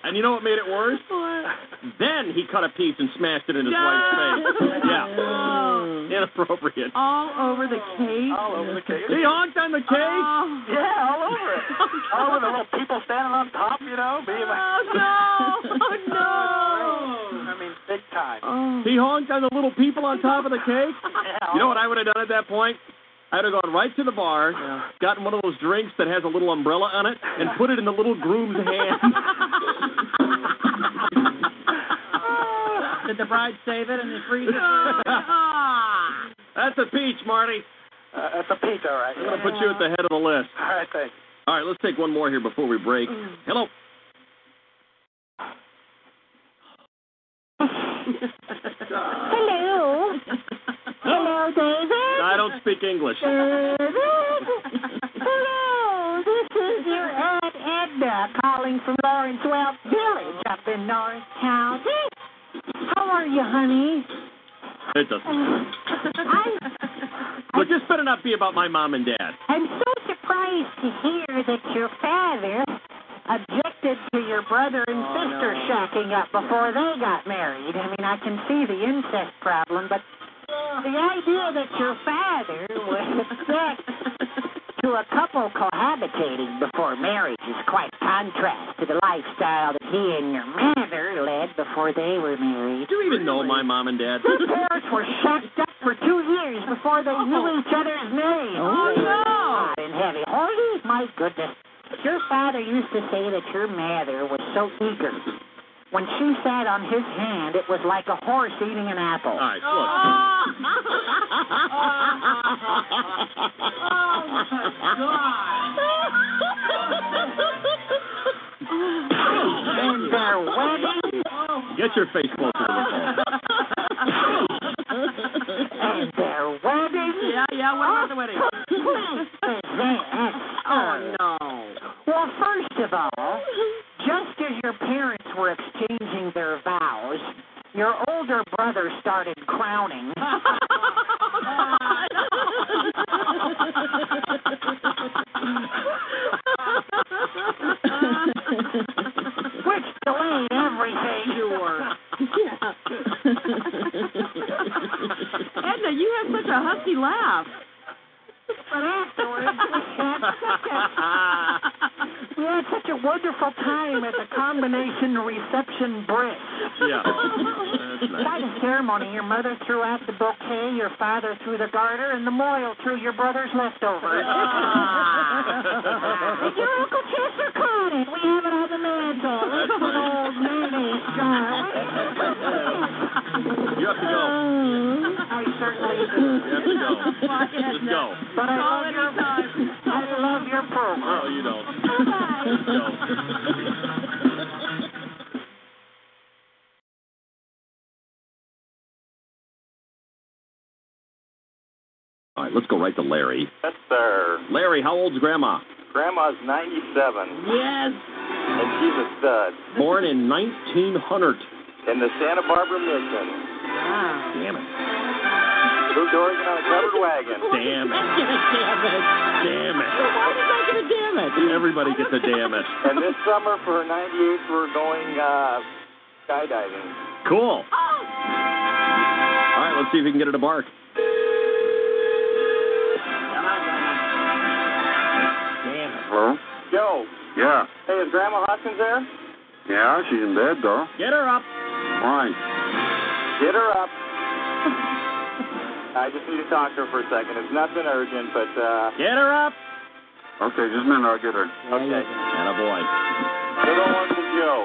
Speaker 5: And you know what made it worse? Then he cut a piece and smashed it in his wife's face. Yeah.
Speaker 25: Oh,
Speaker 5: Inappropriate.
Speaker 10: All over the cake. All over the cake.
Speaker 5: He honked on the cake.
Speaker 25: Oh.
Speaker 6: Yeah, all over it. all over the little people standing on top, you know, being like,
Speaker 10: Oh no! Oh
Speaker 6: no! I mean, big time.
Speaker 25: Oh.
Speaker 5: He honked on the little people on top of the cake. You know what I would have done at that point? I'd have gone right to the bar, gotten one of those drinks that has a little umbrella on it, and put it in the little groom's hand.
Speaker 36: Did the bride save it in the freezer?
Speaker 4: Ah.
Speaker 5: That's a peach, Marty.
Speaker 6: Uh, that's a peach, all right.
Speaker 5: I'm going to put you at the head of the list.
Speaker 6: All right, thanks.
Speaker 5: All right, let's take one more here before we break.
Speaker 8: Mm.
Speaker 5: Hello.
Speaker 8: Hello. Hello, David.
Speaker 5: I don't speak English.
Speaker 8: David. Hello. This is your Aunt Edna calling from Lawrence Well Village up in Norris County. How are you, honey?
Speaker 5: It
Speaker 8: Mm.
Speaker 5: doesn't.
Speaker 8: I'm,
Speaker 5: Look, this better not be about my mom and dad.
Speaker 8: I'm so surprised to hear that your father objected to your brother and sister shacking up before they got married. I mean, I can see the incest problem, but the idea that your father would object to a couple cohabitating before marriage is quite contrast to the lifestyle that he and your mother led before they were married.
Speaker 5: Do you even know my mom and dad?
Speaker 8: Your parents were shacked up for two years before they knew each other's names.
Speaker 5: Oh, no.
Speaker 8: Hot and heavy. Holy, my goodness. Your father used to say that your mother was so eager. When she sat on his hand, it was like a horse eating an apple.
Speaker 5: All right, look.
Speaker 8: Oh, In their wedding
Speaker 5: Get your face closer to the phone. Oh.
Speaker 8: and their wedding.
Speaker 10: Yeah, yeah, what about the wedding?
Speaker 8: oh, no. Well, first of all, just as your parents were exchanging their vows, your older brother started crowning. Which delayed everything. Sure.
Speaker 10: Edna, you have such a husky laugh.
Speaker 8: But afterwards, we had such a, we had such a wonderful time at the combination reception brick.
Speaker 5: Yeah.
Speaker 8: By the ceremony, your mother threw out the bouquet, your father threw the garter, and the moil threw your brother's leftovers.
Speaker 5: Ah.
Speaker 8: Did your Uncle Chester caught it? We have it on the mantle. It's an old mayonnaise jar.
Speaker 5: You have to go.
Speaker 8: I certainly do.
Speaker 5: You have to go. Just go.
Speaker 8: But I love your I love your program.
Speaker 5: No, you don't. Just
Speaker 8: Bye-bye.
Speaker 5: go. All right, let's go right to Larry.
Speaker 4: Yes, sir.
Speaker 5: Larry, how old's Grandma?
Speaker 4: Grandma's 97,
Speaker 10: Yes.
Speaker 4: and she's a stud
Speaker 5: Born in 1900.
Speaker 4: in the Santa Barbara Mission.
Speaker 8: Ah.
Speaker 5: Damn it.
Speaker 4: Moved to Oregon on a covered wagon.
Speaker 5: Damn it. Damn it.
Speaker 4: Why did I get a
Speaker 5: Damn it. Everybody gets a damn it.
Speaker 4: And this summer for her 98th, we're going uh, skydiving.
Speaker 5: Cool.
Speaker 36: Oh!
Speaker 5: All right, let's see if we can get it to bark.
Speaker 20: Hello?
Speaker 4: Yo,
Speaker 20: Yeah.
Speaker 4: hey, is Grandma Hopkins there?
Speaker 20: Yeah, she's in bed, though.
Speaker 5: Get her up.
Speaker 20: Why?
Speaker 4: Get her up. I just need to talk to her for a second. It's nothing urgent, but uh,
Speaker 5: Get her up.
Speaker 20: Okay, just a minute, I'll get her.
Speaker 4: Okay.
Speaker 5: And a boy.
Speaker 4: little Uncle Joe.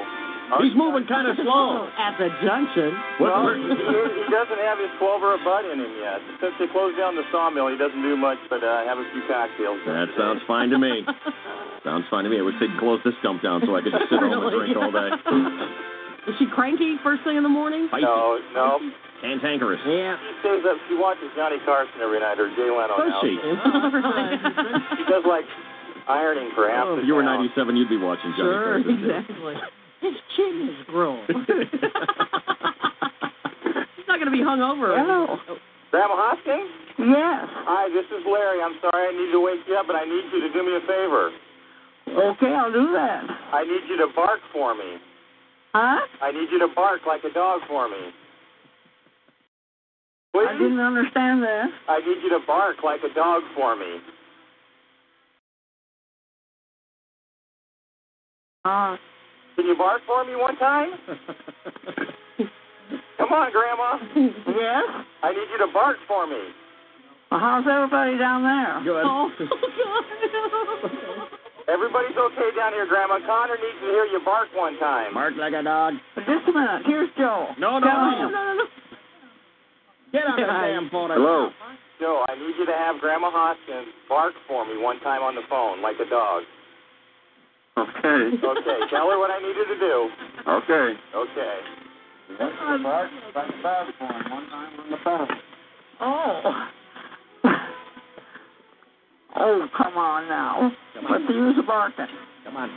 Speaker 5: He's moving kind of slow.
Speaker 4: At the junction. Well, he, he doesn't have his 12 or a bud in him yet. Since they closed down the sawmill, he doesn't do much but uh, have a few cocktails.
Speaker 5: That sounds fine to me. sounds fine to me. I wish they'd close this dump down so I could just sit home and drink all day.
Speaker 10: Is she cranky first thing in the morning?
Speaker 4: No, no.
Speaker 5: Cantankerous.
Speaker 10: Yeah.
Speaker 4: She stays up. She watches Johnny Carson every night or Jay Leno.
Speaker 5: Does
Speaker 4: now.
Speaker 5: she?
Speaker 4: She does like ironing for half
Speaker 5: Oh,
Speaker 4: the
Speaker 5: if you were
Speaker 4: town.
Speaker 5: 97, you'd be watching Johnny
Speaker 4: Sure,
Speaker 5: Carson.
Speaker 4: exactly.
Speaker 10: His chin is grown. She's not going to be hung over.
Speaker 4: No. Grandma Hoskins?
Speaker 10: Yes.
Speaker 4: Hi, this is Larry. I'm sorry I need to wake you up, but I need you to do me a favor.
Speaker 37: Okay, I'll do that.
Speaker 4: I need you to bark for me.
Speaker 10: Huh?
Speaker 4: I need you to bark like a dog for me.
Speaker 10: I didn't understand that.
Speaker 4: I need you to bark like a dog for me.
Speaker 8: Ah.
Speaker 10: Uh,
Speaker 4: Can you bark for me one time? Come on, Grandma.
Speaker 10: yes?
Speaker 4: I need you to bark for me.
Speaker 10: Well, how's everybody down there?
Speaker 4: Good.
Speaker 10: Oh,
Speaker 4: Everybody's okay down here, Grandma. Connor needs to hear you bark one time.
Speaker 38: Bark like a dog.
Speaker 10: Just a minute. Here's Joel.
Speaker 38: No, no, no. Get on the damn phone.
Speaker 39: Hello.
Speaker 4: Joe, I need you to have Grandma Hoskins bark for me one time on the phone like a dog.
Speaker 39: Okay.
Speaker 4: Okay, tell her what I need her to do.
Speaker 39: Okay.
Speaker 4: Okay.
Speaker 39: Bark like a dog for him one time on the phone.
Speaker 10: Oh. Oh, come on now. What's the use of barking?
Speaker 38: Come on.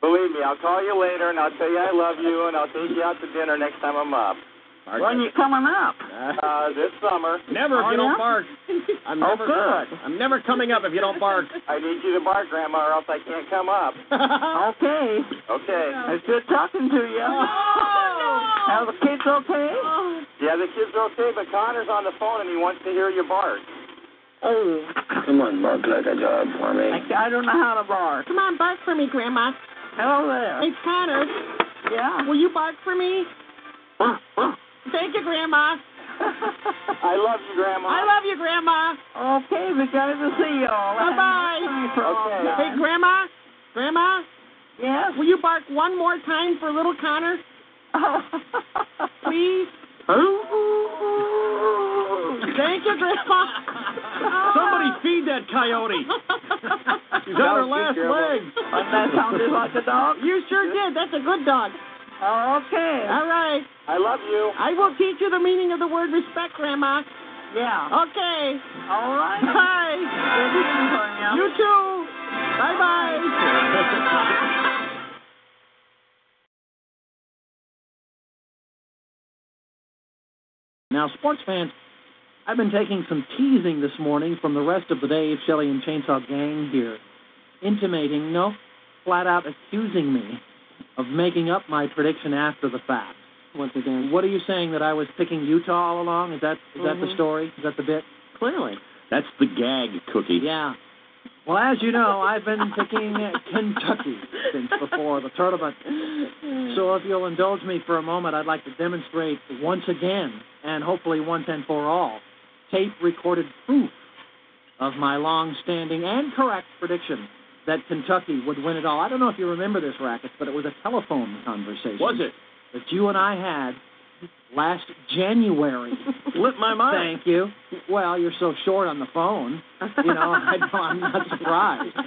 Speaker 4: Believe me, I'll call you later and I'll tell you I love you and I'll take you out to dinner next time I'm up.
Speaker 10: When you coming up?
Speaker 4: Uh, this summer.
Speaker 5: Never if
Speaker 10: Oh,
Speaker 5: you don't
Speaker 10: yeah?
Speaker 5: bark. I'm
Speaker 10: Oh,
Speaker 5: never
Speaker 10: good.
Speaker 5: I'm never coming up if you don't bark.
Speaker 4: I need you to bark, Grandma, or else I can't come up.
Speaker 10: Okay.
Speaker 4: Okay.
Speaker 10: It's good talking to
Speaker 8: Oh,
Speaker 10: you. Are the kids okay?
Speaker 4: Yeah, the kids are okay, but Connor's on the phone and he wants to hear you bark.
Speaker 10: Oh,
Speaker 39: Come on, bark like a dog for me.
Speaker 10: I don't know how to bark.
Speaker 6: Come on, bark for me, Grandma.
Speaker 10: Hello there.
Speaker 6: Hey, Connor.
Speaker 10: Yeah.
Speaker 6: Will you bark for me? Thank you, Grandma.
Speaker 4: I love you, Grandma.
Speaker 6: I love you, Grandma.
Speaker 10: Okay, we got to see you all.
Speaker 6: Bye bye.
Speaker 10: Okay.
Speaker 6: Hey, Grandma. Grandma.
Speaker 10: Yes?
Speaker 6: Will you bark one more time for little Connor? Please. Thank you, Grandma.
Speaker 5: Somebody feed that coyote. She's on her last leg.
Speaker 10: that sounded like a dog. Oh,
Speaker 6: You sure did. That's a good dog.
Speaker 10: Okay.
Speaker 6: All right.
Speaker 4: I love you.
Speaker 6: I will teach you the meaning of the word respect, Grandma.
Speaker 10: Yeah.
Speaker 6: Okay.
Speaker 10: Oh. All right.
Speaker 6: Bye. You too. Bye bye.
Speaker 11: Now, sports fans, I've been taking some teasing this morning from the rest of the Dave Shelley and Chainsaw gang here, intimating, no, flat out accusing me of making up my prediction after the fact.
Speaker 6: Once again,
Speaker 11: What are you saying that I was picking Utah all along? Is that is that the
Speaker 6: Mhm.
Speaker 11: story? Is that the bit?
Speaker 6: clearly.
Speaker 5: That's the gag cookie.
Speaker 11: Yeah. Well, as you know, I've been picking Kentucky since before the tournament. So if you'll indulge me for a moment, I'd like to demonstrate once again, and hopefully once and for all, tape recorded proof of my long standing and correct prediction that Kentucky would win it all. I don't know if you remember this, Rackets, but it was a telephone conversation.
Speaker 5: Was it?
Speaker 11: That you and I had last January.
Speaker 5: Lit my mind.
Speaker 11: Thank you. Well, you're so short on the phone. You know, I know I'm not surprised.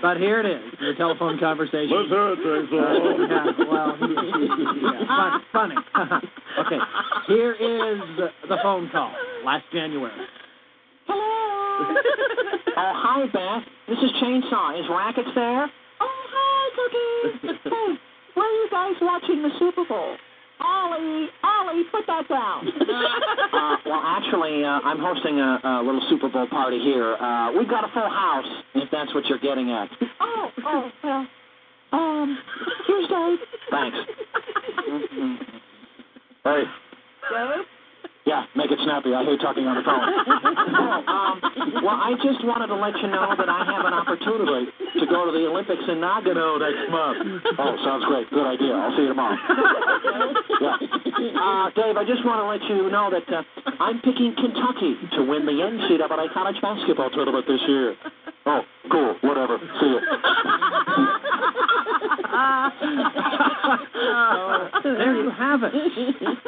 Speaker 11: But here it is, the telephone conversation.
Speaker 40: Let's hear it, Jason.
Speaker 11: Uh, yeah, well, yeah, fun- funny. okay, here is the phone call last January.
Speaker 8: Oh, hi, Beth. This is Chainsaw. Is Rackets there? Oh, hi, Cookie. hey, where are you guys watching the Super Bowl? Ollie, Ollie, put that down. uh, well, actually, uh, I'm hosting a, a little Super Bowl party here. Uh, we've got a full house, if that's what you're getting at.
Speaker 41: Oh, oh, well.
Speaker 8: Um, here's Dave. Thanks. Hey. Yeah, make it snappy. I hate talking on the phone. um, well, I just wanted to let you know that I have an opportunity to go to the Olympics in Nagano next month. Oh, sounds great. Good idea. I'll see you tomorrow. Yeah. Uh, Dave, I just want to let you know that uh, I'm picking Kentucky to win the NCAA college basketball tournament this year. Oh, cool. Whatever. See you.
Speaker 11: there you have it.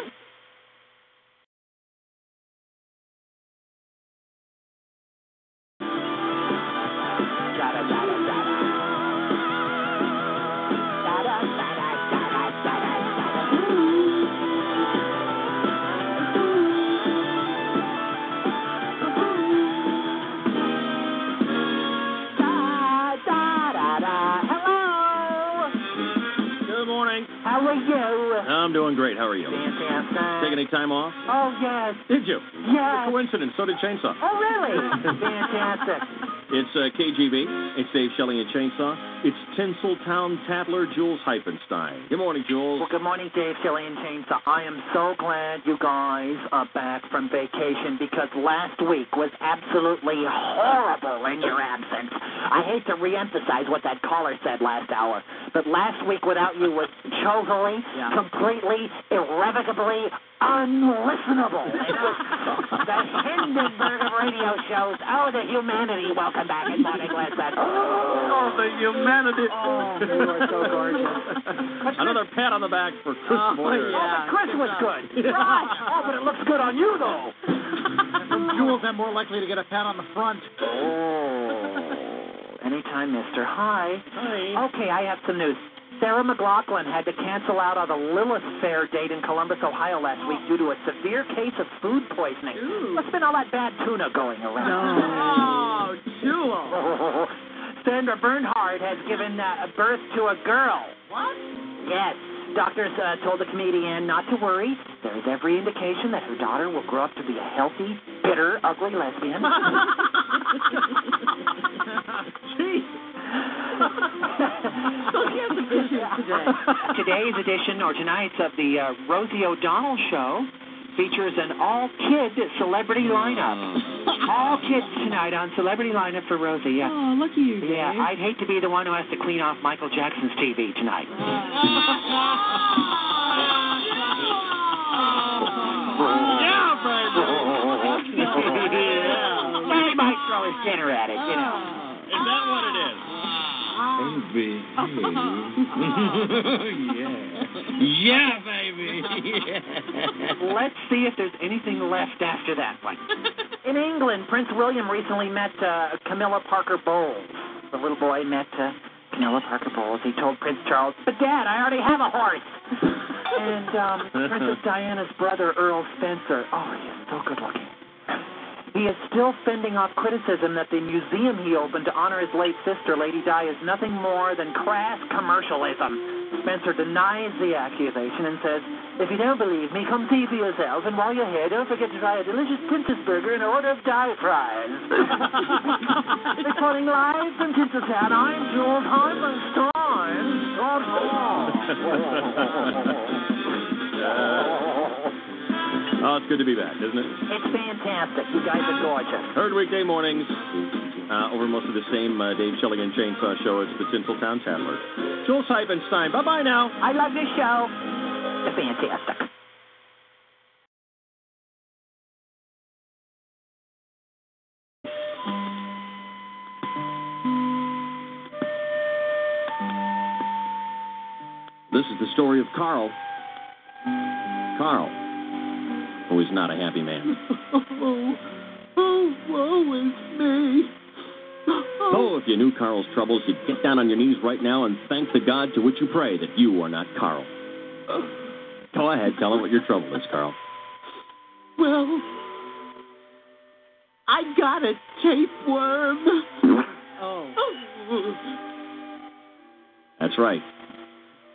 Speaker 5: Good morning.
Speaker 42: How are you?
Speaker 5: I'm doing great. How are you?
Speaker 42: Fantastic.
Speaker 5: Taking any time off?
Speaker 42: Oh, yes.
Speaker 5: Did you?
Speaker 42: Yes.
Speaker 5: What a coincidence. So did Chainsaw.
Speaker 42: Oh, really? Fantastic.
Speaker 5: It's uh, KGB. It's Dave Shelley and Chainsaw. It's Tinseltown Tattler Jules Hypenstein. Good morning, Jules.
Speaker 8: Well, good morning, Dave, Shelley, and James. I am so glad you guys are back from vacation because last week was absolutely horrible in your absence. I hate to reemphasize what that caller said last hour, but last week without you was totally, completely, irrevocably unlistenable. It was the Hindenburg of radio shows. Oh, the humanity. Welcome back. It's Monty Gladstone.
Speaker 4: Oh, the humanity.
Speaker 8: Oh, they were so gorgeous.
Speaker 5: Another pat on the back for Chris
Speaker 8: Oh,
Speaker 5: Boyer.
Speaker 8: yeah. but Chris was good. Right. Oh, but it looks good on you, though.
Speaker 10: Jules, I'm more likely to get a pat on the front.
Speaker 8: Oh. Anytime, mister. Hi. Hi. Okay, I have some news. Sarah McLaughlin had to cancel out on a Lilith Fair date in Columbus, Ohio last week due to a severe case of food poisoning. What's been all that bad tuna going around? Oh, Jewel. Sandra Bernhard has given uh, birth to a girl. What? Yes. Doctors uh, told the comedian not to worry. There is every indication that her daughter will grow up to be a healthy, bitter, ugly lesbian. Today's edition, or tonight's, of the uh, Rosie O'Donnell Show features an all-kid celebrity lineup. All kids tonight on celebrity lineup for Rosie. Yeah.
Speaker 43: Oh, look at you, Dave.
Speaker 8: Yeah, I'd hate to be the one who has to clean off Michael Jackson's TV tonight.
Speaker 43: Oh.
Speaker 8: yeah, baby. yeah. He might throw his dinner at it, you know.
Speaker 5: Is that what it is?
Speaker 11: Baby. yeah. Yeah, baby. Yeah.
Speaker 8: Let's see if there's anything left after that one. In England, Prince William recently met uh, Camilla Parker Bowles. The little boy met uh, Camilla Parker Bowles. He told Prince Charles, "But Dad, I already have a horse." and um, Princess Diana's brother Earl Spencer. Oh, he is so good looking. He is still fending off criticism that the museum he opened to honor his late sister, Lady Di, is nothing more than crass commercialism. Spencer denies the accusation and says, If you don't believe me, come see for yourself, and while you're here, don't forget to try a delicious Princess Burger and an order of Di fries. Recording live from Tinseltown, I'm Jules Heimenstein. God,
Speaker 5: Oh, it's good to be back, isn't it?
Speaker 8: It's fantastic. You guys are gorgeous.
Speaker 5: Heard weekday mornings uh, over most of the same uh, Dave Shelley and Chainsaw show as the Tinseltown Tattler. Jules Hypenstein, bye bye now.
Speaker 8: I love your show. It's fantastic.
Speaker 5: This is the story of Carl. Carl, who is not a happy man.
Speaker 6: Oh, oh, woe is me.
Speaker 5: Oh, if you knew Carl's troubles, you'd get down on your knees right now and thank the God to which you pray that you are not Carl. Go ahead, tell him what your trouble is, Carl.
Speaker 6: Well, I got a tapeworm. Oh.
Speaker 5: That's right.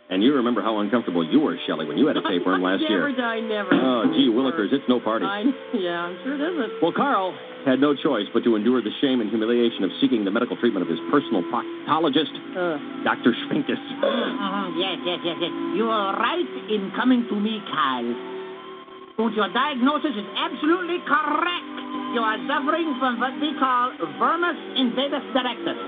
Speaker 5: And you remember how uncomfortable you were, Shelley, when you had a tapeworm last
Speaker 44: never
Speaker 5: year.
Speaker 44: die, never.
Speaker 5: Oh, gee, Willikers, it's no party.
Speaker 44: I, yeah, I'm sure it isn't.
Speaker 5: Well, Carl had no choice but to endure the shame and humiliation of seeking the medical treatment of his personal proctologist,
Speaker 44: Uh.
Speaker 5: Dr. Schrinkus.
Speaker 10: Uh-huh. Yes, yes, yes, yes. You are right in coming to me, Kyle. But your diagnosis is absolutely correct. You are suffering from what we call vermis invadus directus.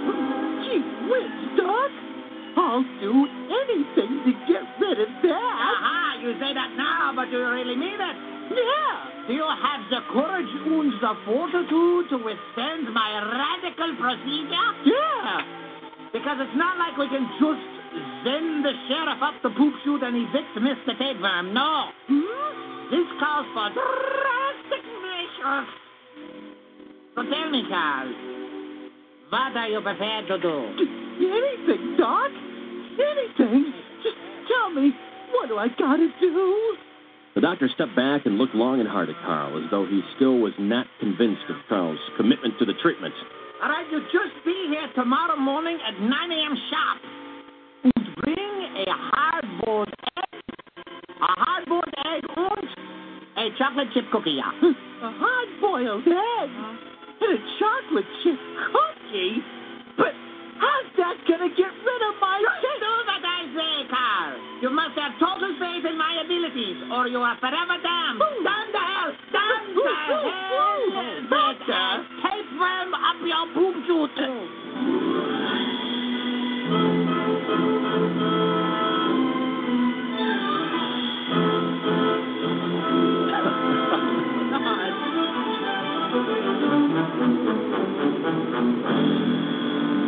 Speaker 10: Gee whiz, Doc. I'll do anything to get rid of that. Aha, uh-huh, you say that now, but do you really mean it? Yeah. Do you have the courage and the fortitude to withstand my radical procedure? Yeah. Because it's not like we can just send the sheriff up the poop chute and evict Mr. Tapeworm. No.
Speaker 6: Hmm?
Speaker 10: This calls for drastic measures. So tell me, Charles, what are you prepared to do?
Speaker 6: Anything, Doc. Anything. Just tell me, what do I gotta do?
Speaker 5: The doctor stepped back and looked long and hard at Carl, as though he still was not convinced of Carl's commitment to the treatment.
Speaker 10: All right, you just be here tomorrow morning at 9 a.m. sharp. And bring a hard-boiled egg, a hard-boiled egg, and a chocolate chip cookie. yeah.
Speaker 8: Uh-huh.
Speaker 6: A hard boiled egg and a chocolate chip cookie.
Speaker 19: Keith. But how's that gonna get rid of my
Speaker 8: Do what I say, Carl. You must have total faith in my abilities, or you are forever damned. Damn the hell! Damn the hell! With a tapeworm up your boob jute.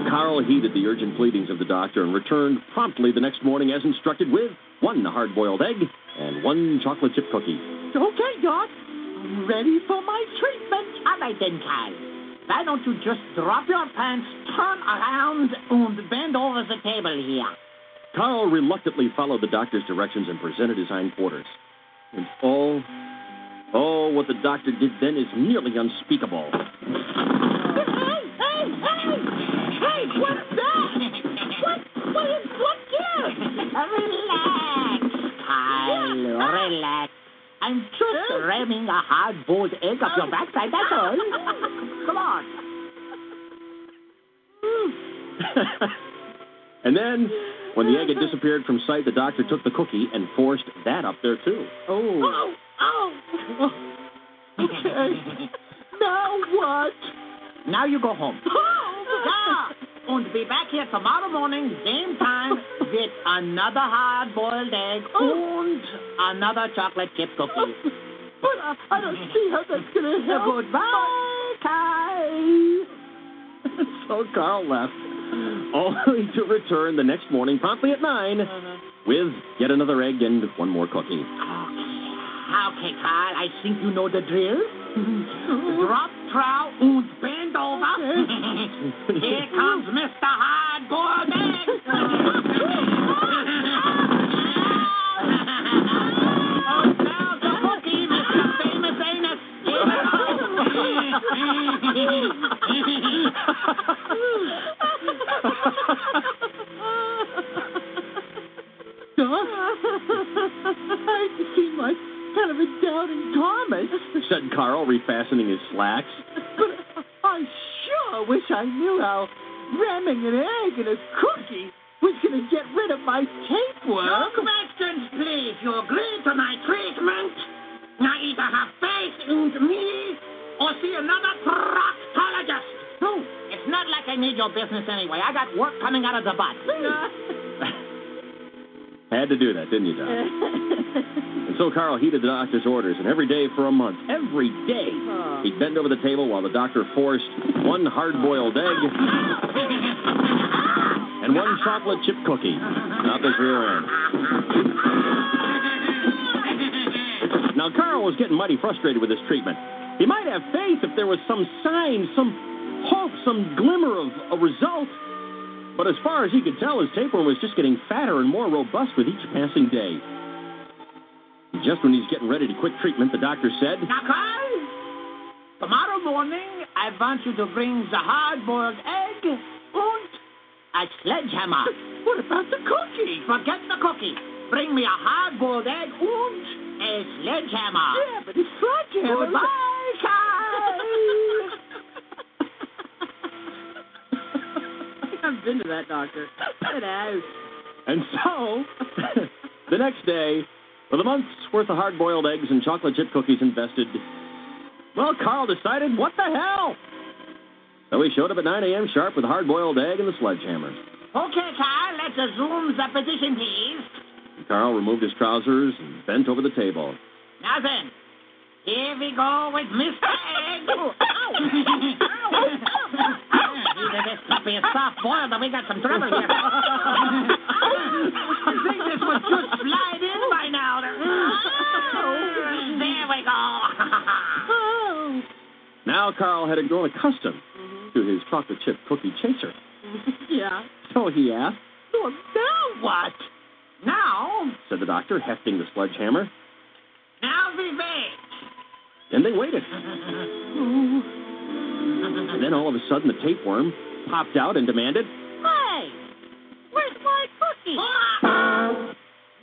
Speaker 5: Carl heeded the urgent pleadings of the doctor and returned promptly the next morning as instructed with one hard boiled egg and one chocolate chip cookie.
Speaker 8: Okay, Doc. I'm ready for my treatment. All right then, Carl. Why don't you just drop your pants, turn around, and bend over the table here?
Speaker 5: Carl reluctantly followed the doctor's directions and presented his hindquarters. And oh, oh, what the doctor did then is nearly unspeakable.
Speaker 19: Hey, hey, hey! Hey, what's that? What, what is, what's this?
Speaker 8: Relax, Carl, relax. I'm just ramming a hard-boiled egg up your backside, that's all. Come on.
Speaker 5: and then, when the egg had disappeared from sight, the doctor took the cookie and forced that up there, too.
Speaker 19: Oh, oh. Okay. now what?
Speaker 24: Now you go home.
Speaker 8: Ja, und be back here tomorrow morning, same time, with another hard-boiled egg and another chocolate chip cookie.
Speaker 19: Oh. But I, I don't see how that's gonna help. Goodbye, Kai.
Speaker 5: So Carl left, only to return the next morning promptly at 9 with yet another egg and one more cookie.
Speaker 8: Okay, Carl, I think you know the drill. Drop trow and bend over. Here comes Mr. Hardboiled Egg. oh, now the cookie, Mr. Famous Anus.
Speaker 19: Doc, I seem like kind of a doubting Thomas.
Speaker 5: Said Carl, refastening his slacks.
Speaker 19: But I sure wish I knew how ramming an egg in a cookie was going to get rid of my
Speaker 8: No
Speaker 19: tapeworm.
Speaker 8: questions, please. You agree to my treatment? Now either have faith in me or see another proctologist. No, it's not like I need your business anyway. I got work coming out of the butt.
Speaker 5: Had to do that, didn't you, Doc? And so Carl heeded the doctor's orders, and every day for a month, every day, he'd bend over the table while the doctor forced one hard boiled egg and one chocolate chip cookie up his rear end. Now, Carl was getting mighty frustrated with his treatment. He might have faith if there was some sign, some hope, some glimmer of a result. But as far as he could tell, his tapeworm was just getting fatter and more robust with each passing day. Just when he's getting ready to quit treatment, the doctor said,
Speaker 8: Now, Carl, tomorrow morning I want you to bring the hard-boiled egg and a sledgehammer. What about the cookie? Forget the cookie. Bring me a hard-boiled egg and a sledgehammer.
Speaker 19: Yeah, but it's sledgehammer.
Speaker 8: Goodbye, Carl.
Speaker 45: I've been to that doctor. It has.
Speaker 5: And so, the next day, with a month's worth of hard boiled eggs and chocolate chip cookies invested, well, Carl decided, what the hell? So he showed up at 9 a.m. sharp with a hard boiled egg and the sledgehammer.
Speaker 8: Okay, Carl, let's assume the position, please.
Speaker 5: Carl removed his trousers and bent over the table.
Speaker 8: Now then, here we go with Mr. Egg. Either this puppy is soft boiled or we got some trouble here. I think this would just slide in by now. There we go.
Speaker 5: Now Carl had grown accustomed to his chocolate chip cookie chaser.
Speaker 19: yeah.
Speaker 5: So he asked,
Speaker 19: Well, now what?
Speaker 8: Now,
Speaker 5: said the doctor, hefting the sledgehammer.
Speaker 8: now we wait.
Speaker 5: And they waited. And then all of a sudden, the tapeworm popped out and demanded,
Speaker 8: Hey, where's my cookie? Ah,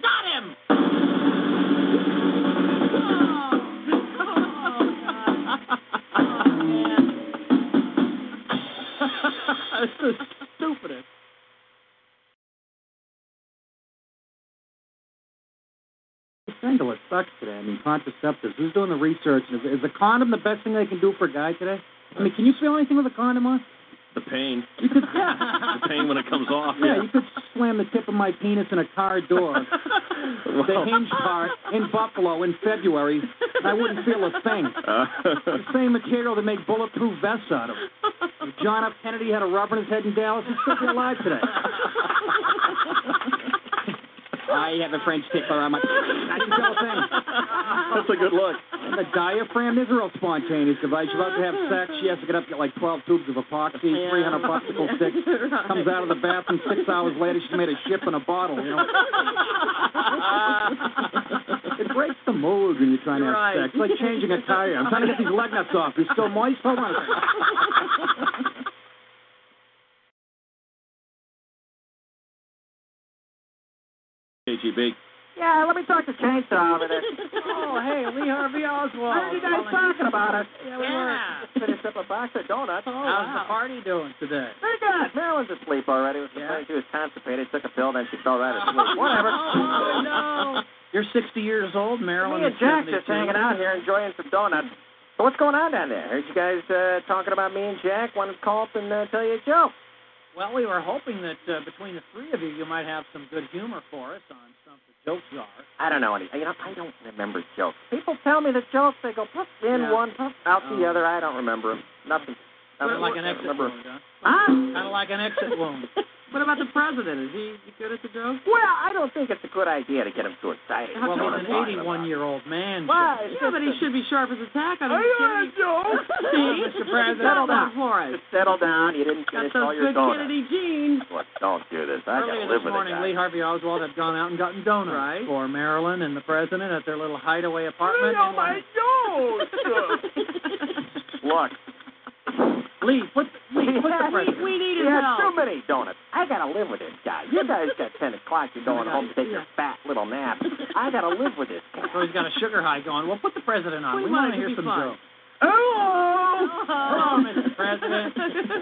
Speaker 8: Got him.
Speaker 10: Oh,
Speaker 8: strangle it sucks today. I mean, contraceptives. Who's doing the research? Is, is a condom the best thing they can do for a guy today? I mean, can you feel anything with a condom on?
Speaker 5: The pain.
Speaker 8: You could,
Speaker 5: the pain when it comes off.
Speaker 8: Yeah, you could slam the tip of my penis in a car door, the
Speaker 5: Well.
Speaker 8: hinge car in Buffalo in February, and I wouldn't feel a thing. The same material that make bulletproof vests out of. John F. Kennedy had a rubber in his head in Dallas. He's still be alive today. I have a French tickler. I'm like, I can tell a thing.
Speaker 5: That's a good look.
Speaker 8: The diaphragm is a real spontaneous device. You're about to have sex. She has to get up, get like 12 tubes of epoxy, 300 popsicle sticks. Comes out of the bathroom six hours later. She's made a ship in a bottle. You know, it breaks the mood when you're trying to have
Speaker 3: Right.
Speaker 8: sex. It's like changing a tire. I'm trying to get these leg nuts off. You're still moist. Oh Hold on. a second.
Speaker 5: KGB.
Speaker 4: Yeah, let me talk to Chainsaw over there.
Speaker 3: Oh, hey, Lee Harvey Oswald.
Speaker 4: What are you guys talking about? I
Speaker 3: Yeah,
Speaker 4: we were. Finished up a box of donuts. Oh,
Speaker 11: How's the party doing today?
Speaker 4: Pretty good.
Speaker 6: Marilyn's asleep already. Was complaining she was constipated, took a pill, then she fell right asleep. Whatever.
Speaker 4: Oh, no.
Speaker 11: You're 60 years old, Marilyn.
Speaker 6: Me and
Speaker 11: is
Speaker 6: Jack just
Speaker 11: 72.
Speaker 6: hanging out here enjoying some donuts. So what's going on down there? Heard you guys uh, talking about me and Jack. Wanted to call up and uh, tell you a joke.
Speaker 11: Well, we were hoping that uh, between the three of you, you might have some good humor for us on some of the jokes are.
Speaker 6: I don't know any. You know, I don't remember jokes. People tell me the jokes. They go puff in
Speaker 11: Yeah.
Speaker 6: one, puff out the
Speaker 11: Oh.
Speaker 6: other. I don't remember 'em. Nothing.
Speaker 11: Kind of like an
Speaker 6: I don't
Speaker 11: exit
Speaker 6: remember.
Speaker 11: wound, huh?
Speaker 6: Huh?
Speaker 11: Kind of like an exit wound.
Speaker 10: What about the president? Is he good at the joke?
Speaker 6: Well, I don't think it's a good idea to get him too excited.
Speaker 11: Well,
Speaker 6: That's what
Speaker 11: he's
Speaker 6: I'm
Speaker 11: an
Speaker 6: talking about.
Speaker 11: 81 year old man.
Speaker 6: Why?
Speaker 11: Jack.
Speaker 10: Yeah, but he should be sharp as a tack. I mean,
Speaker 11: I got
Speaker 10: Kennedy-
Speaker 11: a joke.
Speaker 10: See?
Speaker 11: Mr. President.
Speaker 6: Settle down.
Speaker 10: Flores.
Speaker 6: Just settle down. You didn't
Speaker 10: Got
Speaker 6: finish all
Speaker 10: those
Speaker 6: your
Speaker 10: good
Speaker 6: donuts.
Speaker 10: Kennedy jeans.
Speaker 6: Look, don't do this. I
Speaker 11: Earlier this
Speaker 6: gotta live with
Speaker 11: morning,
Speaker 6: it.
Speaker 11: Lee Harvey Oswald had gone out and gotten donuts for Marilyn and the president at their little hideaway
Speaker 6: Oh,
Speaker 11: apartment. in Los-
Speaker 6: Look,
Speaker 11: Lee, put, Lee, put the
Speaker 6: Yeah,
Speaker 11: president.
Speaker 10: we need
Speaker 6: he
Speaker 10: his
Speaker 6: had
Speaker 10: help.
Speaker 6: too many donuts. I gotta live with this guy. You guys got 10 o'clock. You're going home to take your fat little nap. I gotta live with this guy.
Speaker 11: So he's got a sugar high going. Well, put the president on.
Speaker 6: We
Speaker 11: We
Speaker 6: wanted
Speaker 11: want to hear
Speaker 6: to be Oh,
Speaker 11: some
Speaker 6: fun.
Speaker 11: jokes.
Speaker 8: Oh,
Speaker 11: Hello,
Speaker 6: Hello!
Speaker 11: Mr. President.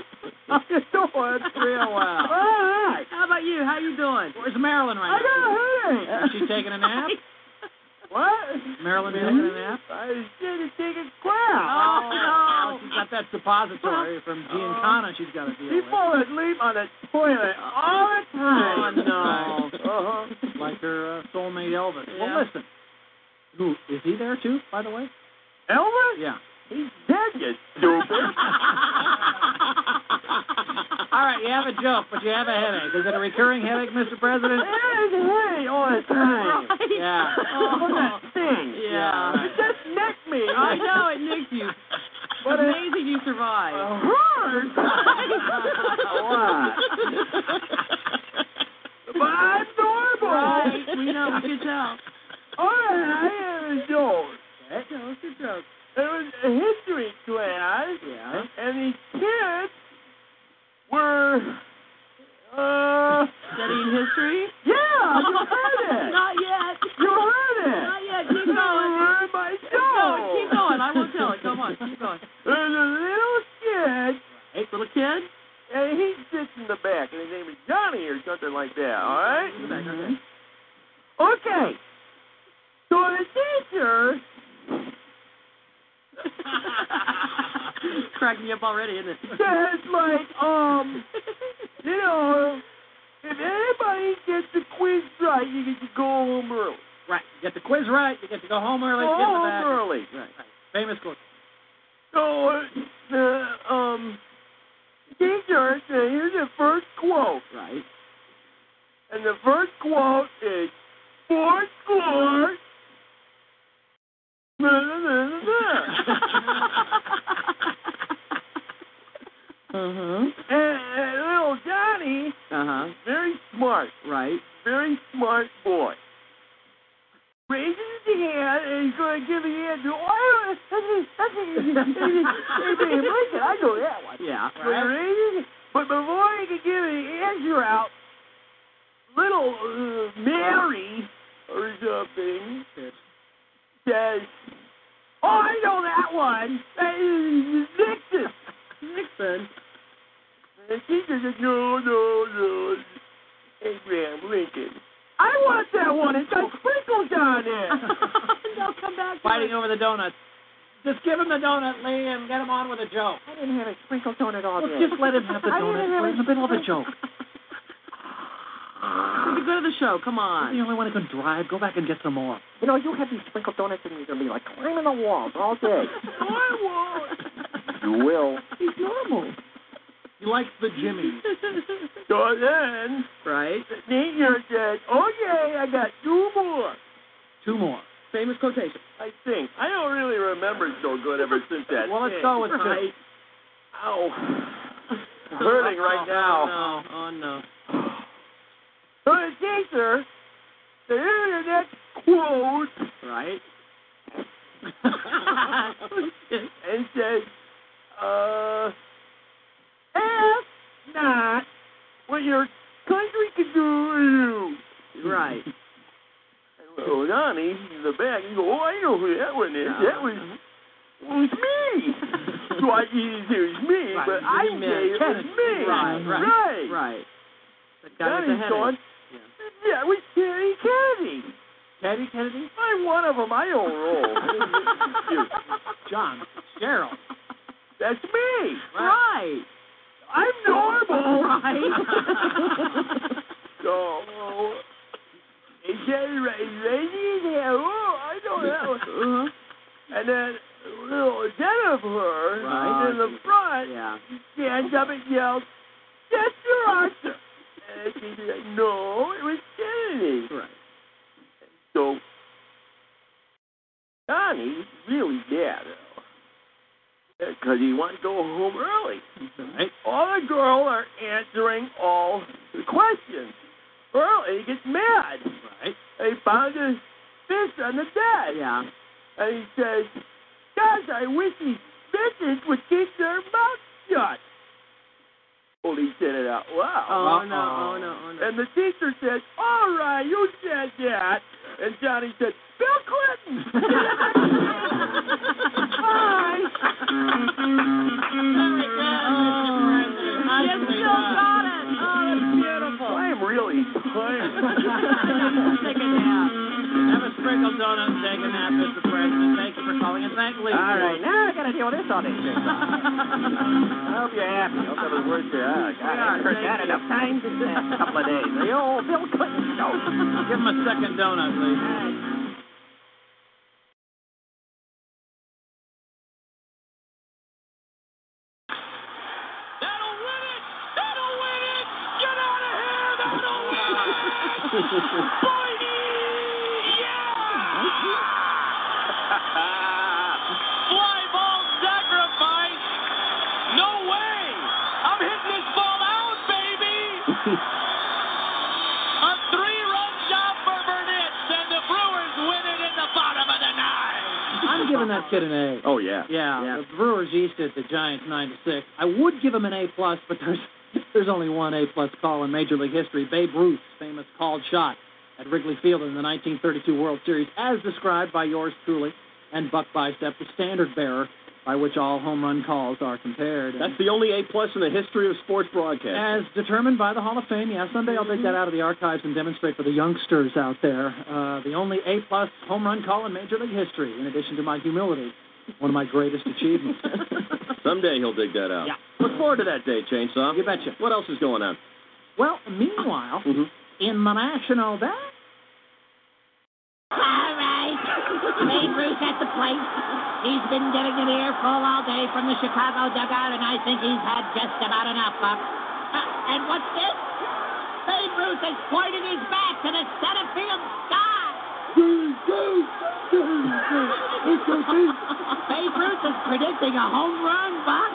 Speaker 6: How you doing? It's
Speaker 11: real well.
Speaker 6: right.
Speaker 10: How about you? How you doing?
Speaker 11: Where's Marilyn right
Speaker 6: I got a
Speaker 11: now? Is
Speaker 6: headache.
Speaker 11: she taking a nap?
Speaker 6: What?
Speaker 11: Marilyn taking a nap?
Speaker 6: I was gonna take a
Speaker 11: Oh,
Speaker 6: crap.
Speaker 11: no. She's got that suppository
Speaker 6: oh.
Speaker 11: from Giancana she's got to deal with.
Speaker 6: People would leave on the toilet all the
Speaker 11: Oh, no.
Speaker 6: time. Uh-huh.
Speaker 11: like her uh, soulmate Elvis.
Speaker 6: Yeah.
Speaker 11: Well, listen. Who is he there too? By the way.
Speaker 6: Elvis?
Speaker 11: Yeah.
Speaker 6: He's dead, you stupid.
Speaker 11: All right, you have a joke, but you have a headache. Is it a recurring headache, Mr. President?
Speaker 6: Hey, hey, all the time.
Speaker 11: Yeah.
Speaker 6: Look at that thing.
Speaker 10: Yeah.
Speaker 6: It just nicked me.
Speaker 10: I know it nicked you.
Speaker 6: What Oh. is
Speaker 10: Amazing you survived.
Speaker 6: hurt? Why? But I'm normal.
Speaker 10: Right. We know. We could tell.
Speaker 6: All right, I am a joke. It was a history class,
Speaker 11: Yeah.
Speaker 6: and these kids were, uh...
Speaker 10: Studying history?
Speaker 6: Yeah, you heard it.
Speaker 10: Not yet.
Speaker 6: You heard it.
Speaker 10: Not yet. Keep
Speaker 6: You
Speaker 10: going.
Speaker 6: heard my
Speaker 10: Keep
Speaker 6: joke.
Speaker 10: going. Keep going. I won't tell it. Come on. Keep going.
Speaker 6: There's a little kid,
Speaker 10: Hey, little kid.
Speaker 6: and he sits in the back, and his name is Johnny or something like that, all right? Okay. So the teacher,
Speaker 10: Cracking me up already, isn't it?
Speaker 6: says like, um, you know, if anybody gets the quiz right, you get to go home early.
Speaker 11: Right. You get the quiz right. You get to go home early.
Speaker 6: Go
Speaker 11: get in the
Speaker 6: home
Speaker 11: back.
Speaker 6: early.
Speaker 11: Right. right. Famous quote.
Speaker 6: So uh, the um, teacher said, here's the first quote,
Speaker 11: Right.
Speaker 6: and the first quote is, for score. Da, da,
Speaker 3: Mm-hmm.
Speaker 6: da, da,
Speaker 3: Uh-huh.
Speaker 6: da. and, and little Johnny,
Speaker 3: Uh-huh.
Speaker 6: very smart,
Speaker 3: Right.
Speaker 6: very smart boy. Raises his hand and he's going to give the answer. Oh, I don't- that's it, that's it, that's it, that's it. I know that one.
Speaker 3: Yeah.
Speaker 6: But, raises, but before he could give the answer out, little uh, Mary or something says, Oh, I know that one. That is Nixon.
Speaker 10: Nixon.
Speaker 6: And the teacher said, No, no, no. Abraham Lincoln. I want that one. It's got sprinkles
Speaker 46: down there.
Speaker 6: They'll come back.
Speaker 11: Fighting over the donut. Just give him the donut, Lee, and get him on with a joke.
Speaker 6: I didn't have a sprinkle donut all
Speaker 11: Look,
Speaker 6: day.
Speaker 11: just let him have the
Speaker 6: I didn't
Speaker 11: donut.
Speaker 6: have
Speaker 11: We're in the middle of a joke.
Speaker 47: It's the good of the show. Come on.
Speaker 11: You only want to go drive. Go back and get some more.
Speaker 6: You know, you have these sprinkled donuts and you're going to be like climbing the walls all day. I won't.
Speaker 48: You will.
Speaker 49: He's normal.
Speaker 11: He likes the Jimmy.
Speaker 4: So then,
Speaker 47: right?
Speaker 4: Nina said, "Okay, I got two more."
Speaker 11: Two more.
Speaker 47: Famous quotation.
Speaker 4: I think I don't really remember so good ever since that.
Speaker 11: Well, let's
Speaker 4: thing.
Speaker 11: go with two.
Speaker 4: right. Ow, hurting right now.
Speaker 47: Oh, no. Oh, no.
Speaker 4: So the teacher, the internet quote,
Speaker 47: Right?
Speaker 4: and says, uh, ask not what your country can do to you.
Speaker 47: Right.
Speaker 4: Oh, Donnie, in the back, you go, oh, I know who that one is. That
Speaker 47: Uh-huh.
Speaker 4: was, it was me. so I, it was me,
Speaker 47: Right.
Speaker 4: but I
Speaker 47: He
Speaker 4: say
Speaker 47: meant
Speaker 4: it was
Speaker 47: Kennedy.
Speaker 4: me.
Speaker 47: Right, right,
Speaker 4: Right.
Speaker 47: right. The guy with
Speaker 4: Donnie's
Speaker 47: the headache.
Speaker 4: going, yeah, it was Terry Kennedy.
Speaker 11: Teddy Kennedy?
Speaker 4: I'm one of them. I own role.
Speaker 11: John. Cheryl.
Speaker 4: That's me.
Speaker 47: Right.
Speaker 4: I'm normal.
Speaker 47: Right.
Speaker 4: so, he said, lady, yeah, oh, I know that one.
Speaker 47: Uh-huh.
Speaker 4: And then a little dead of her
Speaker 47: Right.
Speaker 4: in the front
Speaker 47: Yeah.
Speaker 4: stands up and yells, That's your answer. And she's like, No, it was Kennedy.
Speaker 47: Right.
Speaker 4: So Donnie's really dead because he wants to go home early.
Speaker 11: Right.
Speaker 4: All the girls are answering all the questions. Early, he gets mad.
Speaker 11: Right.
Speaker 4: He found his fist on the desk.
Speaker 47: Yeah.
Speaker 4: And he says, Gosh, I wish these bitches would keep their mouth shut. Well, he said it out loud.
Speaker 47: Oh, no. Oh, no. Oh, no.
Speaker 4: And the teacher said, All right, you said that. And Johnny said, Bill Clinton. Hi.
Speaker 6: You still got it. Oh, that's beautiful.
Speaker 4: I am really
Speaker 6: Take a nap.
Speaker 11: Have a sprinkle donut and take a nap, Mr. President. Thank you for calling and thank Lee.
Speaker 10: All right, now I gotta deal with this all day. I hope you're happy.
Speaker 4: I hope that was worth it. Ah, God,
Speaker 10: I haven't heard that enough times in the last couple of days. The old Bill Clinton show.
Speaker 11: Give him a second donut, Lee.
Speaker 6: Fly ball sacrifice. No way. I'm hitting this ball out, baby. A three-run job for Burnett, and the Brewers win it in the bottom of the ninth.
Speaker 11: I'm giving that kid an A.
Speaker 5: Oh yeah.
Speaker 11: Yeah, the Brewers easted the Giants nine to six. I would give him an A plus, but there's there's only one A plus call in Major League history. Babe Ruth's famous called shot at Wrigley Field in the 1932 World Series, as described by yours truly and Buck Bicep, the standard bearer by which all home run calls are compared.
Speaker 5: That's the only A plus in the history of sports broadcasting.
Speaker 11: As determined by the Hall of Fame, yeah, someday I'll take that out of the archives and demonstrate for the youngsters out there. Uh, the only A plus home run call in Major League history, in addition to my humility, one of my greatest achievements.
Speaker 5: Someday he'll dig that out.
Speaker 11: Yeah.
Speaker 5: Look forward to that day, Chainsaw.
Speaker 11: You betcha.
Speaker 5: What else is going on?
Speaker 11: Well, meanwhile,
Speaker 5: Mhm.
Speaker 11: in the national day,
Speaker 8: All right. Babe Ruth at the plate. He's been getting an earful all day from the Chicago dugout, and I think he's had just about enough, Buck. Uh, and what's this? Babe Ruth has pointed his bat to the center field sky. Babe Ruth is predicting a home run, Buck.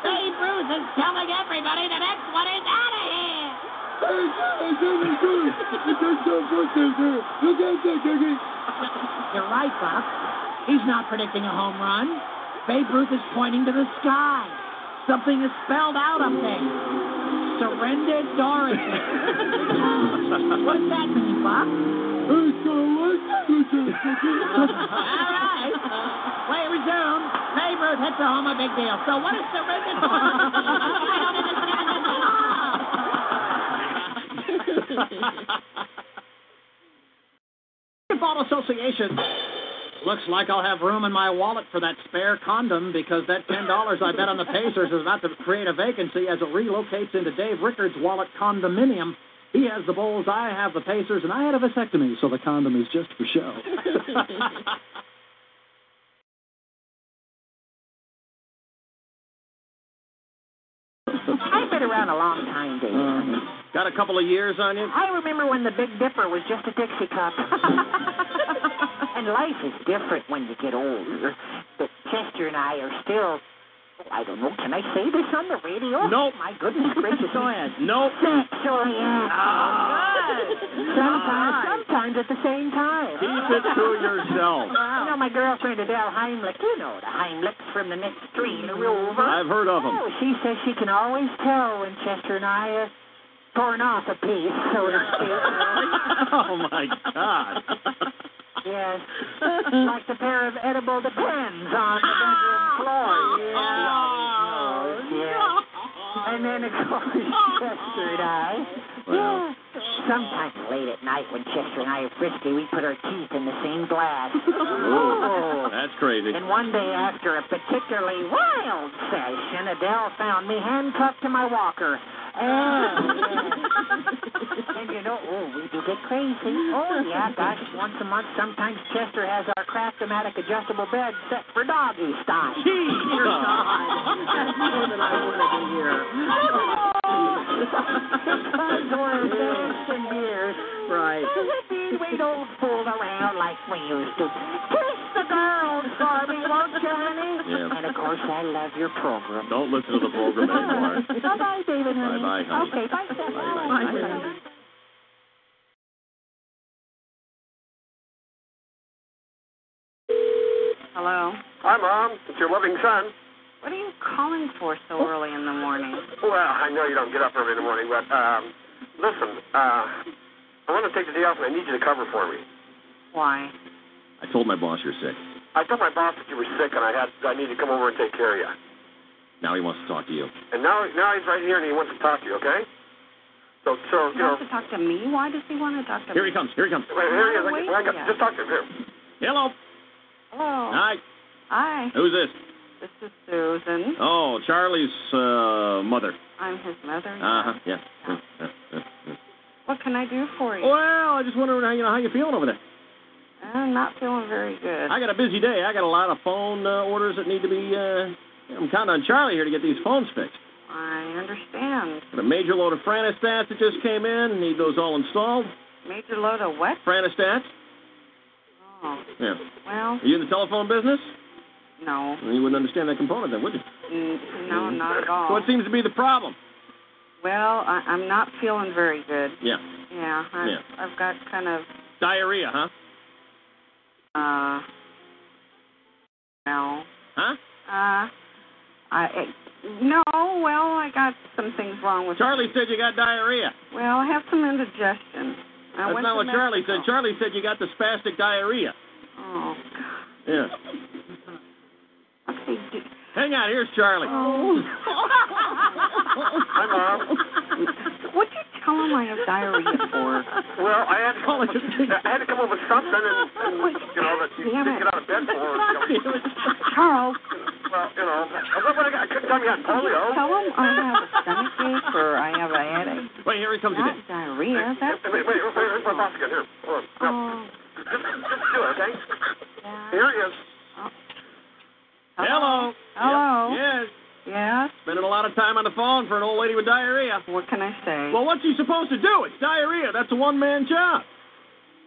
Speaker 8: Babe Ruth is telling everybody the next one is out of here.
Speaker 50: You're right, Buck. He's not predicting a home run. Babe Ruth is pointing to the sky. Something is spelled out up there. Surrender Dorothy. What's that mean, Buck?
Speaker 8: All right. Play resume. Babe Ruth hits a home, a big deal. So what is surrender to? I don't understand this at all.
Speaker 50: Ball
Speaker 11: Hotel Association. Looks like I'll have room in my wallet for that spare condom because that ten dollars I bet on the Pacers is about to create a vacancy as it relocates into Dave Rickard's wallet condominium. He has the Bulls, I have the Pacers, and I had a vasectomy, so the condom is just for show.
Speaker 8: I've been around a long time, Dave.
Speaker 11: Uh-huh.
Speaker 5: Got a couple of years on you.
Speaker 8: I remember when the Big Dipper was just a Dixie cup. and life is different when you get older. But Chester and I are still. oh, I don't know. Can I say this on the radio?
Speaker 5: Nope.
Speaker 8: My goodness gracious. Go ahead.
Speaker 5: Nope. Ah.
Speaker 8: Sexually active. Sometimes, sometimes at the same time.
Speaker 5: Keep it to yourself.
Speaker 8: You know my girlfriend Adele Heimlich. You know the Heimlichs from the next street over.
Speaker 5: I've heard of them.
Speaker 8: Oh, she says she can always tell when Chester and I are torn off a piece, so to speak.
Speaker 5: oh my God.
Speaker 8: yes, like the pair of edible depends on the bedroom floor. Yeah. Oh, yeah. And then of course Chester and I. Yeah. Sometimes late at night when Chester and I are frisky, we put our teeth in the same glass.
Speaker 5: Ooh, Oh, that's crazy.
Speaker 8: And one day after a particularly wild session, Adele found me handcuffed to my walker. Oh, yes. and you know, oh, we do get crazy. Oh, yeah, gosh, once a month, sometimes Chester has our Craftomatic adjustable bed set for doggy style.
Speaker 5: Jeez,
Speaker 8: Dear God. That's more than I wanted to hear. Because we're advanced in years. Right. We don't fool around like we used to. Kiss the girls for me, won't you, honey?
Speaker 5: Yeah.
Speaker 8: And of course, I love your program.
Speaker 5: Don't listen to the program anymore.
Speaker 8: Bye-bye, David, honey.
Speaker 5: Bye-bye, honey.
Speaker 8: Okay, bye, Seth.
Speaker 5: Bye-bye.
Speaker 8: Bye.
Speaker 6: Hello.
Speaker 4: Hi, Mom. It's your loving son.
Speaker 6: What are you calling for so early in the morning?
Speaker 4: Oh. Well, I know you don't get up early in the morning, but um, listen, uh, I want to take the day off, and I need you to cover for me.
Speaker 6: Why?
Speaker 5: I told my boss you're sick.
Speaker 4: I told my boss that you were sick, and I had I need to come over and take care of you.
Speaker 5: Now he wants to talk to you.
Speaker 4: And now now he's right here, and he wants to talk to you. Okay? So so
Speaker 6: He
Speaker 4: you know.
Speaker 6: wants to talk to me. Why does he want to talk to
Speaker 5: Here he
Speaker 6: me?
Speaker 5: comes. Here he comes.
Speaker 4: Wait, here he is. I can- I can-
Speaker 6: Wait, yeah.
Speaker 4: Just talk to him. Here.
Speaker 5: Hello.
Speaker 6: Hello.
Speaker 5: Hi.
Speaker 6: Hi.
Speaker 5: Who's this?
Speaker 6: This is Susan.
Speaker 5: Oh, Charlie's uh, mother.
Speaker 6: I'm his mother.
Speaker 5: Uh huh. Yeah. Yeah, yeah, yeah, yeah.
Speaker 6: What can I do for you?
Speaker 5: Well, I just wondering how you know how you feeling over there.
Speaker 6: I'm not feeling very good.
Speaker 5: I got a busy day. I got a lot of phone uh, orders that need to be. Uh, I'm counting on Charlie here to get these phones fixed.
Speaker 6: I understand.
Speaker 5: Got a major load of Franistats that just came in. Need those all installed.
Speaker 6: Major load of what?
Speaker 5: Franistats.
Speaker 6: Oh.
Speaker 5: Yeah.
Speaker 6: Well,
Speaker 5: Are you in the telephone business?
Speaker 6: no.
Speaker 5: Well, you wouldn't understand that component then, would you?
Speaker 6: N- No, not at all.
Speaker 5: What seems to be the problem?
Speaker 6: Well, I, I'm not feeling very good.
Speaker 5: Yeah.
Speaker 6: Yeah, I've,
Speaker 5: Yeah.
Speaker 6: I've got kind of,
Speaker 5: Diarrhea, huh?
Speaker 6: uh, no.
Speaker 5: Huh?
Speaker 6: Uh, I, it, no, well, I got some things wrong with
Speaker 5: Charlie said you got diarrhea.
Speaker 6: Well, I have some indigestion. I
Speaker 5: That's
Speaker 6: went
Speaker 5: not
Speaker 6: to
Speaker 5: what Charlie said.
Speaker 6: Mexico.
Speaker 5: Charlie said you got the spastic diarrhea.
Speaker 6: Oh,
Speaker 5: Yeah.
Speaker 6: God. They do-
Speaker 5: Hang on, here's Charlie.
Speaker 6: Oh.
Speaker 4: Hi, Mom.
Speaker 6: What'd you tell him I have diarrhea for?
Speaker 4: Well, I had to come up with, I had to come up with something, and, and you know that you
Speaker 6: Damn
Speaker 4: didn't
Speaker 6: it.
Speaker 4: get out of bed for. You know,
Speaker 6: Charles,
Speaker 4: well, you know, I remember I, got, I couldn't tell me I had
Speaker 6: did you
Speaker 4: polio.
Speaker 6: tell him uh, I have a stomach ache or I have a headache?
Speaker 5: Wait, here he comes
Speaker 6: Not
Speaker 5: again.
Speaker 6: diarrhea. That's
Speaker 4: Wait, wait, wait, wait, wait, my boss again. Here, hold on.
Speaker 6: oh,
Speaker 4: Just, just do it, okay?
Speaker 6: yeah. Oh.
Speaker 4: Here he is.
Speaker 5: Hello.
Speaker 6: Hello.
Speaker 5: Yes.
Speaker 6: Yes.
Speaker 5: Spending a lot of time on the phone for an old lady with diarrhea.
Speaker 6: What can I say?
Speaker 5: Well, what's he supposed to do? It's diarrhea. That's a one-man job.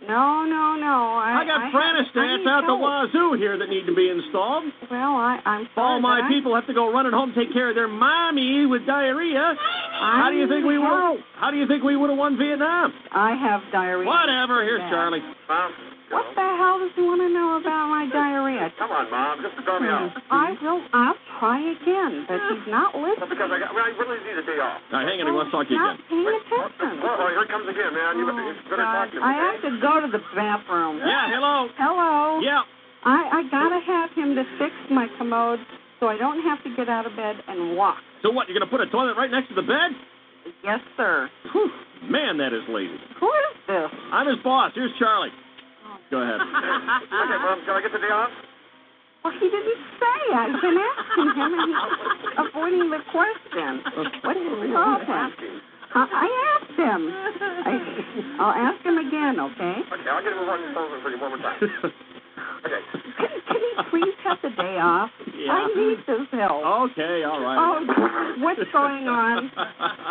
Speaker 6: no, no, no.
Speaker 5: I
Speaker 6: I,
Speaker 5: got
Speaker 6: I I
Speaker 5: Franistats
Speaker 6: need
Speaker 5: out the
Speaker 6: help.
Speaker 5: wazoo here that need to be installed.
Speaker 6: Well, I, I'm sorry.
Speaker 5: All my
Speaker 6: but I-
Speaker 5: people have to go running home, take care of their mommy with diarrhea. How do you think we would?
Speaker 6: help.
Speaker 5: How do you think we would have won Vietnam?
Speaker 6: I have diarrhea.
Speaker 5: Whatever. Here's
Speaker 6: Yeah.
Speaker 5: Charlie.
Speaker 4: Mom,
Speaker 6: What the hell does he want to know about my diarrhea? Oh,
Speaker 4: come on, Mom. Just throw me out.
Speaker 6: I will. I'll try again, but he's not
Speaker 4: That's
Speaker 6: listening.
Speaker 4: because I, got, I really need a day off.
Speaker 5: All right, hang on. He wants to talk to you
Speaker 6: Not
Speaker 5: again.
Speaker 6: paying
Speaker 4: Well,
Speaker 6: attention.
Speaker 4: well, here it comes again, man. You better, you
Speaker 6: Oh,
Speaker 4: better
Speaker 6: God.
Speaker 4: talk to him.
Speaker 6: I have to go to the bathroom.
Speaker 5: Yeah. Hello.
Speaker 6: Hello.
Speaker 5: Yeah.
Speaker 6: I I gotta have him to fix my commode so I don't have to get out of bed and walk.
Speaker 5: So what? You're gonna put a toilet right next to the bed?
Speaker 6: Yes, sir.
Speaker 5: Whew, man, that is lazy.
Speaker 6: Who is this? Oh.
Speaker 5: I'm his boss. Here's Charlie.
Speaker 6: Go ahead.
Speaker 51: okay, Mom, can I get the day off?
Speaker 4: Well, he didn't say. I've been asking him, and he's avoiding the question.
Speaker 5: Oh.
Speaker 4: What's the problem? I I asked him. I, I'll ask him again, okay?
Speaker 51: Okay, I'll get him a one thousand for you one more time. Okay.
Speaker 4: Can, can he please have the day off? I need this help.
Speaker 6: Okay, all right.
Speaker 4: Oh, what's going on?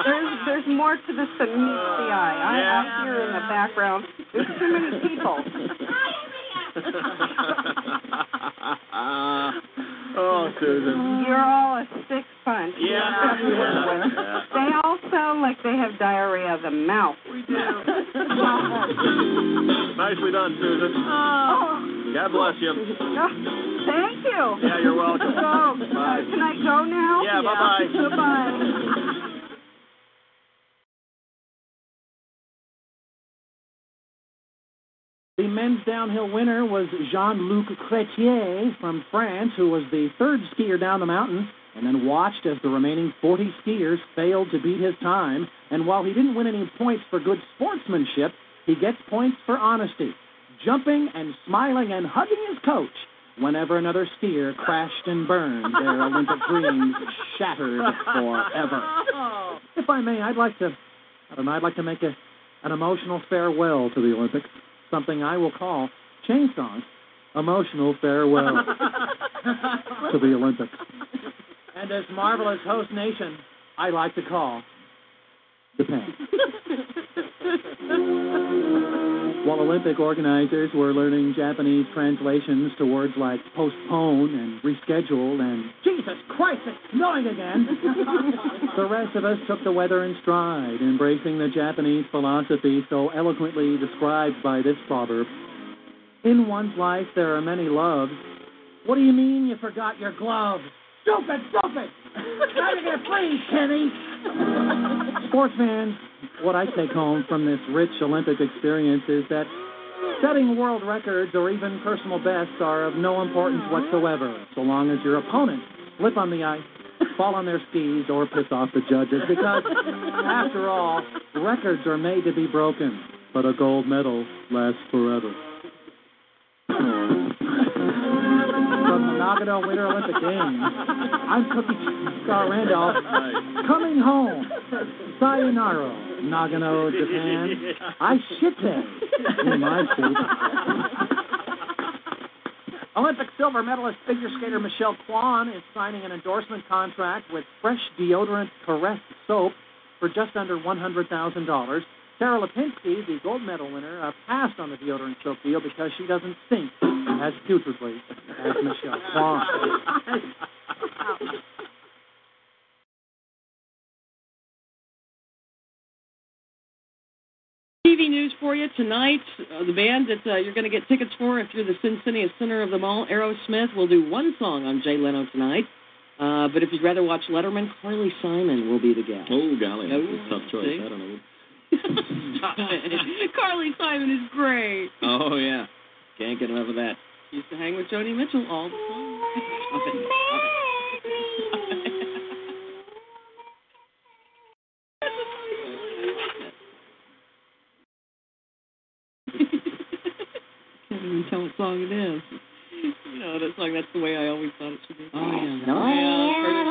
Speaker 4: There's there's more to this than meets the eye. I, I'm here in the background. There's too many people.
Speaker 6: oh, Susan.
Speaker 4: You're all a sick punch.
Speaker 6: Yeah. Yeah.
Speaker 4: They all sound like they have diarrhea of the mouth. We do.
Speaker 6: Nicely done, Susan.
Speaker 4: Oh.
Speaker 6: God bless you.
Speaker 4: Thank you.
Speaker 6: Yeah, you're welcome.
Speaker 4: So,
Speaker 6: Bye.
Speaker 4: can I go now?
Speaker 6: Yeah, bye-bye.
Speaker 4: Goodbye.
Speaker 11: The men's downhill winner was Jean-Luc Cretier from France, who was the third skier down the mountain and then watched as the remaining 40 skiers failed to beat his time. And while he didn't win any points for good sportsmanship, he gets points for honesty, jumping and smiling and hugging his coach whenever another skier crashed and burned, their Olympic dreams shattered forever. If I may, I'd like to, I don't know, I'd like to make a, an emotional farewell to the Olympics, something I will call Chain Song's emotional farewell to the Olympics. And as marvelous host nation, I like to call Japan. While Olympic organizers were learning Japanese translations to words like postpone and reschedule and Jesus Christ, it's snowing again. the rest of us took the weather in stride, embracing the Japanese philosophy so eloquently described by this proverb. In one's life, there are many loves. What do you mean you forgot your gloves? Stupid, stupid! Now you're gonna freeze, Timmy! Sports fans, what I take home from this rich Olympic experience is that setting world records or even personal bests are of no importance whatsoever, so long as your opponents slip on the ice, fall on their skis, or piss off the judges, because after all, records are made to be broken, but a gold medal lasts forever. From the Nagano Winter Olympic Games, I'm Cookie Star Randolph, coming home. Sayonara, Nagano, Japan. I shit them in my soup. Olympic silver medalist figure skater Michelle Kwan is signing an endorsement contract with fresh deodorant Caress soap for just under $100,000. Sarah Lipinski, the gold medal winner, uh, passed on the deodorant soap deal because she doesn't stink as putridly as Michelle Kwan.
Speaker 8: TV news for you tonight. Uh, the band that uh, you're going to get tickets for, if you're the Cincinnati center of them all, Aerosmith will do one song on Jay Leno tonight. Uh, but if you'd rather watch Letterman, Carly Simon will be the guest.
Speaker 5: Oh, golly.
Speaker 8: No,
Speaker 5: that's a tough choice.
Speaker 8: see?
Speaker 5: I don't know.
Speaker 8: Carly Simon is great.
Speaker 5: Oh, yeah. Can't get enough of that.
Speaker 8: She used to hang with Joni Mitchell all the time. Stop it. Stop it. Can't even tell what song it is. You know that song. That's the way I always thought it should be. Oh yeah.
Speaker 10: The way I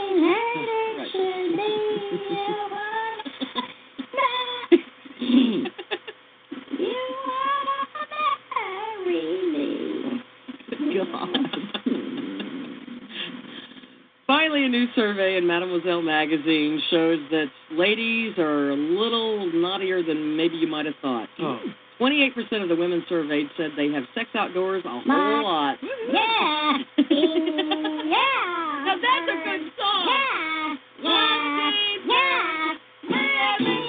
Speaker 10: always
Speaker 8: heard it should
Speaker 10: be. You wanna marry me.
Speaker 8: Finally, a new survey in Mademoiselle magazine shows that ladies are a little naughtier than maybe you might have thought. Twenty-eight percent of the women surveyed said they have sex outdoors a whole
Speaker 10: My-
Speaker 8: lot.
Speaker 10: Yeah. Mm, Yeah.
Speaker 8: Now that's a good song.
Speaker 10: Yeah. Yeah. Yeah.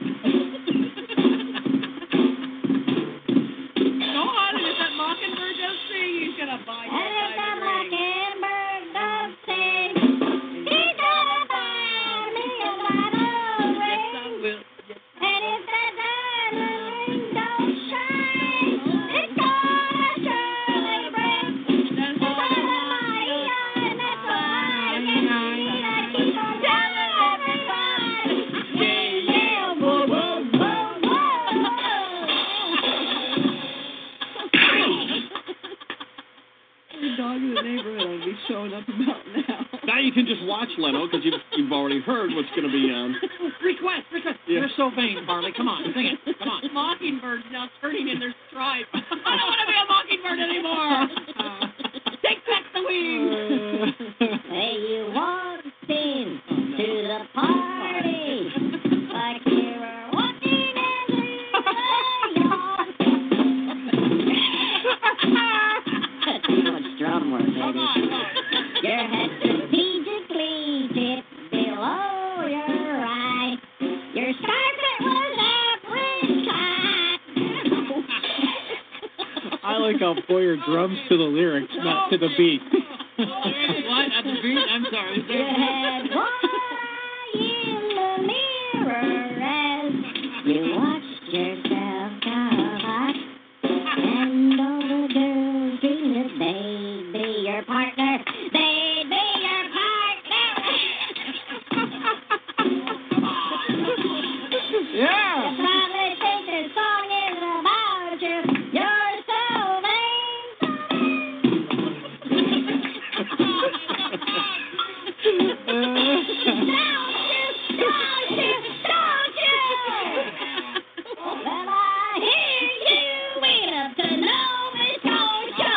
Speaker 8: Go on, and if that mockingbird does sing, he's gonna buy you. a diamond ring.
Speaker 5: know, because you've, you've already heard what's going to be on.
Speaker 6: request, request.
Speaker 5: Yeah.
Speaker 11: um, You're so vain, Barley. Come on, sing it. Come on.
Speaker 10: Mockingbird's now turning in their stripe. I don't want to be a mockingbird anymore. Take back the wings.
Speaker 8: Hey, you walked in to the party like you were walking in the yard. Too much drum work, baby. Your head strategically dipped below your eye. Your scarpet was
Speaker 11: I like how Boyer drums to the lyrics, not to the beat.
Speaker 10: what? At the beat? I'm sorry.
Speaker 8: You had in the mirror as you watched yourself come up. And all the girls dreamed that they'd be your partner. They'd be your partner.
Speaker 52: Yeah.
Speaker 8: You probably think this song is about you. You're so vain. Don't you, don't you? Well, I hear you went up to Nova Scotia.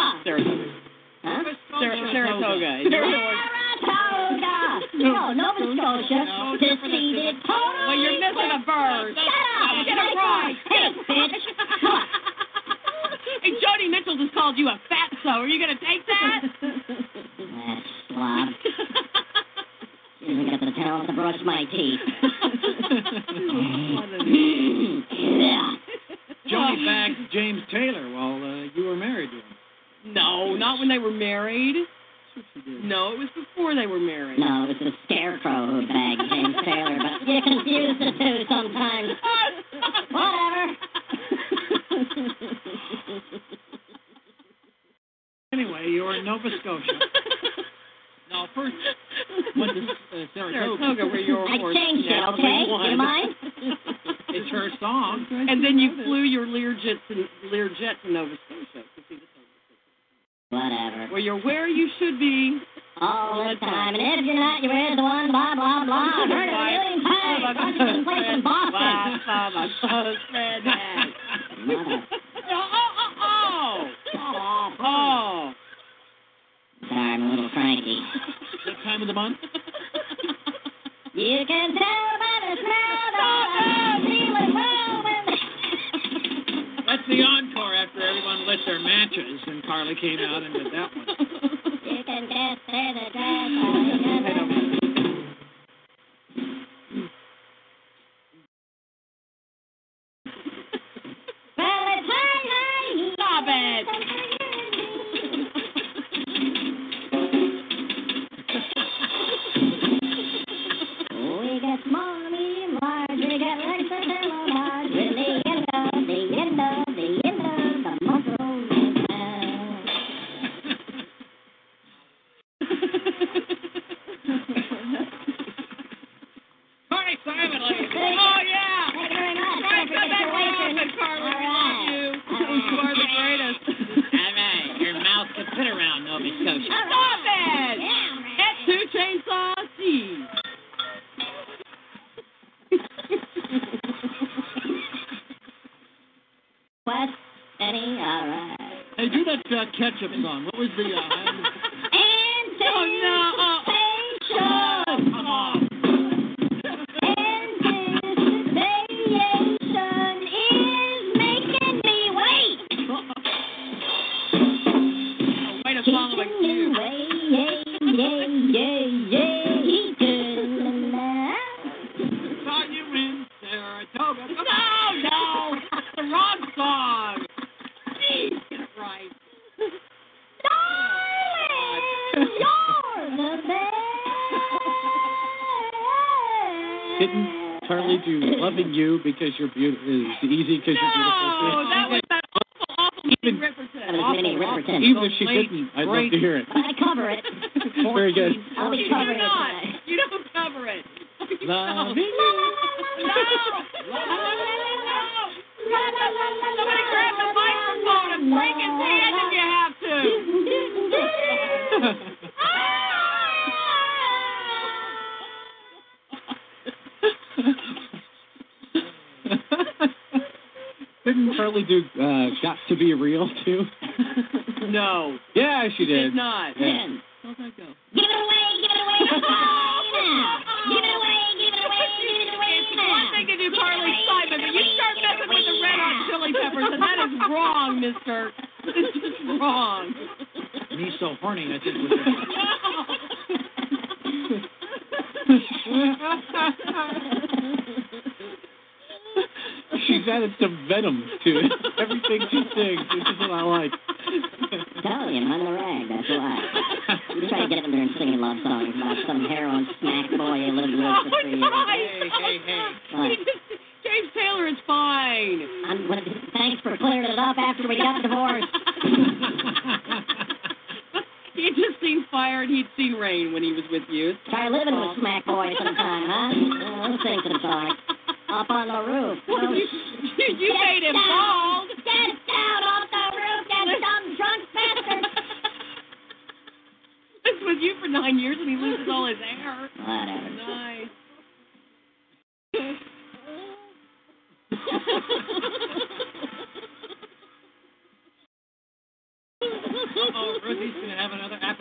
Speaker 6: Sar- Saratoga.
Speaker 8: Saratoga. No, Nova Scotia. Seceded totally.
Speaker 10: Well, you're missing a bird.
Speaker 8: Shut up.
Speaker 10: Get it right.
Speaker 8: Hey, bitch. Come on.
Speaker 10: Hey, Jody Mitchell just called you a fatso. Are you going to take that?
Speaker 8: Slob. Excuse me, got the towel to brush my teeth. yeah.
Speaker 5: Johnny bagged James Taylor while uh, you were married to him.
Speaker 6: No, not when they were married. No, it was before they were married.
Speaker 8: No, it was the scarecrow who bagged James Taylor, but you confuse the two sometimes. Whatever.
Speaker 5: Anyway, you were in Nova Scotia.
Speaker 11: No, first, went to uh, Saratoga.
Speaker 6: Saratoga, where your
Speaker 8: I
Speaker 6: horse
Speaker 8: changed it,
Speaker 6: naturally
Speaker 8: okay?
Speaker 6: won.
Speaker 8: You mind?
Speaker 11: It's her song.
Speaker 6: And then you flew your Learjet to Learjet to Nova Scotia to see the
Speaker 8: Whatever.
Speaker 6: Well, you're where you should be.
Speaker 8: All the time. And if you're not, you're with the one, blah, blah, blah. I've heard it a million times. I just been playing in Boston. Mother.
Speaker 10: Oh,
Speaker 8: oh,
Speaker 10: oh. Oh.
Speaker 6: Oh.
Speaker 8: Sorry, I'm a little cranky.
Speaker 11: What time of the month?
Speaker 8: You can tell by the smell that I'm feeling well when...
Speaker 11: That's the encore after everyone lit their matches, and Carly came out and did that one.
Speaker 8: You can just say the dress Well, it's hard, honey.
Speaker 10: Stop it.
Speaker 8: We get small, medium, large. We get legs that are all large. With the end of the end of the end of the month rolls around.
Speaker 10: Carly Simon, ladies.
Speaker 8: Thank
Speaker 10: Oh,
Speaker 8: you.
Speaker 10: yeah.
Speaker 8: Thank you very much.
Speaker 10: Right,
Speaker 8: Don't
Speaker 10: come
Speaker 8: forget
Speaker 10: back
Speaker 8: your
Speaker 10: more
Speaker 8: waitress.
Speaker 10: often, Carly.
Speaker 8: All right.
Speaker 10: We love you.
Speaker 8: All right.
Speaker 10: You are the greatest.
Speaker 53: All right, your mouth can fit around Nova Scotia.
Speaker 10: Stop it. At two chainsaw C.
Speaker 8: What? Any? All right.
Speaker 11: Hey, do that uh, ketchup song. What was the? Uh,
Speaker 8: And
Speaker 10: Oh, no. Oh.
Speaker 8: Come
Speaker 10: on.
Speaker 8: Anticipation is making me wait.
Speaker 10: Wait a song like you.
Speaker 8: Yay, yay, yay, good.
Speaker 10: Saw you in Saratoga. No, no. That's the wrong song. Please get it right.
Speaker 8: Darling, you're the best.
Speaker 11: didn't Charlie do "Loving You" because you're beautiful is easy because you're beautiful.
Speaker 10: No, that was that awful, awful Minnie Riperton.
Speaker 8: That was Minnie
Speaker 10: Awful, awful.
Speaker 8: Riperton.
Speaker 11: Even if she didn't, I'd love to hear it.
Speaker 8: But I cover it.
Speaker 11: Very good.
Speaker 8: I'll be
Speaker 10: You do
Speaker 8: covering it
Speaker 10: not.
Speaker 8: tonight.
Speaker 10: You don't cover it.
Speaker 11: Loving
Speaker 10: No. No. Somebody grab the microphone and break his hand if you have to.
Speaker 11: Didn't Charlie do uh, Got to Be Real, too?
Speaker 6: no.
Speaker 11: Yeah, she did.
Speaker 6: Did not.
Speaker 11: Yeah.
Speaker 6: Man, how'd that go?
Speaker 8: Give it away, give it away, give it away now. Give it away, give it away, give it away now.
Speaker 10: One thing to do, Carly Simon, but you start messing with the red hot chili peppers, and that is wrong, mister. It's just wrong.
Speaker 11: Me so horny, I think was She's added some venom to it. Everything she sings, which is what I like.
Speaker 8: Totally, I'm on the rag, that's why. You try to get up there and sing love songs about some heroin smack boy you lived
Speaker 10: Oh,
Speaker 8: with for three years.
Speaker 10: Hey, hey, hey.
Speaker 8: What?
Speaker 6: James Taylor is fine.
Speaker 8: I'm gonna, thanks for clearing it up after we got divorced.
Speaker 6: He would just seen fire and he'd seen rain when he was with you.
Speaker 8: Try living with smack boy sometime, huh? Uh, Let's sing some songs. Up on the roof.
Speaker 10: Well, you- you- you
Speaker 8: Get
Speaker 10: made him
Speaker 8: down.
Speaker 10: bald.
Speaker 8: Get down off the roof, you dumb drunk bastard.
Speaker 6: He's with you for nine years and he loses all his hair.
Speaker 8: Whatever.
Speaker 6: Nice.
Speaker 10: oh, Ruthie's gonna have another